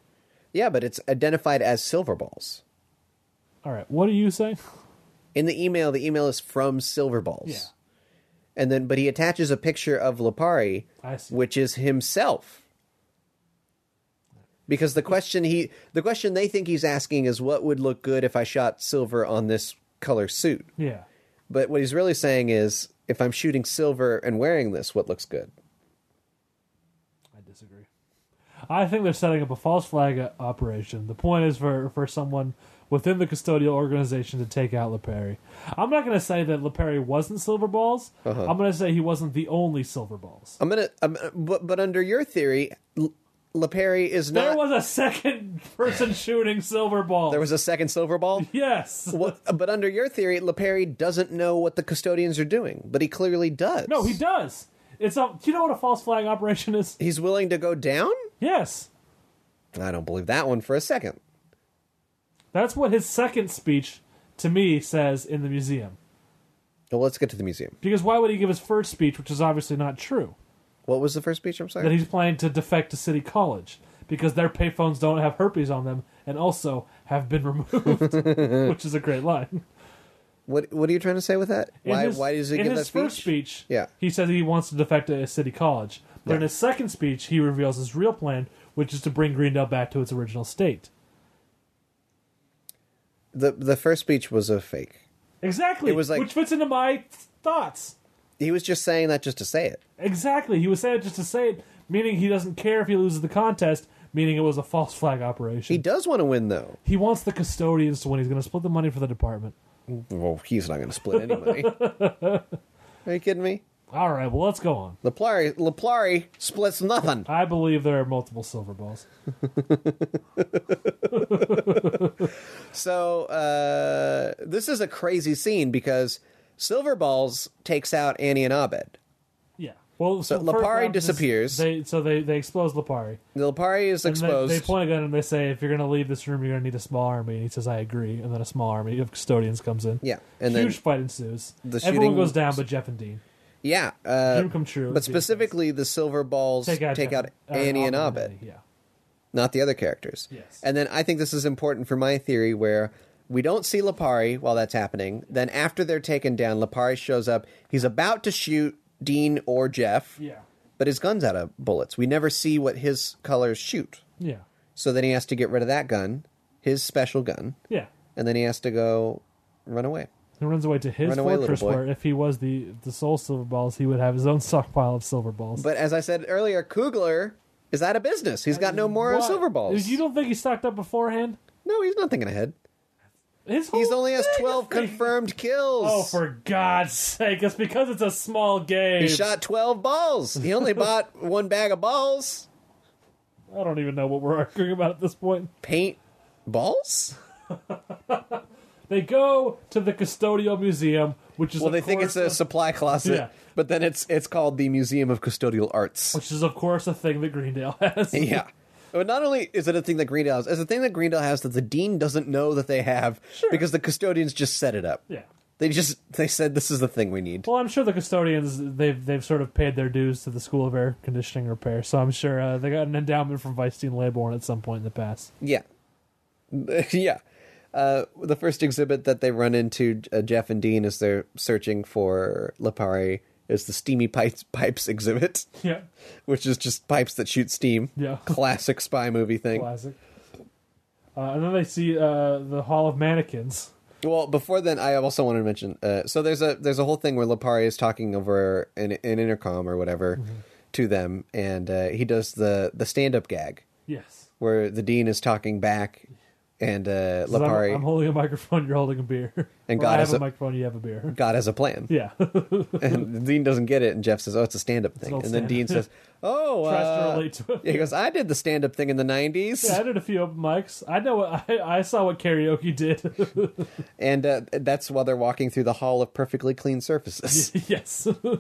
Speaker 7: Yeah, but it's identified as silver balls.
Speaker 8: All right, what do you say?
Speaker 7: In the email, the email is from silver balls.
Speaker 8: Yeah.
Speaker 7: And then, but he attaches a picture of Lapari,
Speaker 8: [laughs] I see.
Speaker 7: which is himself. Because the question he, the question they think he's asking is, what would look good if I shot silver on this color suit?
Speaker 8: Yeah.
Speaker 7: But what he's really saying is, if I'm shooting silver and wearing this, what looks good?
Speaker 8: I disagree. I think they're setting up a false flag o- operation. The point is for, for someone within the custodial organization to take out LePerry. I'm not going to say that LePerry wasn't Silver Balls.
Speaker 7: Uh-huh.
Speaker 8: I'm going to say he wasn't the only Silver Balls.
Speaker 7: I'm gonna, I'm, but but under your theory, L- LePerry is
Speaker 8: There
Speaker 7: not.
Speaker 8: was a second [laughs] person shooting Silver Balls.
Speaker 7: there was a second silver
Speaker 8: [laughs]
Speaker 7: ball.
Speaker 8: yes.
Speaker 7: Well, but under your theory, LePerry doesn't know what the custodians are doing, but he clearly does.
Speaker 8: No, he does. It's a. Do you know what a false flag operation is?
Speaker 7: He's willing to go down.
Speaker 8: Yes.
Speaker 7: I don't believe that one for a second.
Speaker 8: That's what his second speech to me says in the museum.
Speaker 7: Well, let's get to the museum.
Speaker 8: Because why would he give his first speech, which is obviously not true?
Speaker 7: What was the first speech? I'm
Speaker 8: that
Speaker 7: sorry.
Speaker 8: he's planning to defect to City College because their payphones don't have herpes on them and also have been [laughs]
Speaker 7: [laughs]
Speaker 8: removed, which is a great line.
Speaker 7: What What are you trying to say with that?
Speaker 8: In
Speaker 7: Why
Speaker 8: his-
Speaker 7: Why does he
Speaker 8: in
Speaker 7: give
Speaker 8: his
Speaker 7: that speech?
Speaker 8: first speech?
Speaker 7: Yeah.
Speaker 8: he says he wants to defect to City College, but in his second speech, he reveals his real plan, which is to bring Greendale back to its original state.
Speaker 7: The The first speech was a fake.
Speaker 8: Exactly,
Speaker 7: It was like-
Speaker 8: which fits into my thoughts.
Speaker 7: He was just saying that just to say it.
Speaker 8: Exactly, he was saying it just to say it, meaning he doesn't care if he loses the contest. Meaning it was a false flag operation.
Speaker 7: He does want to win though.
Speaker 8: he wants the custodians to win. He's going to split the money for the department.
Speaker 7: Well, he's not going to split any
Speaker 8: [laughs]
Speaker 7: money. Are you kidding me?
Speaker 8: All right, well, let's go on.
Speaker 7: Laplari, Laplari splits nothing.
Speaker 8: I believe there are multiple silver balls.
Speaker 7: So uh, this is a crazy scene because Silver Balls takes out Annie and Abed.
Speaker 8: Yeah. Well, so,
Speaker 7: Lipari
Speaker 8: first off, this-
Speaker 7: disappears.
Speaker 8: They, so they they expose Lapari.
Speaker 7: Lapari is exposed.
Speaker 8: They, they point a gun and they say, "If you're going to leave this room, you're going to need a small army." And he says, "I agree." And then a small army of custodians comes in.
Speaker 7: Yeah, and
Speaker 8: huge
Speaker 7: then
Speaker 8: fight ensues.
Speaker 7: the shooting-
Speaker 8: Everyone goes down, but Jeff and Dean.
Speaker 7: yeah, uh,
Speaker 8: Dream come true.
Speaker 7: but specifically the Silver Balls
Speaker 8: take out, Jeff- uh,
Speaker 7: Annie and Abed,
Speaker 8: Yeah.
Speaker 7: not the other characters.
Speaker 8: Yes.
Speaker 7: And then I think this is important for my theory where. We don't see Lapari while that's happening. Then after they're taken down, Lapari shows up. He's about to shoot Dean or Jeff.
Speaker 8: Yeah.
Speaker 7: but his gun's out of bullets. We never see what his colors shoot.
Speaker 8: Yeah.
Speaker 7: So then he has to get rid of that gun, his special gun,
Speaker 8: Yeah.
Speaker 7: and then he has to go run away.
Speaker 8: He runs away to his
Speaker 7: Run away, little
Speaker 8: fortress,
Speaker 7: boy.
Speaker 8: where if he was the the sole silver balls, he would have his own [laughs] stockpile of silver balls.
Speaker 7: But as I said earlier, Kugler is out of business. He's got no more
Speaker 8: What?
Speaker 7: silver balls.
Speaker 8: You don't think he stocked up beforehand?
Speaker 7: No, he's not thinking ahead.
Speaker 8: His
Speaker 7: He's
Speaker 8: whole
Speaker 7: only has
Speaker 8: thing-
Speaker 7: 12 confirmed kills.
Speaker 8: Oh, for God's sake! It's because it's a small game.
Speaker 7: he shot 12 balls. He
Speaker 8: [laughs]
Speaker 7: only bought one bag of balls.
Speaker 8: I don't even know what we're arguing about at this point.
Speaker 7: Paint balls?
Speaker 8: They go to the custodial museum, which is
Speaker 7: Well,
Speaker 8: of
Speaker 7: they think
Speaker 8: course,
Speaker 7: it's a supply closet,
Speaker 8: Yeah.
Speaker 7: but then it's it's called the Museum of Custodial Arts.
Speaker 8: which is of course a thing that Greendale
Speaker 7: [laughs]
Speaker 8: has.
Speaker 7: Yeah. But not only is it a thing that Greendale has, it's a thing that Greendale has that the dean doesn't know that they have because the custodians just set it up.
Speaker 8: yeah.
Speaker 7: They just they said this is the thing we need.
Speaker 8: Well, I'm sure the custodians they've they've sort of paid their dues to the School of Air Conditioning Repair, so I'm sure uh, they got an endowment from Vice Dean Laybourne at some point in the past.
Speaker 7: Yeah. [laughs] yeah. Uh, the first exhibit that they run into uh, Jeff and Dean as they're searching for Lapari is the steamy pipes pipes exhibit, [laughs]
Speaker 8: Yeah,
Speaker 7: which is just pipes that shoot steam.
Speaker 8: Yeah.
Speaker 7: Classic spy movie thing.
Speaker 8: classic. Uh, and then they see uh, the Hall of Mannequins.
Speaker 7: Well, before then, I also wanted to mention. Uh, so there's a there's a whole thing where Lapari is talking over an, an intercom or whatever to them, and uh, he does the the stand up gag
Speaker 8: Yes.
Speaker 7: where the dean is talking back and uh,
Speaker 8: So I'm-
Speaker 7: Lapari,
Speaker 8: I'm, holding a microphone. You're holding a beer.
Speaker 7: And
Speaker 8: [laughs] Or
Speaker 7: God
Speaker 8: I have
Speaker 7: is
Speaker 8: a,
Speaker 7: a-
Speaker 8: microphone. You have a beer. [laughs]
Speaker 7: God has a plan.
Speaker 8: Yeah.
Speaker 7: [laughs] And Dean doesn't get it, and Jeff says, "Oh, it's a stand-up thing."
Speaker 8: old
Speaker 7: And then Dean
Speaker 8: stand-up. [laughs]
Speaker 7: says, "Oh,
Speaker 8: Tries to
Speaker 7: uh,
Speaker 8: relate to it.
Speaker 7: yeah, he goes, "I did the stand-up thing in the '90s."
Speaker 8: [laughs] Yeah, I did a few open mics. I know. What, I I saw what karaoke did. [laughs]
Speaker 7: And uh, that's while they're walking through the hall of perfectly clean surfaces.
Speaker 8: yes. [laughs] and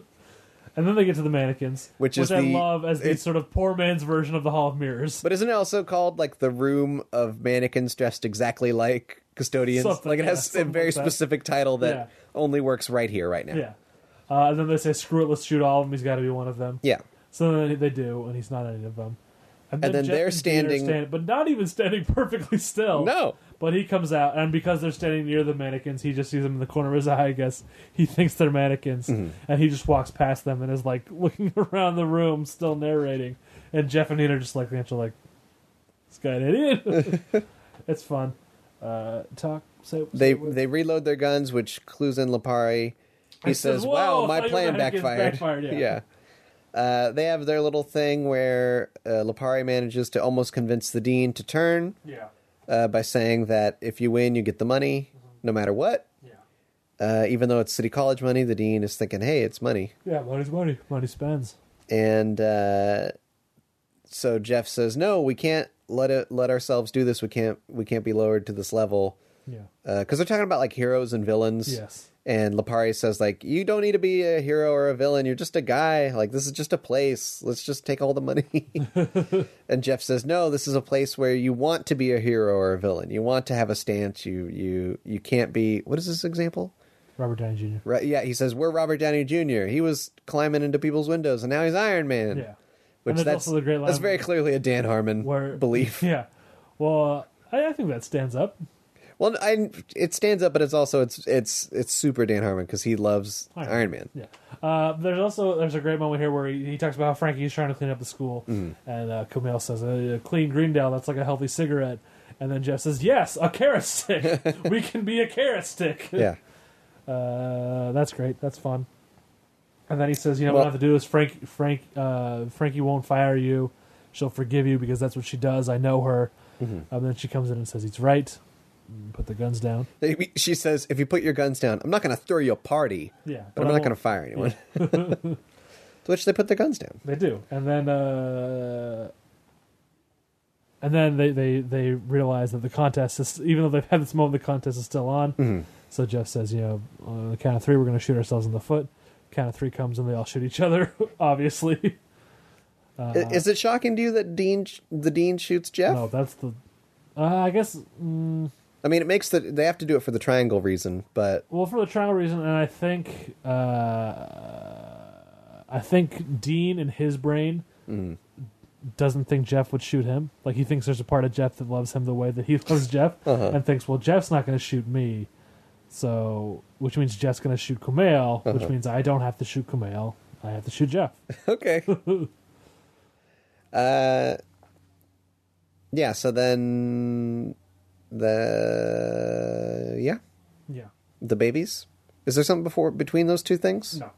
Speaker 8: then they get to the mannequins,
Speaker 7: Which is
Speaker 8: I
Speaker 7: the-
Speaker 8: love as the
Speaker 7: it-
Speaker 8: sort of poor man's version of the Hall
Speaker 7: [laughs]
Speaker 8: of Mirrors.
Speaker 7: But isn't it also called like the room of mannequins dressed exactly like custodians?
Speaker 8: Something,
Speaker 7: like it
Speaker 8: yeah,
Speaker 7: has a
Speaker 8: something
Speaker 7: very
Speaker 8: like that.
Speaker 7: specific title that
Speaker 8: Yeah.
Speaker 7: only works right here, right now.
Speaker 8: yeah. Uh, and then they say, "Screw it, let's shoot all of them. He's got to be one of them."
Speaker 7: Yeah.
Speaker 8: So then they do, and he's not any of them.
Speaker 7: And then they're
Speaker 8: Jeff and Dee are
Speaker 7: standing-
Speaker 8: stand- but not even standing [laughs] perfectly still.
Speaker 7: No.
Speaker 8: But he comes out, and because they're standing near the mannequins, he just sees them in the corner of his eye. I guess he thinks they're mannequins,
Speaker 7: Mm-hmm.
Speaker 8: and he just walks past them and is like [laughs] looking around the room, still narrating. And Jeff and Ian are just like, "Rachel, like, this guy an idiot."
Speaker 7: [laughs]
Speaker 8: it's fun. Uh, talk. Say,
Speaker 7: They
Speaker 8: say what-
Speaker 7: they reload their guns, which clues in Lapari. He
Speaker 8: I said,
Speaker 7: says,
Speaker 8: "Whoa,
Speaker 7: "Wow, my
Speaker 8: thought your
Speaker 7: plan
Speaker 8: mannequins
Speaker 7: backfired."
Speaker 8: backfired, yeah.
Speaker 7: Uh, they have their little thing where uh, Lapari manages to almost convince the dean to turn
Speaker 8: yeah,
Speaker 7: uh, by saying that if you win, you get the money, no matter what.
Speaker 8: yeah,
Speaker 7: Uh, even though it's city college money, the dean is thinking, "Hey, it's money."
Speaker 8: yeah. Money's money. Money spends.
Speaker 7: and uh, so Jeff says, "No, we can't let it let ourselves do this. We can't we can't be lowered to this level
Speaker 8: Yeah.
Speaker 7: because they're talking about like heroes and villains."
Speaker 8: Yes.
Speaker 7: And Lapari says, "Like you don't need to be a hero or a villain. You're just a guy. Like this is just a place. Let's just take all the
Speaker 8: [laughs]
Speaker 7: money." and Jeff says, "No, this is a place where you want to be a hero or a villain. You want to have a stance. You you you can't be. What is this example?"
Speaker 8: Robert Downey Jr.
Speaker 7: Right, yeah, he says we're Robert Downey Jr. He was climbing into people's windows, and now he's Iron Man.
Speaker 8: Yeah.
Speaker 7: Which
Speaker 8: And there's
Speaker 7: that's
Speaker 8: also the great line
Speaker 7: that's very
Speaker 8: where-
Speaker 7: clearly a Dan Harmon [laughs]
Speaker 8: Where
Speaker 7: belief.
Speaker 8: [laughs] Yeah. Well, uh, I, I think that stands up.
Speaker 7: Well, I, it stands up, but it's also it's it's it's super Dan Harmon because he loves Iron,
Speaker 8: Iron
Speaker 7: Man.
Speaker 8: Yeah. Uh, there's also there's a great moment here where he, he talks about how Frankie's trying to clean up the school,
Speaker 7: Mm-hmm.
Speaker 8: and uh, Camille says, uh, "Clean Greendale. That's like a healthy cigarette." And then Jeff says, "Yes, a
Speaker 7: [laughs]
Speaker 8: carrot stick. we can be a carrot stick."
Speaker 7: Yeah,
Speaker 8: Uh, that's great. That's fun. And then he says, "You know,
Speaker 7: Well-
Speaker 8: what I have to do is Frank, Frank, uh, Frankie won't fire you. She'll forgive you because that's what she does. I know her."
Speaker 7: Mm-hmm.
Speaker 8: And then she comes in and says, "He's right. Put the guns down."
Speaker 7: They- she says if you put your guns down, I'm not going to throw you a party.
Speaker 8: Yeah,
Speaker 7: but,
Speaker 8: but I
Speaker 7: I'm not
Speaker 8: won't-
Speaker 7: going to fire
Speaker 8: [laughs]
Speaker 7: anyone. to which they put their guns down.
Speaker 8: They do, and then uh, and then they, they they realize that the contest is even though they've had this moment, the contest is still on. So Jeff says, you know, on the count of three, we're going to shoot ourselves in the foot. Count of three comes and they all shoot each other. [laughs] Obviously,
Speaker 7: I- Is it shocking to you that Dean sh- the Dean shoots Jeff?
Speaker 8: Uh. no, that's the. Uh, I guess
Speaker 7: I mean, it makes the they have to do it for the triangle reason, but
Speaker 8: well for the trial reason, and I think uh, I think Dean in his brain. Doesn't think Jeff would shoot him. Like he thinks there's a part of Jeff that loves him the way that he [laughs] loves Jeff, and thinks, "Well, Jeff's not going to shoot me, so which means Jeff's going to shoot Kumail, which means I don't have to shoot Kumail. I have to shoot Jeff."
Speaker 7: okay. uh, yeah. So then the yeah
Speaker 8: [laughs] yeah.
Speaker 7: the babies. Is there something before between those two things?
Speaker 8: No.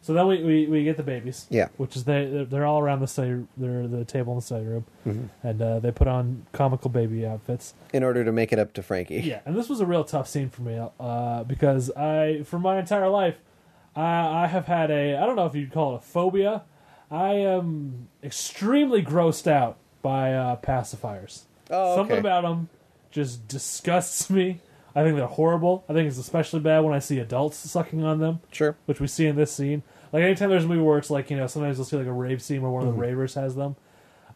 Speaker 8: So then we, we, we get the babies.
Speaker 7: Yeah.
Speaker 8: Which is they they're- they're all around the study they're the table in the study room, and uh, they put on comical baby outfits.
Speaker 7: In order to make it up to Frankie. [laughs]
Speaker 8: Yeah, and this was a real tough scene for me uh, because I, for my entire life, I, I have had a I don't know if you'd call it a phobia. I am extremely grossed out by uh, pacifiers.
Speaker 7: Oh, okay.
Speaker 8: Something about them just disgusts [laughs] me. I think they're horrible. I think it's especially bad when I see adults sucking on them
Speaker 7: Sure.
Speaker 8: which we see in this scene. Like anytime there's a movie where it's like you know sometimes you'll see like a rave scene where one of the
Speaker 7: Mm-hmm.
Speaker 8: ravers has them.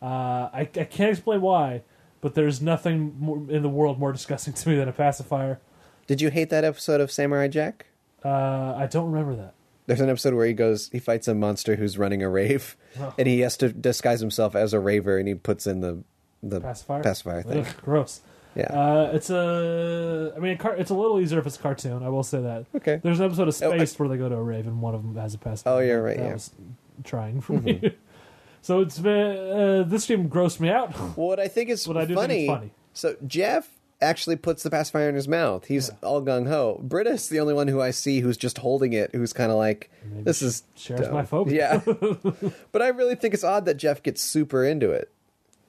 Speaker 8: Uh, I I can't explain why, but there's nothing more in the world more disgusting to me than a pacifier.
Speaker 7: Did you hate that episode of Samurai Jack?
Speaker 8: Uh, I don't remember that.
Speaker 7: There's an episode where he goes, he fights a monster who's running a rave, and he has to disguise himself as a raver, and he puts in the the
Speaker 8: Pacifier.
Speaker 7: thing.
Speaker 8: Ugh, gross.
Speaker 7: Yeah.
Speaker 8: Uh, it's a. I mean, a car- it's a little easier if it's a cartoon. I will say that.
Speaker 7: Okay.
Speaker 8: There's an episode of
Speaker 7: Oh, I-
Speaker 8: Space where they go to a rave and one of them has a pacifier.
Speaker 7: Oh, you're right,
Speaker 8: That
Speaker 7: yeah. Mm-hmm.
Speaker 8: was trying for me. [laughs] so it's ve- uh, this game grossed me out. [laughs]
Speaker 7: Well, what I think is
Speaker 8: What I do think
Speaker 7: funny,
Speaker 8: is funny.
Speaker 7: So Jeff actually puts the pacifier in his mouth. He's all gung ho. Britta's the only one who I see who's just holding it, who's kind of like, "This
Speaker 8: she
Speaker 7: is
Speaker 8: shares
Speaker 7: dumb."
Speaker 8: [laughs] my phobia.
Speaker 7: Yeah, but I really think it's odd that Jeff gets super into it.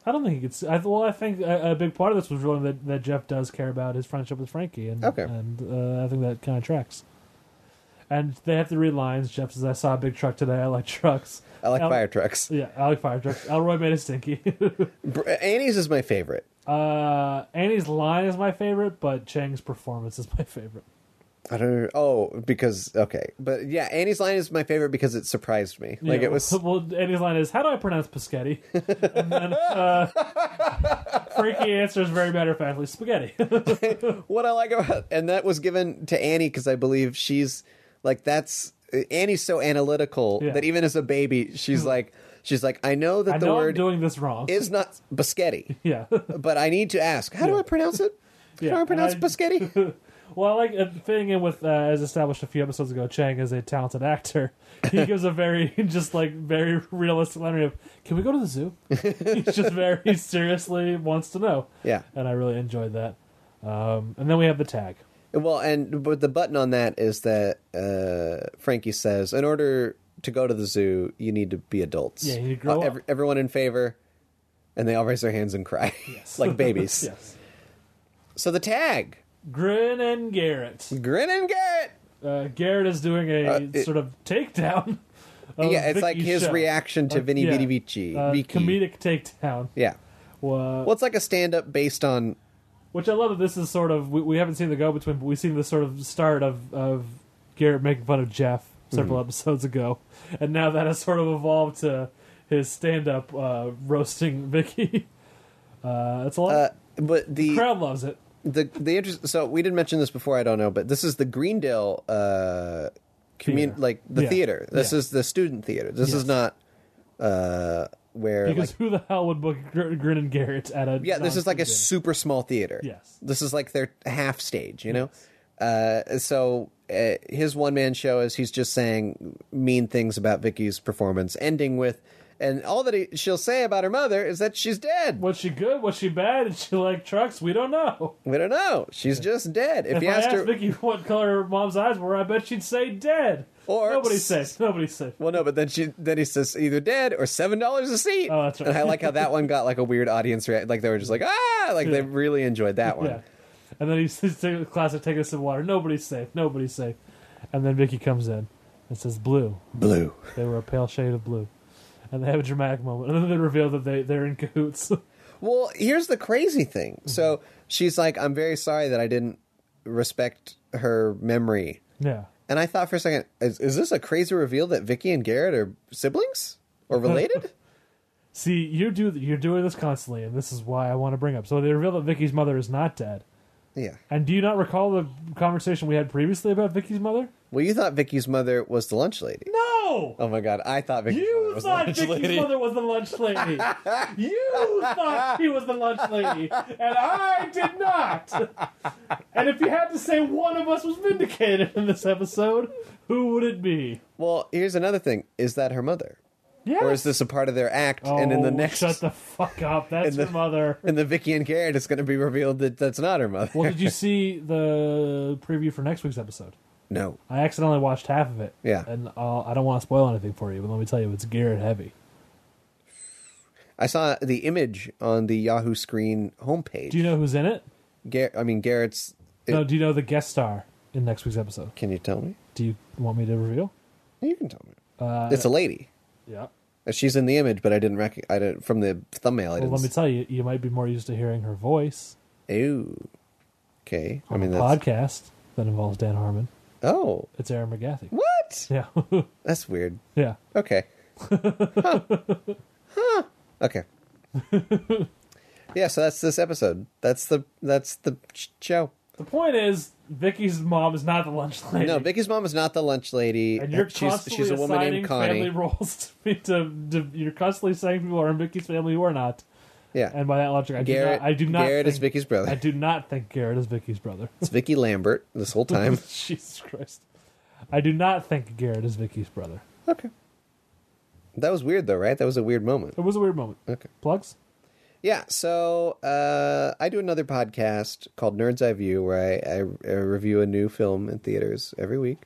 Speaker 8: I don't think he could. s- I, well, I think a, a big part of this was really that, that Jeff does care about his friendship with Frankie, and
Speaker 7: Okay.
Speaker 8: and uh, I think that kind of tracks. And they have to read lines. Jeff says, "I saw a big truck today. I like trucks."
Speaker 7: I like
Speaker 8: Al-
Speaker 7: fire trucks.
Speaker 8: Yeah, I like fire trucks. Elroy made a stinky. [laughs]
Speaker 7: Br- Annie's is my favorite.
Speaker 8: uh, Annie's line is my favorite, but Chang's performance is my favorite.
Speaker 7: I don't. Oh, because okay, but yeah, Annie's line is my favorite because it surprised me. Like
Speaker 8: Yeah,
Speaker 7: it was.
Speaker 8: Well, Annie's line is, "How do I pronounce Paschetti?" [laughs] and then uh, Frankie answers very matter of factly, "Spaghetti." [laughs]
Speaker 7: what I like about [laughs] and that was given to Annie because I believe she's like that's Annie's so analytical
Speaker 8: Yeah. Hmm.
Speaker 7: that even as a baby she's like she's like I know that
Speaker 8: I
Speaker 7: the
Speaker 8: know I'm
Speaker 7: word
Speaker 8: doing this
Speaker 7: [laughs]
Speaker 8: wrong.
Speaker 7: is not biscotti,
Speaker 8: yeah. [laughs]
Speaker 7: but I need to ask how do I pronounce it?
Speaker 8: Yeah,
Speaker 7: How do I
Speaker 8: and
Speaker 7: pronounce
Speaker 8: I- [laughs]
Speaker 7: biscotti?
Speaker 8: Well, I like uh, fitting in with uh, as established a few episodes ago, Chang is a talented actor.
Speaker 7: [laughs]
Speaker 8: He gives a very [laughs] just like very realistic line of, "Can we go to
Speaker 7: [laughs]
Speaker 8: the zoo?" He's just very seriously wants to know.
Speaker 7: Yeah.
Speaker 8: and I really enjoyed that. Um, and then we have the tag.
Speaker 7: Well, and but the button on that is that uh, Frankie says in order to go to the zoo you need to be adults. Uh,
Speaker 8: Yeah, you need to grow up.
Speaker 7: everyone in favor, and they all raise their hands and cry [laughs] like
Speaker 8: [laughs]
Speaker 7: babies.
Speaker 8: yes,
Speaker 7: So the tag.
Speaker 8: Grin and Garrett.
Speaker 7: Grin and Garrett.
Speaker 8: Uh, Garrett is doing a
Speaker 7: Mm. Uh, it-
Speaker 8: sort of takedown. of
Speaker 7: yeah, it's like
Speaker 8: Vicky's
Speaker 7: his
Speaker 8: show.
Speaker 7: reaction to
Speaker 8: Like,
Speaker 7: Vinny
Speaker 8: yeah,
Speaker 7: Vidi Vici.
Speaker 8: uh,
Speaker 7: Vici.
Speaker 8: comedic takedown.
Speaker 7: Yeah.
Speaker 8: Well,
Speaker 7: Well, it's like a stand up based on.
Speaker 8: Which I love that this is sort of we, we haven't seen the go between, but we've seen the sort of start of of Garrett making fun of Jeff several episodes ago, and now that has sort of evolved to his stand up uh, roasting Vicky. [laughs] Uh, it's a lot.
Speaker 7: Uh, but the
Speaker 8: crowd loves it.
Speaker 7: the the interest. So we didn't mention this before. I don't know, but this is the Greendale, uh, commun
Speaker 8: Theater.
Speaker 7: like the
Speaker 8: Yeah.
Speaker 7: theater. This
Speaker 8: Yeah.
Speaker 7: is the student theater. This
Speaker 8: Yes.
Speaker 7: is not uh, where
Speaker 8: Because
Speaker 7: like
Speaker 8: who the hell would book Gr- Grin and Garrett at a
Speaker 7: yeah. This is like a
Speaker 8: non-student
Speaker 7: super small theater.
Speaker 8: Yes.
Speaker 7: This is like their half stage. You know. Uh, so uh, his one man show is he's just saying mean things about Vicky's performance, ending with, and all that he, she'll say about her mother is that she's dead.
Speaker 8: Was she good? Was she bad? Did she like trucks? We don't know.
Speaker 7: We don't know. She's just dead. If,
Speaker 8: If
Speaker 7: you
Speaker 8: I
Speaker 7: asked
Speaker 8: asked
Speaker 7: her,
Speaker 8: Vicky what color her mom's eyes were, I bet she'd say dead.
Speaker 7: Or-
Speaker 8: nobody's safe. Nobody's safe.
Speaker 7: well, no, but then she then he says either dead or seven dollars a seat.
Speaker 8: Oh, that's right.
Speaker 7: And I like how that one got like a weird audience reaction. Like they were just like ah, like they really enjoyed that one.
Speaker 8: Yeah. And then he's, he's taking the classic taking a sip of water. Nobody's safe. Nobody's safe. And then Vicky comes in and says, Blue.
Speaker 7: Blue.
Speaker 8: They were a pale shade of blue. And they have a dramatic moment. And then they reveal that they, they're in cahoots. [laughs]
Speaker 7: Well, here's the crazy thing. So she's like, I'm very sorry that I didn't respect her memory.
Speaker 8: yeah.
Speaker 7: And I thought for a second, is, is this a crazy reveal that Vicky and Garrett are siblings or related? [laughs]
Speaker 8: See, you do you're doing this constantly, and this is why I want to bring up. So they reveal that Vicky's mother is not dead.
Speaker 7: yeah.
Speaker 8: And do you not recall the conversation we had previously about Vicky's mother?
Speaker 7: Well, you thought Vicky's mother was the lunch lady.
Speaker 8: No.
Speaker 7: Oh my god, I thought Vicky's mother
Speaker 8: You
Speaker 7: was the
Speaker 8: thought
Speaker 7: lunch
Speaker 8: Vicky's
Speaker 7: lady.
Speaker 8: mother was the
Speaker 7: [laughs]
Speaker 8: lunch lady. you thought she was the lunch lady, and I did not. And if you had to say one of us was vindicated in this episode, who would it be?
Speaker 7: Well, here's another thing: is that her mother,
Speaker 8: Yes.
Speaker 7: or is this a part of their act? and in the
Speaker 8: Oh,
Speaker 7: next,
Speaker 8: shut the fuck up. That's
Speaker 7: in the-
Speaker 8: her mother.
Speaker 7: [laughs] in the Vicky and Garrett, it's going to be revealed that that's not her mother.
Speaker 8: Well, did you see the preview for next week's episode?
Speaker 7: no,
Speaker 8: I accidentally watched half of it.
Speaker 7: Yeah.
Speaker 8: and I'll, I don't want to spoil anything for you, but let me tell you, it's Garrett heavy.
Speaker 7: I saw the image on the Yahoo screen homepage.
Speaker 8: Do you know who's in it?
Speaker 7: Gar- I mean, Garrett's. it-
Speaker 8: no. Do you know the guest star in next week's episode?
Speaker 7: Can you tell me?
Speaker 8: Do you want me to reveal?
Speaker 7: You can tell me.
Speaker 8: Uh,
Speaker 7: it's a lady.
Speaker 8: Yeah.
Speaker 7: She's in the image, but I didn't recognize. I didn't from the thumbnail. I
Speaker 8: Well,
Speaker 7: didn't.
Speaker 8: let me tell you, you might be more used to hearing her voice
Speaker 7: see- Ew. Okay. I
Speaker 8: on
Speaker 7: mean,
Speaker 8: a
Speaker 7: that's.
Speaker 8: podcast that involves Dan Harmon.
Speaker 7: Oh,
Speaker 8: It's Aaron McGathy.
Speaker 7: what?
Speaker 8: Yeah, [laughs]
Speaker 7: That's weird.
Speaker 8: yeah. [laughs]
Speaker 7: Okay. huh. huh. Okay. yeah, so that's this episode. That's the that's the ch- show.
Speaker 8: The point is, Vicky's mom is not the lunch lady.
Speaker 7: No, Vicky's mom is not the lunch lady.
Speaker 8: and you're
Speaker 7: she's
Speaker 8: constantly
Speaker 7: she's a woman
Speaker 8: assigning
Speaker 7: named Connie.
Speaker 8: family roles [laughs] to, me to, to you're constantly saying people are in Vicky's family who are not.
Speaker 7: yeah,
Speaker 8: And by that logic, I
Speaker 7: Garrett.
Speaker 8: do not. I do not
Speaker 7: Garrett
Speaker 8: think,
Speaker 7: is Vicky's brother.
Speaker 8: I do not think Garrett is Vicky's brother.
Speaker 7: It's Vicky Lambert this whole time.
Speaker 8: [laughs] Jesus Christ! I do not think Garrett is Vicky's brother.
Speaker 7: okay. That was weird though, right? That was a weird moment.
Speaker 8: It was a weird moment.
Speaker 7: Okay.
Speaker 8: Plugs.
Speaker 7: Yeah, so uh, I do another podcast called Nerds Eye View where I, I, I review a new film in theaters every week.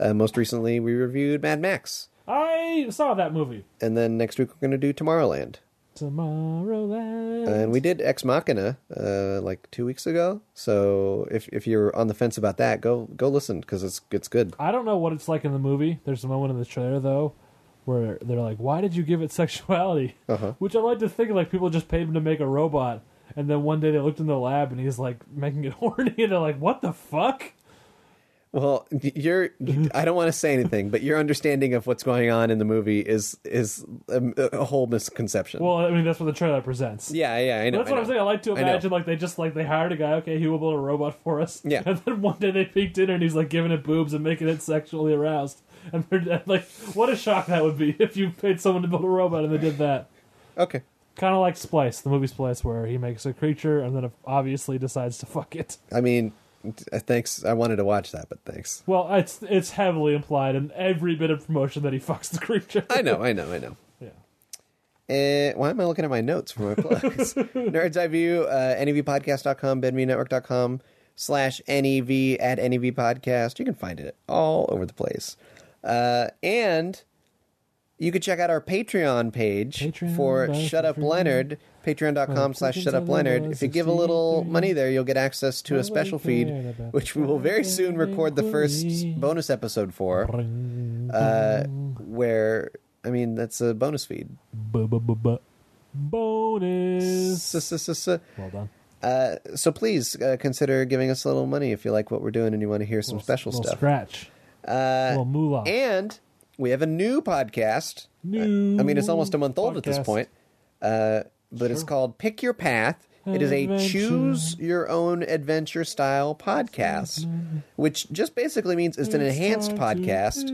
Speaker 7: Uh, most recently, we reviewed Mad Max.
Speaker 8: I saw that movie.
Speaker 7: and then next week we're going to do Tomorrowland.
Speaker 8: Tomorrowland.
Speaker 7: And we did Ex Machina uh, like two weeks ago. So if if you're on the fence about that, go go listen because it's it's good.
Speaker 8: I don't know what it's like in the movie. There's a moment in the trailer though where they're like, "Why did you give it sexuality?"
Speaker 7: Uh-huh.
Speaker 8: [laughs] Which I like to think like people just paid him to make a robot, and then one day they looked in the lab and he's like making it [laughs] horny, and they're like, "What the fuck?"
Speaker 7: Well, you're I don't want to say anything, but your understanding of what's going on in the movie is is a, a whole misconception.
Speaker 8: Well, I mean that's what the trailer presents.
Speaker 7: yeah, yeah, I know.
Speaker 8: That's
Speaker 7: I
Speaker 8: what I'm
Speaker 7: know.
Speaker 8: saying. I like to
Speaker 7: know.
Speaker 8: imagine like they just like they hired a guy. Okay, he will build a robot for us.
Speaker 7: Yeah.
Speaker 8: [laughs] And then one day they peeked in and he's like giving it boobs and making it sexually aroused. And they're [laughs] like, what a shock that would be if you paid someone to build a robot and they did that.
Speaker 7: Okay.
Speaker 8: Kind of like Splice, the movie Splice, where he makes a creature and then obviously decides to fuck it.
Speaker 7: I mean, t- uh, thanks. I wanted to watch that, but thanks.
Speaker 8: Well, it's it's heavily implied in every bit of promotion that he fucks the creature.
Speaker 7: I know, I know, I know.
Speaker 8: Yeah.
Speaker 7: Uh, why am I looking at my notes for my
Speaker 8: [laughs]
Speaker 7: plugs? Nerds Eye View, uh, NEVpodcast.com, bedmenetwork.com, slash NEV at NEV Podcast. You can find it all over the place. Uh, and you can check out our Patreon page
Speaker 8: Patreon
Speaker 7: for
Speaker 8: dot
Speaker 7: Shut Up
Speaker 8: com.
Speaker 7: Leonard, patreon.com slash Shut Up Leonard. If you give a little money there, you'll get access to a special feed, which we will very soon record the first bonus episode for, uh, where, I mean, that's a bonus feed.
Speaker 8: Bu-bu-bu-bu. Bonus.
Speaker 7: S-s-s-s-
Speaker 8: Well done.
Speaker 7: Uh, so please uh, consider giving us a little money if you like what we're doing and you want to hear some special
Speaker 8: little
Speaker 7: stuff.
Speaker 8: Scratch. Uh, little moolah.
Speaker 7: And we have a new podcast. Uh,
Speaker 8: New
Speaker 7: I mean, it's almost a month old at this
Speaker 8: podcast.
Speaker 7: point, uh, but it's called Pick Your Path. It is a
Speaker 8: Adventure.
Speaker 7: choose your own adventure style podcast, which just basically means it's an enhanced podcast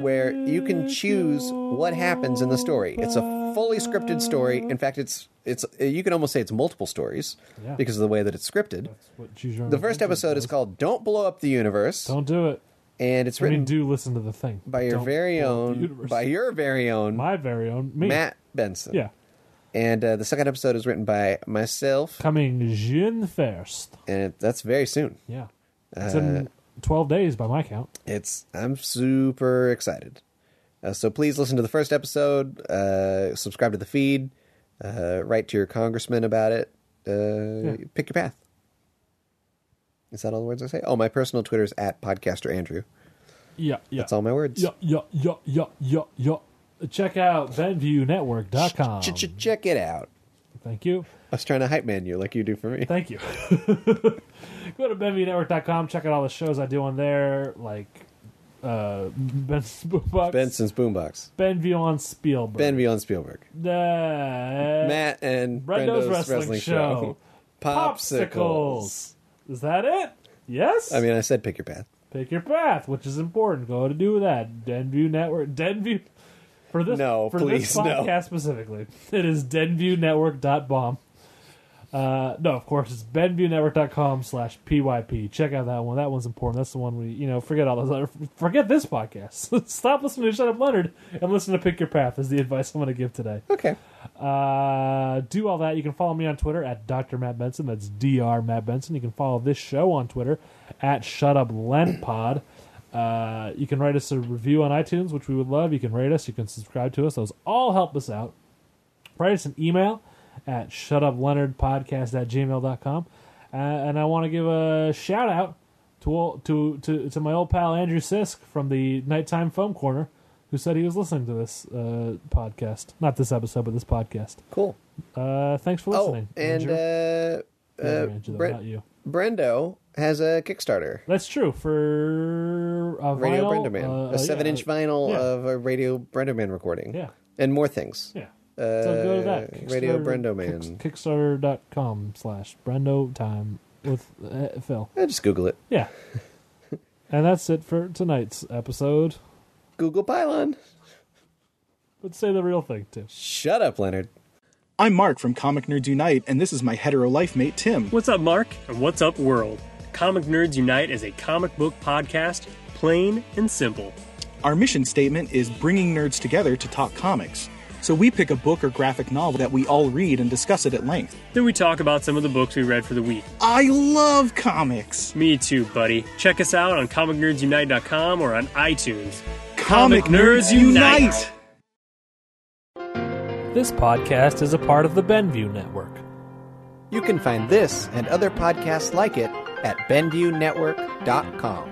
Speaker 7: where you can choose what happens in the story. It's a fully scripted story. In fact, it's it's you can almost say it's multiple stories
Speaker 8: Yeah.
Speaker 7: because of the way that it's scripted.
Speaker 8: What choose your own
Speaker 7: The first
Speaker 8: adventure
Speaker 7: episode is
Speaker 8: does.
Speaker 7: called "Don't Blow Up the Universe,"
Speaker 8: Don't do it.
Speaker 7: and it's
Speaker 8: I mean,
Speaker 7: written
Speaker 8: do listen to the thing.
Speaker 7: by your
Speaker 8: Don't
Speaker 7: very
Speaker 8: blow up the
Speaker 7: own
Speaker 8: universe.
Speaker 7: by your very own
Speaker 8: my very own me.
Speaker 7: Matt Benson.
Speaker 8: Yeah,
Speaker 7: And uh, the second episode is written by myself,
Speaker 8: coming June first.
Speaker 7: and it, that's very soon.
Speaker 8: Yeah, it's
Speaker 7: Uh,
Speaker 8: in twelve days by my count.
Speaker 7: It's I'm super excited. Uh, so please listen to the first episode. Uh, subscribe to the feed. Uh, write to your congressman about it. Uh,
Speaker 8: Yeah.
Speaker 7: Pick your path. Is that all the words I say? Oh, my personal Twitter is at podcaster Andrew.
Speaker 8: Yeah, yeah.
Speaker 7: That's all my words.
Speaker 8: Yeah, yeah, yeah, yeah, yeah, yeah. Check out BenviewNetwork.com.
Speaker 7: Ch- ch- check it out.
Speaker 8: Thank you.
Speaker 7: I was trying to hype man you like you do for me.
Speaker 8: Thank you. [laughs] Go to BenviewNetwork.com. Check out all the shows I do on there, like uh, Ben Spookbox.
Speaker 7: Benson's Boombox.
Speaker 8: Benview on Spielberg.
Speaker 7: Ben Beyond Spielberg.
Speaker 8: Uh,
Speaker 7: Matt and
Speaker 8: Brendo's
Speaker 7: Brendo's
Speaker 8: Wrestling
Speaker 7: Wrestling,
Speaker 8: Show.
Speaker 7: [laughs] Show.
Speaker 8: popsicles. Is that it? Yes.
Speaker 7: I mean, I said pick your path.
Speaker 8: pick your path, which is important. Go to do that. Denview Network. Denview for this.
Speaker 7: No,
Speaker 8: for this
Speaker 7: please, no.
Speaker 8: podcast specifically. It is denviewnetwork.bomb. Uh, no, of course it's benviewnetwork.com slash pyp. Check out that one. That one's important. That's the one we you know forget all those other forget this podcast. [laughs] Stop listening to Shut Up Leonard and listen to Pick Your Path is the advice I'm going to give today.
Speaker 7: Okay.
Speaker 8: Uh, do all that. You can follow me on Twitter at Dr. Matt Benson. That's Dr. Matt Benson. You can follow this show on Twitter at Shut Up Lent Pod. Uh, you can write us a review on iTunes, which we would love. You can rate us. You can subscribe to us. Those all help us out. Write us an email at shutupleonardpodcast at gmail.com. Uh, and I want to give a shout out to, all- to to to my old pal Andrew Sisk from the Nighttime Foam Corner, who said he was listening to this uh, podcast. Not this episode, but this podcast.
Speaker 7: Cool.
Speaker 8: Uh, thanks for
Speaker 7: Oh,
Speaker 8: listening.
Speaker 7: and
Speaker 8: Andrew.
Speaker 7: uh,
Speaker 8: Andrew,
Speaker 7: uh,
Speaker 8: Andrew, though,
Speaker 7: Brent-
Speaker 8: not you.
Speaker 7: Brendo has a Kickstarter.
Speaker 8: That's true for uh,
Speaker 7: Radio
Speaker 8: vinyl,
Speaker 7: Brendo Man,
Speaker 8: uh, uh,
Speaker 7: a seven-inch
Speaker 8: yeah, uh,
Speaker 7: vinyl
Speaker 8: yeah.
Speaker 7: of a Radio Brendo Man recording.
Speaker 8: Yeah,
Speaker 7: And more things.
Speaker 8: yeah. so go to that
Speaker 7: Uh, Radio
Speaker 8: Kickstarter-
Speaker 7: Brendo Man.
Speaker 8: Kicks- Kickstarter.com slash Brendo Time with uh, Phil.
Speaker 7: Eh, just Google it. [laughs]
Speaker 8: Yeah. and that's it for tonight's episode.
Speaker 7: Google Pylon.
Speaker 8: Let's say the real thing too.
Speaker 7: Shut up, Leonard.
Speaker 9: I'm Mark from Comic Nerds Unite, and this is my hetero life mate, Tim.
Speaker 10: What's up, Mark? And what's up, world? Comic Nerds Unite is a comic book podcast, plain and simple.
Speaker 9: Our mission statement is bringing nerds together to talk comics. So we pick a book or graphic novel that we all read and discuss it at length.
Speaker 10: Then we talk about some of the books we read for the week.
Speaker 9: I love comics!
Speaker 10: Me too, buddy. Check us out on comicnerdsunite.com or on iTunes.
Speaker 9: Comic, Nerds, Unite.
Speaker 8: This podcast is a part of the Benview Network.
Speaker 7: You can find this and other podcasts like it at BenviewNetwork.com.